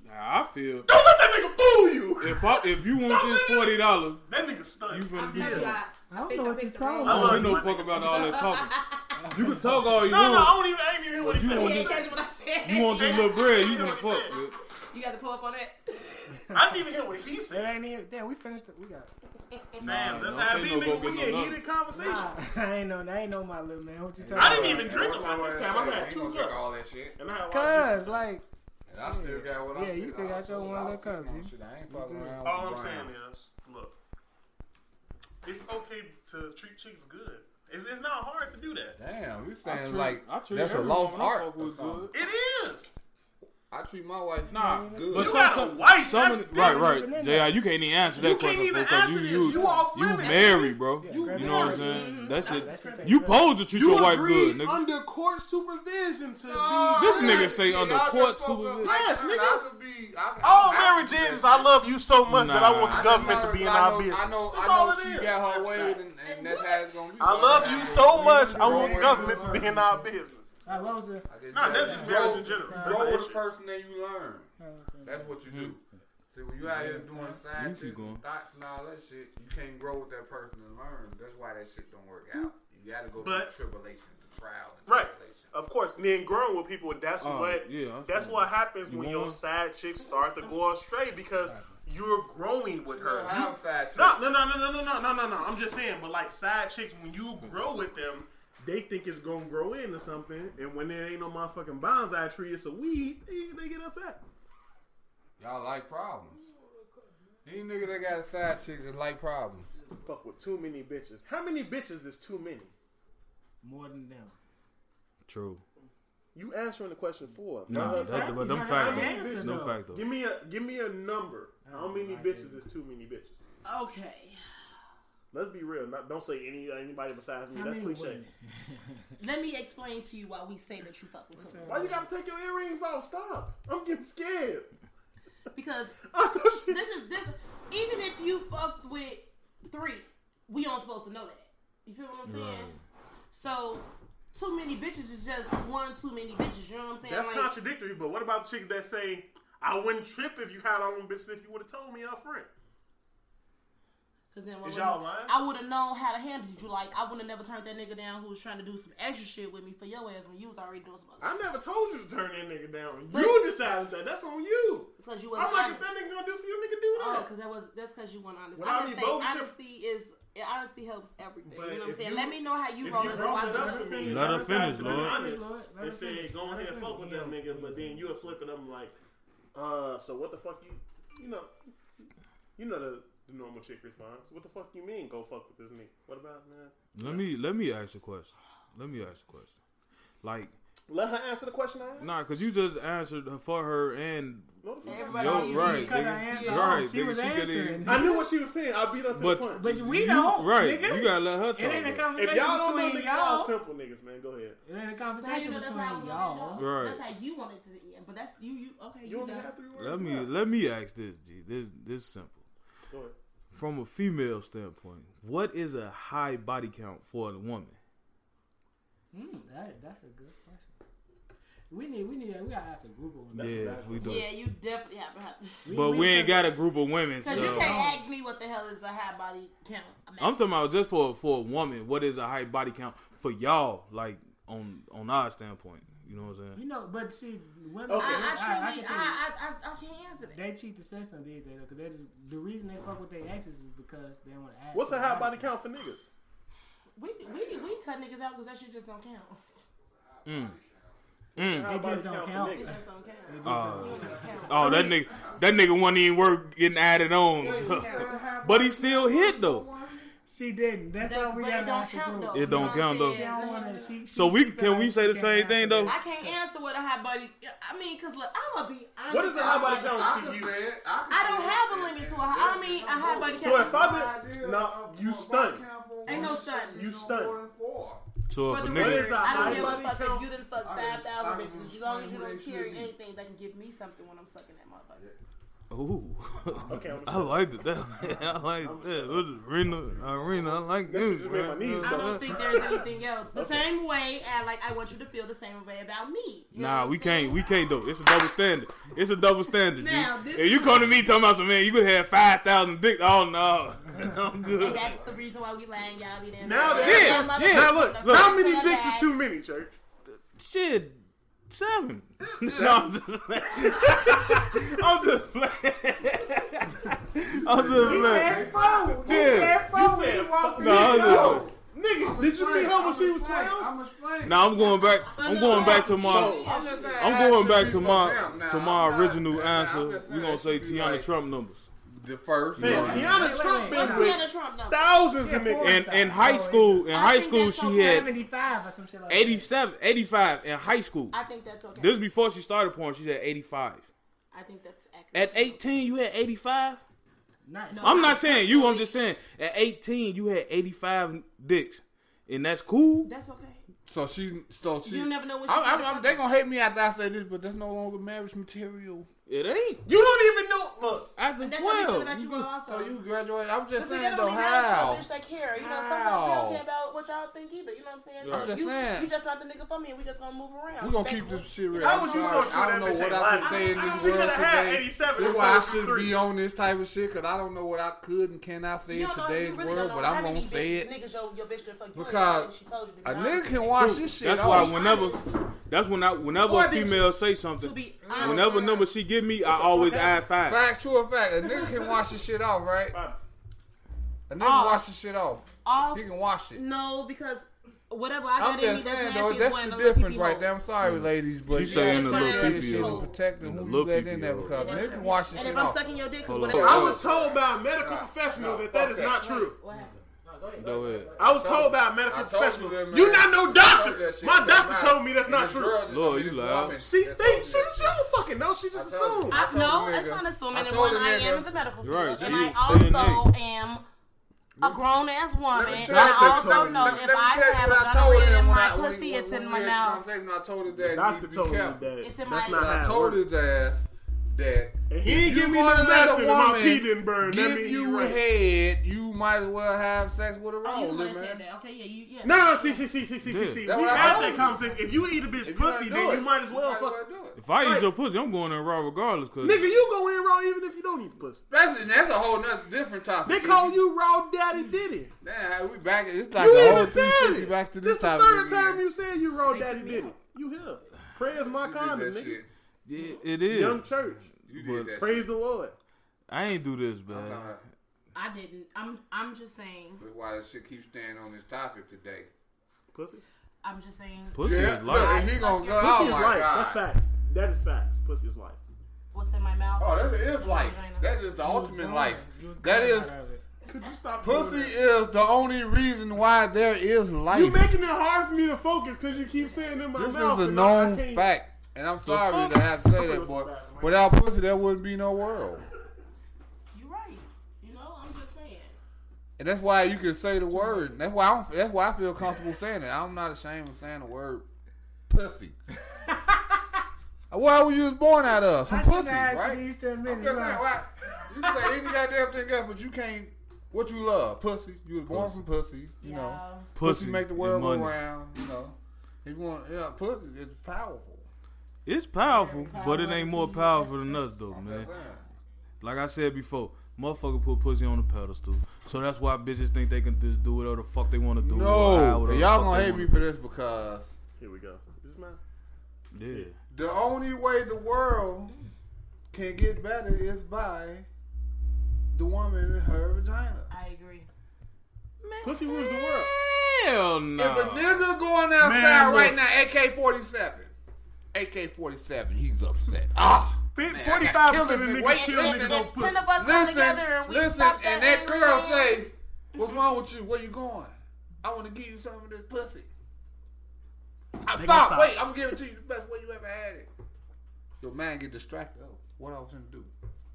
B: Nah, I feel
E: Don't let that nigga fool you.
B: if I, if you want this forty dollars,
E: That nigga
B: you
E: stunned.
F: I'm
B: finna get
F: telling
B: some.
F: you, I, I,
A: I don't
F: think
A: know
F: I
A: what
F: picked
A: you're
F: the wrong
A: talking
B: I
F: one.
A: (laughs)
B: don't give no fuck about all that talking. You can talk all you
E: No, no, I
B: want.
E: don't even, I ain't even hear what he
B: You
E: said.
B: want
F: He
B: this-
F: ain't catch what I said.
B: You want this little bread? You
E: You know
B: gonna
E: what
B: fuck?
E: he said.
B: With.
F: You got to pull up on that. (laughs)
E: I didn't even hear what he
A: It
E: said.
A: ain't even. Damn, we finished it. We got.
E: Damn, that's
B: don't say
E: how it be,
B: no go
E: nigga.
B: get
E: We
B: no
E: in
B: nothing.
E: heated conversation.
A: Nah, (laughs) I ain't know. I ain't know my little man. What you talking?
E: I didn't
A: about?
E: even drink a
C: That's
E: lot
C: why
E: this
C: I
E: time. I
C: said
E: had
C: you
E: two
C: gonna drink
E: cups.
C: all that shit.
E: And I had one.
A: (laughs) Cause like
C: And I still got what I
A: Yeah, you
C: feel.
A: still got your
C: I
A: one little
C: feel
A: cup,
C: some
A: you-
C: shit. I ain't fucking around.
E: All I'm
C: with
E: saying
C: Brian.
E: is, look, it's okay to treat chicks good. It's, it's not hard to do that.
C: Damn, we
B: I
C: saying
B: treat-
C: like
B: I treat
C: that's a
B: everyone
C: lost
B: I
C: art.
B: fuck
C: or
B: with
C: something.
B: good.
E: It is.
C: I treat my wife
B: Nah,
C: good.
B: but
E: You
B: sometime-
E: got a wife,
B: some
E: that's
B: of the- right,
A: different
B: right,
A: than
B: Jr. You can't even answer that
E: You can't
B: question
E: even
B: because
E: answer
B: you
E: this.
B: you
E: You off
B: you
E: limits.
B: married, bro.
A: You
B: you know what I'm
A: married.
B: saying? That's
F: That's
B: it.
A: crazy.
B: You posed to treat your wife good,
E: agreed
B: nigga.
E: under court supervision to be.
B: This nigga say under court supervision.
E: Yes,
C: I
E: nigga.
C: could be. I,
E: All
C: I-
E: marriage is is Oh, I love you so much that I
B: Nah.
E: want
C: I
E: the
C: just
E: government to be in
C: learned, I
E: our
C: know,
E: business.
C: I know,
E: That's
C: I
E: all
C: know
E: it
C: she
E: is.
C: got her
E: That's
C: way,
E: facts.
C: and, and that's how it's gonna be.
E: I love you so much. I want the government to be in our business.
A: I was a.
E: Nah, that's just marriage in general.
C: You grow
E: That's
C: with a
E: that shit.
C: person and you learn.
A: uh,
C: That's what you do.
H: Hmm.
C: See, when you out here doing
B: You
C: science
B: keep going.
C: and thoughts and all that shit, you can't grow with that person and learn. That's why that shit don't work out. You gotta go
E: But-
C: through tribulation, the trial, and
E: Right.
C: tribulation.
E: Of course, then growing with people,
C: Uh,
E: that's
B: Oh,
E: what
B: yeah, I
E: that's
B: think-
E: what happens
B: You
E: when
B: want
E: your
B: one?
E: side chicks start to go astray because you're growing with her. You-
C: Outside shit.
E: No, no, no, no, no, no, no, no, no, no. I'm just saying, but like side chicks, when you grow with them, they think it's gonna grow into something, and when there ain't no motherfucking bonsai tree, it's a weed. They, they get upset.
C: Y'all like problems. These niggas that got side chicks that like
F: (laughs)
C: problems.
E: Fuck with too many bitches. How many bitches is too many?
A: More than them.
B: True.
E: You answering the question for?
B: Nah,
A: That's
B: that,
A: how-
B: but them
A: that's how you
B: facts,
A: answer,
B: though. them
A: though.
B: facts. though.
E: Give me a give me a number. How many bitches is too many bitches?
F: Okay.
E: Let's be real. Not, don't say any anybody besides me.
A: How
E: That's
A: many
E: cliche.
A: women?
F: Let me explain to you why we say that you fuck with someone.
E: Why you gotta take your earrings off? Stop! I'm getting scared. (laughs)
F: Because
E: I thought she.
F: this is this. Even if you fucked with three, we aren't supposed to know that. You feel what I'm saying? So too many bitches is just one too many bitches. You know what I'm saying?
E: That's
F: Like,
E: contradictory. But what about chicks that say, "I wouldn't trip if you had on bitches if you would have told me up front."
F: Cause then what
E: Is
F: would-
E: y'all lying?
F: I would have known how to handle you. Like I would have never turned that nigga down who was trying to do some extra shit with me for your ass when you was already doing some other.
E: I never told you to turn that nigga down.
F: But-
E: you decided that. That's on you.
F: shit. Cause you
E: I'm
F: wasn't
E: like, if
F: honest.
E: that nigga gonna do for you, nigga, do
F: Oh,
E: that.
F: because that was that's because you weren't honest.
E: When
F: I
E: I
F: just
E: be
F: say
E: bold as shit-
F: honesty is it honesty helps everything.
E: But
F: you know
E: if
F: what I'm saying?
E: you-
F: Let me know how you
E: If
F: roll
E: you
F: this.
E: brought
F: so I
E: that
F: can-
E: up to me,
B: Let
E: I
B: her
E: decided
B: finish,
E: to be
B: Lord.
E: honest
A: Lord, let her
E: And say,
A: finish.
E: go
A: Let her
E: ahead,
A: finish.
E: fuck with that nigga, but then you a flipping. I'm like, uh, so what the fuck you, you know, you know the, the normal chick response. What the fuck you mean? Go fuck with this nigga. What about man?
B: Let me let me ask you a question. Let me ask you a question. Like,
E: Let her answer the question I asked.
B: nah, cause you just answered for her and
E: No, the fuck
F: Everybody
B: yo,
F: on you.
B: right,
A: Cut her
B: nigga.
A: answer
B: right,
A: off. She
B: nigga,
A: was
B: could
A: answering.
B: even-
E: I knew what she was saying. I beat her to
B: But-
E: the point.
A: But we
B: You-
A: don't,
B: right,
A: Nigga.
B: you gotta let her
A: It ain't a
B: talk. though.
E: If
A: conversation
E: y'all don't know,
A: between
E: nigga, y'all
A: y'all.
E: simple niggas, man. Go ahead.
A: It ain't a
F: How you
A: conversation
F: know that's how it was
A: between
F: y'all.
A: y'all.
B: Right.
F: That's how you wanted to end, but that's you. You okay?
E: You
F: You,
E: only
F: done.
E: have three words.
B: Let me
E: left.
B: let me ask this, G. This this simple.
E: Go ahead.
B: From a female standpoint, what is a high body count for a woman?
A: Mm, that, that's a good question. We need, we need, we gotta ask a group of women.
B: yeah, we do.
F: Yeah, you definitely have to.
B: But we, ain't got a group of women, so
F: Because you can't ask me what the hell is a high body count.
B: I'm talking about just for for a woman. What is a high body count for y'all? Like on on our standpoint, you know what I'm
A: You
B: saying?
A: know, but see, women.
E: Okay.
F: I,
A: can
F: I truly,
A: tell you.
F: I, I, I, I can't answer that.
A: They cheat the system these days because they just the reason they fuck with their exes is because they want to act.
E: What's a high body count for niggas?
F: We, we, we cut niggas out because that shit just don't count.
B: Mm.
E: High
A: It
E: body
A: just don't
E: for
A: count.
F: It
E: niggas.
F: just don't count. It just
B: Uh,
F: don't count.
B: oh, that nigga, (laughs) that nigga wasn't even worth getting added on. so- But he still hit though.
A: She didn't. That's,
F: That's-
A: all we
F: but it
A: got
F: don't
A: out the
F: count,
A: group.
F: though.
B: It don't
F: You know
B: count,
F: what I'm
B: though.
A: She
F: saying?
A: don't wanna, she, she,
B: So we-
A: she feel
B: can we
A: like
B: say
A: she
B: the
A: can't
B: same thing,
A: answer
B: though?
A: that.
F: I can't answer what a hot body. I mean, cause look, I'm gonna be honest.
H: What is a hot body count?
C: I
H: to
C: can
H: you.
C: say it.
F: I don't have a limit to a high. I mean, a high body
H: So
F: count.
H: if I did, no, you stunned.
F: Ain't no stunting.
H: You stunned.
B: So if
F: For
B: a nigga,
F: the
H: record-
F: record,
H: is a
F: I
H: high
F: don't give a
H: body
F: fuck
H: count?
F: if you didn't fuck
C: I can-
F: five
C: I
F: thousand
C: can
F: bitches. As long as you
C: explain
F: don't
C: what that
F: carry
C: should be.
F: anything that can give me something when I'm sucking that motherfucker.
B: ooh,
H: Okay, I'm
B: (laughs) I like it. That I like that. What is Rena? Arena, I like
H: This
B: this.
H: just made my
B: man.
H: knees
F: I don't think there's anything else. The same way, I like. I want you to feel the same way about me. You know what
B: Nah,
F: I'm
B: we
F: saying?
B: can't. We can't though. It's a double standard. It's a double standard. G.
F: Now, this
B: if you
F: is-
B: come to me talking about some man, you could have five thousand dick. Oh no, (laughs) I'm
F: And
B: good.
F: that's the reason why we lying, y'all. Be there.
H: Now that-
B: Yes,
F: Motherfucker,
B: yes.
H: Now look,
F: motherfucker,
H: how many
F: motherfucker,
H: dicks is
F: motherfucker.
H: too many, church?
B: Shit, seven. (laughs) No, I'm just playing. (laughs) I'm just playing. (laughs) I'm just playing. Yeah.
A: You said
B: No, I'm just playing.
H: Nigga, did you meet her when she was 12?
C: I'm explaining.
B: Now I'm going back. I'm going back to my.
C: I'm just saying.
B: I'm
C: I
B: going
C: should
B: back to
C: be for
B: my
C: them. Now,
B: to
C: I'm
B: my
C: not-
B: original
C: now, I'm
B: answer.
C: just
B: We
C: saying
B: gonna
C: it
B: say
C: should be
B: Tiana
C: like
B: Trump numbers.
C: The first
H: Man,
C: one.
H: Tiana Trump
A: wait,
H: been
A: wait.
H: with
F: Tiana Trump number.
H: thousands
A: Yeah,
H: of niggas.
A: four.
B: And in high school, in
F: I
B: high
F: think
B: school,
F: that's
B: she
F: so
B: had
A: 75 or some shit like that.
B: 87, 85 in high school.
F: I think that's okay.
B: This is before she started porn. She's at 85.
F: I think that's accurate.
B: At 18, you had 85.
A: Nice.
B: I'm not saying you. I'm just saying at 18, you had 85 dicks, and that's cool.
F: That's okay.
C: So she, so she.
F: You never know what
C: I'm,
F: she's
C: I'm,
F: gonna
C: I'm, they gonna hate me after I say this, but that's no longer marriage material.
B: It ain't
H: You don't even know. Look,
B: after
F: And that's how we feel
B: 12.
F: about you all also.
C: So you graduated. I'm just
F: 'Cause we
C: saying
F: don't
C: though,
F: leave out
C: how?
F: some bitch that care. You know, sometimes we
C: How?
F: don't care about what y'all think either. You know what I'm saying?
B: I'm
F: So
C: just
F: you,
C: saying.
F: you just not the nigga for me, and we just gonna move around.
C: We gonna
F: Stay
C: keep
F: cool.
C: this shit real.
H: How
C: I'm
H: would you
C: sorry.
H: so sure
C: I don't
H: that bitch
C: know what
H: ain't
C: I
H: lying?
C: can say in
H: I
C: this
H: don't- she
C: world
H: coulda had
C: today.
H: 87
C: That's
H: and
C: why I
H: told you
C: shouldn't
H: three.
C: be on this type of shit because I don't know what I could and cannot say in
F: You don't know- you
C: today's
F: really don't
C: world,
F: know
C: but
F: how
C: I'm
F: many
C: gonna
F: bitch-
C: say it.
F: Niggas, your, your bitch done fucked you
C: Because
F: and she told you to be
C: A
F: honest.
C: nigga can wash
B: True.
C: this shit.
B: That's why
C: off.
B: whenever, that's when I, whenever
F: Or
B: a female say
F: To
B: something,
F: be honest.
B: whenever number she give me, I always add five.
C: Fact, true or fact, a nigga can wash this shit off, right? A nigga
F: Off.
C: wash this shit off.
F: Off-
C: He can wash it.
F: No, because whatever I
C: I'm
F: got in me,
C: just
F: that's
C: saying
F: nasty.
C: though,
F: as
C: that's
F: one
C: the
F: of little
C: difference right
F: peepee
C: there. I'm sorry, ladies, but
B: She's
C: you gotta
B: saying
F: the
C: take
F: little
C: care of this
F: peepee
C: shit
F: hole.
C: and protecting
B: The
C: who you
B: little
C: let
B: peepee
C: in there
B: hole.
C: because a
F: And
C: nigga
F: if-
C: can wash this
F: And
C: shit
F: if I'm
C: off.
F: sucking your dick, because
B: Hold on.
F: whatever.
H: I was told by a medical professional that that is
C: that.
H: not true.
F: What happened?
B: Go ahead.
H: I was told by a medical
C: I told you
H: professional.
C: that, man.
H: You not no
C: told you
H: doctor.
C: that shit.
H: My
C: That's not-
H: doctor told me that's
C: And
H: not
C: this
H: true.
C: girl just-
B: Lord,
C: I mean,
B: you
C: this
B: lied.
C: woman,
H: She
C: that
H: think
C: told
H: she,
C: you that
H: she don't fucking know. She just
C: I told
H: assumed.
C: you.
F: I,
C: told
F: no,
C: the
F: that's
C: nigga.
F: not assuming.
C: I
F: And
C: told
F: one,
C: the
F: I
C: nigga.
F: am in the medical
B: You're right.
F: field, and
B: She
F: I
B: was saying
F: also am a grown ass woman,
C: Let me
F: and I
C: tell you
F: also
C: something.
F: know
C: Let-
F: if
C: let me
F: I
C: tell you
F: have
C: what I
F: a
C: told
F: gonorrhea
C: him
F: in
C: when
F: my
C: I- when he-
F: pussy,
C: when
F: it's
C: we
F: in my
C: had
F: mouth.
C: conversation, I told his dad
H: Doctor
C: you need to
H: told
C: be
H: me
C: careful.
H: that.
F: It's in
H: that's
F: my-
H: not
C: I
H: how it
C: told
H: works.
C: his ass that
H: And he didn't
C: you
H: give me
C: gonna
H: no
C: let
H: medicine.
C: a
H: and My
C: woman
H: pee didn't burn. That
C: give
H: mean
C: you
H: right.
C: head, you might as well have sex with a
F: Oh, you the one
C: rolling
F: that
C: man.
F: said that. Okay, yeah, you, yeah.
H: No, no, see, see, see, see, see, see, see. We had
C: That's what I told
H: that
C: you.
H: conversation. If you eat a bitch
C: If
H: pussy,
C: gonna do
H: then
C: it,
H: you might as well
C: might
H: fuck.
C: do it.
B: If I eat
H: Right.
B: your pussy, I'm going in raw regardless. Cause
H: Nigga, you go in raw even if you don't eat pussy.
C: That's, and that's a whole nother different topic.
H: They call you raw daddy diddy.
C: Damn, we back. It's like
H: You
C: a whole
H: even said
C: 360
H: it.
C: back to
H: This
C: this
H: the
C: topic.
H: third
C: again.
H: time you said you raw daddy
F: me
H: diddy.
F: out.
H: You here. Praise my
C: You
H: condom,
C: did that
H: nigga.
C: shit.
B: it, it is.
H: Young church.
C: You did that
H: Praise
C: shit.
H: the Lord.
B: I ain't do this, man.
C: Uh,
F: I didn't. I'm, I'm just saying.
C: That's why this shit keeps staying on this topic today.
H: Pussy.
F: I'm just saying.
B: Pussy
C: yeah,
B: is
C: look,
B: life.
C: and he gonna go.
F: Pussy
C: Oh
H: Pussy
C: my
H: is life.
C: god.
H: That's facts. That is facts. Pussy is life.
F: What's in my mouth?
C: Oh, that is life. That is the ultimate life. That is
H: Could you stop doing
C: pussy
H: that?
C: is the only reason why there is
H: You
C: life.
H: making it hard for me to focus because you keep saying in my
C: This
H: mouth.
C: is a
H: and I- I
C: known
H: can't-
C: fact, and I'm sorry
B: fuck?
C: to have to say
H: I'm
C: that,
H: gonna
C: but
H: stop, man.
C: without pussy, there wouldn't be no world.
F: You're right. You know, I'm just saying.
C: And that's why you can say the word. That's why I don't, that's why I feel comfortable saying it. I'm not ashamed of saying the word
H: (laughs)
C: pussy. why were you was born out of? Some
A: I
C: pussy,
A: shouldn't have asked you
C: right?
A: these 10
C: I'm
A: minutes.
C: just saying,
A: right?
C: why, you can say any goddamn thing else, but you can't. What you love, pussy. You was born from pussy, you know.
F: Y'all.
C: Pussy, make the
B: is
C: world go
B: money.
C: round, you know. If you want, yeah, pussy is powerful.
B: It's powerful, but it ain't more powerful than us, though, man.
C: That's it.
B: Like I said before, motherfucker put pussy on a pedestal. So that's why bitches think they can just do whatever the fuck they want to do. ride
C: No,
B: whatever
C: and
B: the
C: y'all
B: fuck
C: gonna
B: they
C: hate me
B: wanna
C: for this because
H: Here we go. Is This man.
B: do. Yeah.
C: the only way the world can get better is by the woman and her vagina.
F: I agree.
H: Pussy rules the world.
B: Hell no.
C: If a nigga going outside
H: Man, look.
C: right now, AK forty seven, AK forty seven, he's upset. Ah,
H: Forty-five percent of
C: Killing me.
H: niggas
C: Wait,
H: kill
C: wait,
H: niggas
C: wait.
H: on
F: If ten
H: pussy.
F: of us come
C: listen,
F: together and we
C: listen,
F: stop
C: and that
F: angry
C: girl
F: man,
C: say, What's wrong with you? Where you going? I want to give you some of this pussy. I, stop,
J: stop.
C: Wait, I'm gonna give it to you the best way you ever had it. Your mind get distracted. Oh, what I was gonna do?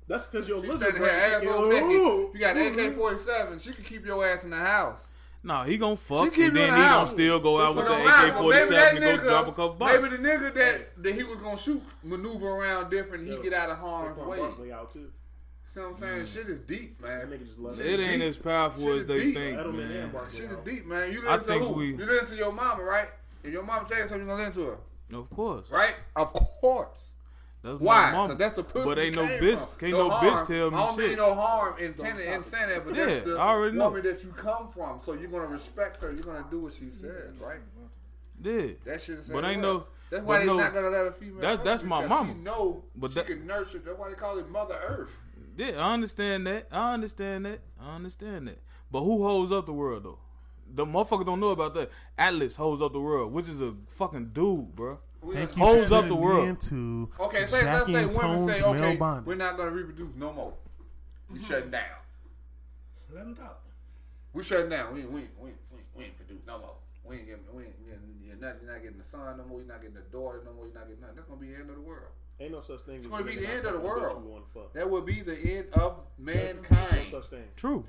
E: That's because your
C: She
E: lizard
C: sitting
E: brain.
C: here, asshole naked.
E: Ooh.
C: You got AK-47. She can keep your ass in the house.
B: Nah, he gonna fuck,
C: keep
B: and
C: you in
B: then
C: the
B: he gonna
C: house.
B: still go out with
C: But no
B: the
C: matter,
B: AK
C: but maybe
B: forty
C: that
B: seven and go
C: nigga-
B: drop a couple bottles.
C: Maybe the nigga that, that he was gonna shoot maneuver around different. He
E: Yo,
C: get out of harm's
E: Saquon
C: way.
E: Barkley out too.
C: See what I'm saying?
B: mm.
C: Shit is deep,
E: That
C: man.
E: nigga just loves
B: It
E: it.
B: ain't
C: deep.
B: as powerful
C: Shit
B: as
C: is
B: they
C: deep.
B: think,
E: Edelman
B: man.
E: and Barkley.
C: Shit is
E: out.
C: deep, man. You
B: I
C: listen to
B: think
C: who?
B: we-
C: You listen to your mama, right? If your mama tell you something, you gonna listen to her,
B: Of course.
C: right? Of course.
B: That's
C: Why?
B: My mama.
C: 'Cause that's the pussy.
B: But ain't
C: you
B: no
C: came
B: bitch.
C: from.
B: Can't no, bitch
C: harm.
B: tell
C: I
B: me
C: don't mean
B: shit.
C: no harm intended in saying that, but
B: Yeah,
C: that's the
B: I already know.
C: woman that you come from. So you're gonna respect her. You're gonna do what she says, right?
B: Yeah.
C: That shit is.
B: But
C: how
B: ain't
C: it
B: no-
C: was. That's
B: but
C: why they
B: no-
C: not gonna let a female.
B: that-
C: hurt
B: that's my
C: because
B: mama.
C: She know
B: But
C: she
B: that-
C: can nurture. That's why they call it Mother Earth.
B: Yeah, I understand that. I understand that. I understand that. But who holds up the world though? The motherfucker don't know about that. Atlas holds up the world, which is a fucking dude, bro.
C: We
J: Thank
C: are-
J: you
B: Holds
J: for
B: up the
J: tuning
B: world.
J: in
E: (laughs)
J: to
C: Okay, say, let's
J: Jackie
C: say
J: and
C: women say,
J: Tone's male
C: okay,
J: bonding.
C: we're not gonna reproduce no more. We shutting down.
E: Let him talk.
C: We shutting down. We ain't, we ain't, we ain't, we ain't, we ain't produce no more. We ain't getting, we ain't getting, you're not, you're not getting the son no more. You're not getting the daughter no more. You're not getting nothing. That's gonna be the end of the world.
E: Ain't no such thing. It's
C: gonna be the end of the world.
E: You want to fuck.
C: That will be the end of
E: There's no
C: mankind.
E: such thing.
B: True.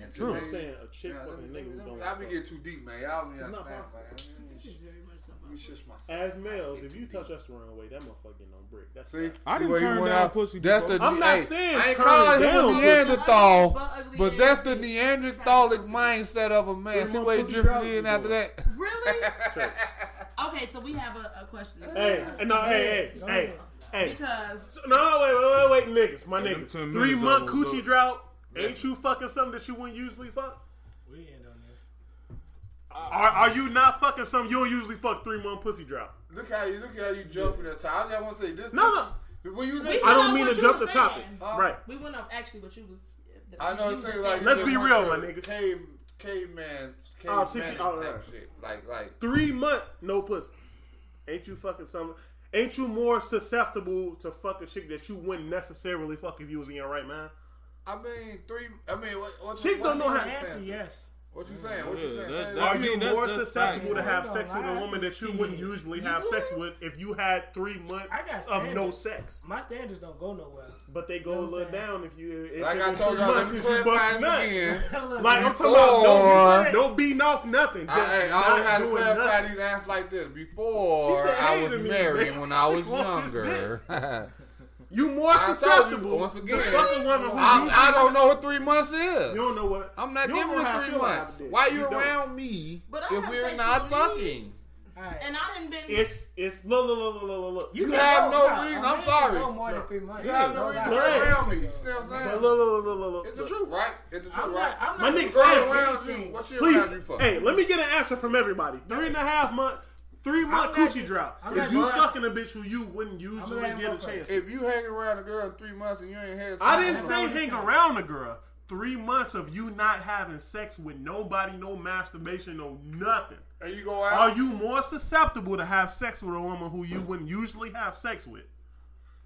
C: And
B: True.
C: today-
E: I'm saying a chick
C: Nah, let
E: fucking
C: me-
E: a nigga who
C: let me-
E: don't
C: I be
E: fuck.
C: getting too deep, man. Y'all be
E: It's not
C: understand, man.
E: possible.
C: I mean, shit, Let me shush myself.
E: As males,
C: I get
E: if you
C: too
E: touch
C: deep.
E: us the wrong way, that motherfucker getting on brick. That's
C: See,
E: fact.
B: I
C: See
B: done
C: where he
B: turned
C: went
B: down
C: out?
B: pussy
C: That's
B: before.
C: the.
E: I'm not
C: hey,
E: saying
C: I ain't
E: turn
C: calling him
E: down
C: a
E: pussy.
C: Neanderthal,
F: But ugly
C: but
F: ass
C: that's the
F: bitch.
C: Neanderthalic mindset of a man.
E: Where's
C: See
E: my
C: where he
E: pussy
C: drifted
E: browser
C: in after
E: going?
C: that. (laughs)
F: Really? okay, so we have a, a question.
E: Hey, no, hey, hey, hey, hey.
F: Because
E: So- No, wait, wait, wait, wait, niggas, my
B: Hey, them
E: niggas.
B: 10
E: Three
B: minutes
E: month
B: over was
E: coochie
B: up.
E: drought. Ain't you fucking something that you wouldn't usually fuck?
A: We end on this.
E: Are, are you not fucking something you don't usually fuck three month pussy drought?
C: Look how you look how you jump from the top. I just want to say this.
E: No,
C: this- When you
F: We-
C: listen,
E: I don't
F: know
E: mean
F: what
E: to
F: you
E: jump the
F: was
E: topic.
F: saying.
C: Huh?
E: Right.
F: we went off actually what you was.
C: I know it
F: you was
C: seems like
E: Let's
C: you
E: be
C: just
E: real,
C: want
E: my
C: to
E: niggas.
C: Cave, caveman,
E: Oh,
C: caveman
E: see, see,
C: type
E: all right.
C: shit. Like, like
E: Three month no pussy. Ain't you fucking something? Ain't you more susceptible to fuck a chick that you wouldn't necessarily fuck if you was in your right mind?
C: I mean, three. I mean, what, what
E: Chicks
C: what
E: don't know
C: you
E: how-
C: saying?
A: yes.
E: Yes,
C: What you saying? What you
B: Yeah, that-
C: saying? Say it
B: that-
E: Are
B: I mean,
E: you
B: that's-
E: more
B: that's
E: susceptible to
B: facts.
E: have
A: I ain't
E: sex with
A: gonna
E: a
A: lie,
E: woman that you
A: shit.
E: wouldn't usually have sex with if you had three months
A: I got
E: of
A: standards.
E: no sex?
A: My standards don't go nowhere. (laughs)
E: But they go
A: You know
E: a
A: what I'm
E: little
A: saying?
E: down if you. If
C: Like
E: it
C: I
E: was
C: told
E: three
C: y'all,
E: months
C: let me
E: if you
C: clarify
E: bust
C: this
E: nuts.
C: again.
E: Like I'm
A: Look,
E: talking about, don't,
C: Before-
E: be- don't beating off nothing. Just
C: I, I
E: not
C: always had to
E: doing
C: clarify
E: nothing.
C: these answers like this. Before
E: She said,
C: I
E: "Hey"
C: was
E: to me,
C: married,
E: man.
C: when
E: (laughs)
C: I was
E: She want this
C: younger, I,
E: You more
C: told you,
E: susceptible
C: once
E: to
C: again,
E: fuck a woman who you,
C: (laughs) I don't know what three months is.
E: You don't know what.
C: I'm not
E: you don't
C: giving
E: know how I
C: it three
E: feel about
C: months.
E: this.
C: Why you,
E: don't.
C: around me
F: But I
C: if
F: have
C: we're
F: sexual
C: not fucking?
F: needs.
A: All right.
F: And I didn't been.
E: It's it's look look look look look look.
C: You
A: can
C: have
A: go-
C: no
A: nah,
C: reason-
A: a
C: I'm
A: man can
C: sorry.
A: Go more than
E: No.
A: three months.
C: You have no
A: Go
C: reason
A: back.
C: to be
E: Right.
C: around me. You see what I'm
E: Look,
C: saying?
E: look, look, look, look, look,
C: It's the
E: look.
C: truth, right? It's the truth,
A: I'm
C: right?
A: not. I'm
E: My
A: not
E: niggas
C: Girl
E: ask
C: around you,
A: anything.
C: what she around you
E: Please,
C: for?
E: hey, let me get an answer from everybody. Three and a half month, three month
A: not-
E: coochie drought.
A: I'm
E: If
A: not
E: you
C: gonna-
E: fucking a bitch who you wouldn't usually
A: letting
E: get
A: him
E: a
A: go first.
E: chance.
C: If you hang around a girl in three months and you ain't had,
E: I didn't
C: sex,
E: say
A: what I'm
E: hang
A: saying.
E: around a girl. Three months of you not having sex with nobody, no masturbation, no nothing.
C: And you go
E: Are
C: out.
E: you more susceptible to have sex with a woman who you wouldn't usually have sex with?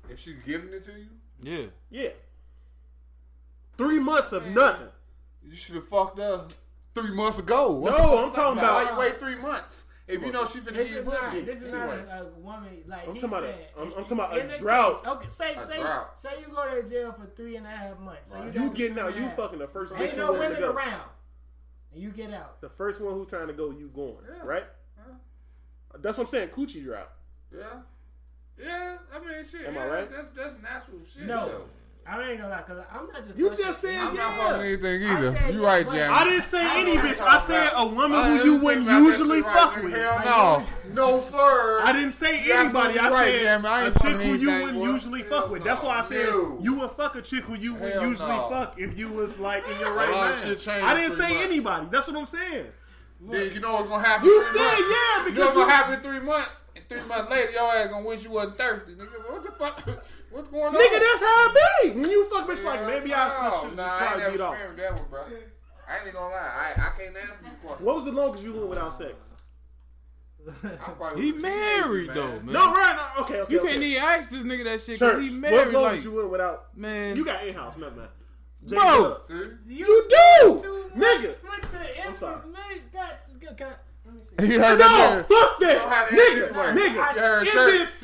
C: If she's giving it to you,
B: Yeah.
E: Yeah. Three months of nothing.
C: you should have fucked her three months ago.
E: No,
C: What the fuck
E: I'm
C: you
E: talking
C: Why
E: about-
C: you wait three months if you know she finna give
A: This
C: you
A: is not.
C: pussy?
A: This is
C: She
A: not
C: wait.
A: a, a woman like
E: I'm
A: he
E: talking about a-
A: said.
E: I'm- I'm talking about a
A: In the
E: drought.
A: Case, okay, say say
C: drought.
A: say you go to jail for three and a half months. So
E: You
A: don't
E: getting
A: do
E: out, you
A: that.
E: fucking the first bitch
A: Ain't
E: you
A: no
E: wanted to
A: women
E: go.
A: around. And you get out.
E: The first one who trying to go, you going,
C: Yeah.
E: right?
C: Yeah.
E: That's what I'm saying, coochie drought.
C: Yeah, yeah. I mean, shit.
E: Am I
C: yeah,
E: right?
C: That's, that's natural shit.
A: No.
C: though.
A: I ain't gonna lie, cause I'm not just.
E: You
A: fucking-
E: just said
C: I'm not
E: Yeah.
C: fucking anything
A: I
C: either.
A: said
C: You
A: yes,
C: right,
A: but-
C: Jamie?
E: I didn't say any bitch. I said a woman
C: I
E: who you
C: didn't
E: wouldn't
C: think about that
E: usually
C: shit right
E: fuck
C: there.
E: with.
C: Hell no, no sir.
E: I didn't say
C: You
E: anybody. I
C: absolutely right,
E: said
C: Jeremy. I ain't
E: a chick
C: fucking
E: who you
C: anything,
E: wouldn't
C: boy.
E: usually
C: Hell
E: fuck with. That's why I said
C: no.
E: you would fuck a chick who you would
C: Hell
E: usually
C: no.
E: fuck if you was like in your
C: A
E: right
C: lot of
E: mind.
C: shit changed
E: I didn't
C: pretty
E: say
C: much.
E: anybody. That's what I'm saying.
C: Then you know what's gonna happen.
E: You
C: in three
E: said
C: months.
E: yeah
C: You know
E: because
C: what's
E: you,
C: gonna happen in three months? And three months later, your ass gonna wish you wasn't thirsty, nigga. What the fuck? (laughs) What's going on?
E: nigga. That's how it be. When you fuck bitch, like
C: Yeah,
E: maybe
C: wow.
E: I should
C: Nah,
E: just
C: I ain't
E: probably
C: never
E: beat off.
C: experienced that one, bro. I ain't even gonna lie. I, I can't answer this question.
E: What was the longest you went without sex?
C: I probably
B: He
C: was a teenager,
B: married
C: man.
B: though, man.
E: No, right? No, okay, okay.
B: you
E: okay.
B: can't even ask this nigga that shit. 'cause
E: Church.
B: He
E: What's
B: married,
E: long
K: (laughs)
B: like
E: as you went without?
B: man.
E: You got in house, never mind. Jake
B: Bro.
E: Up.
C: See?
A: You
C: do!
A: too much
E: Nigga.
A: With the
E: I'm sorry.
A: information that- God, let me see.
K: He heard
E: No,
K: that.
E: fuck
C: Don't have
E: that,
C: that
E: nigga,
C: anyway.
E: nigga.
C: Yeah,
E: If
C: sure.
E: it's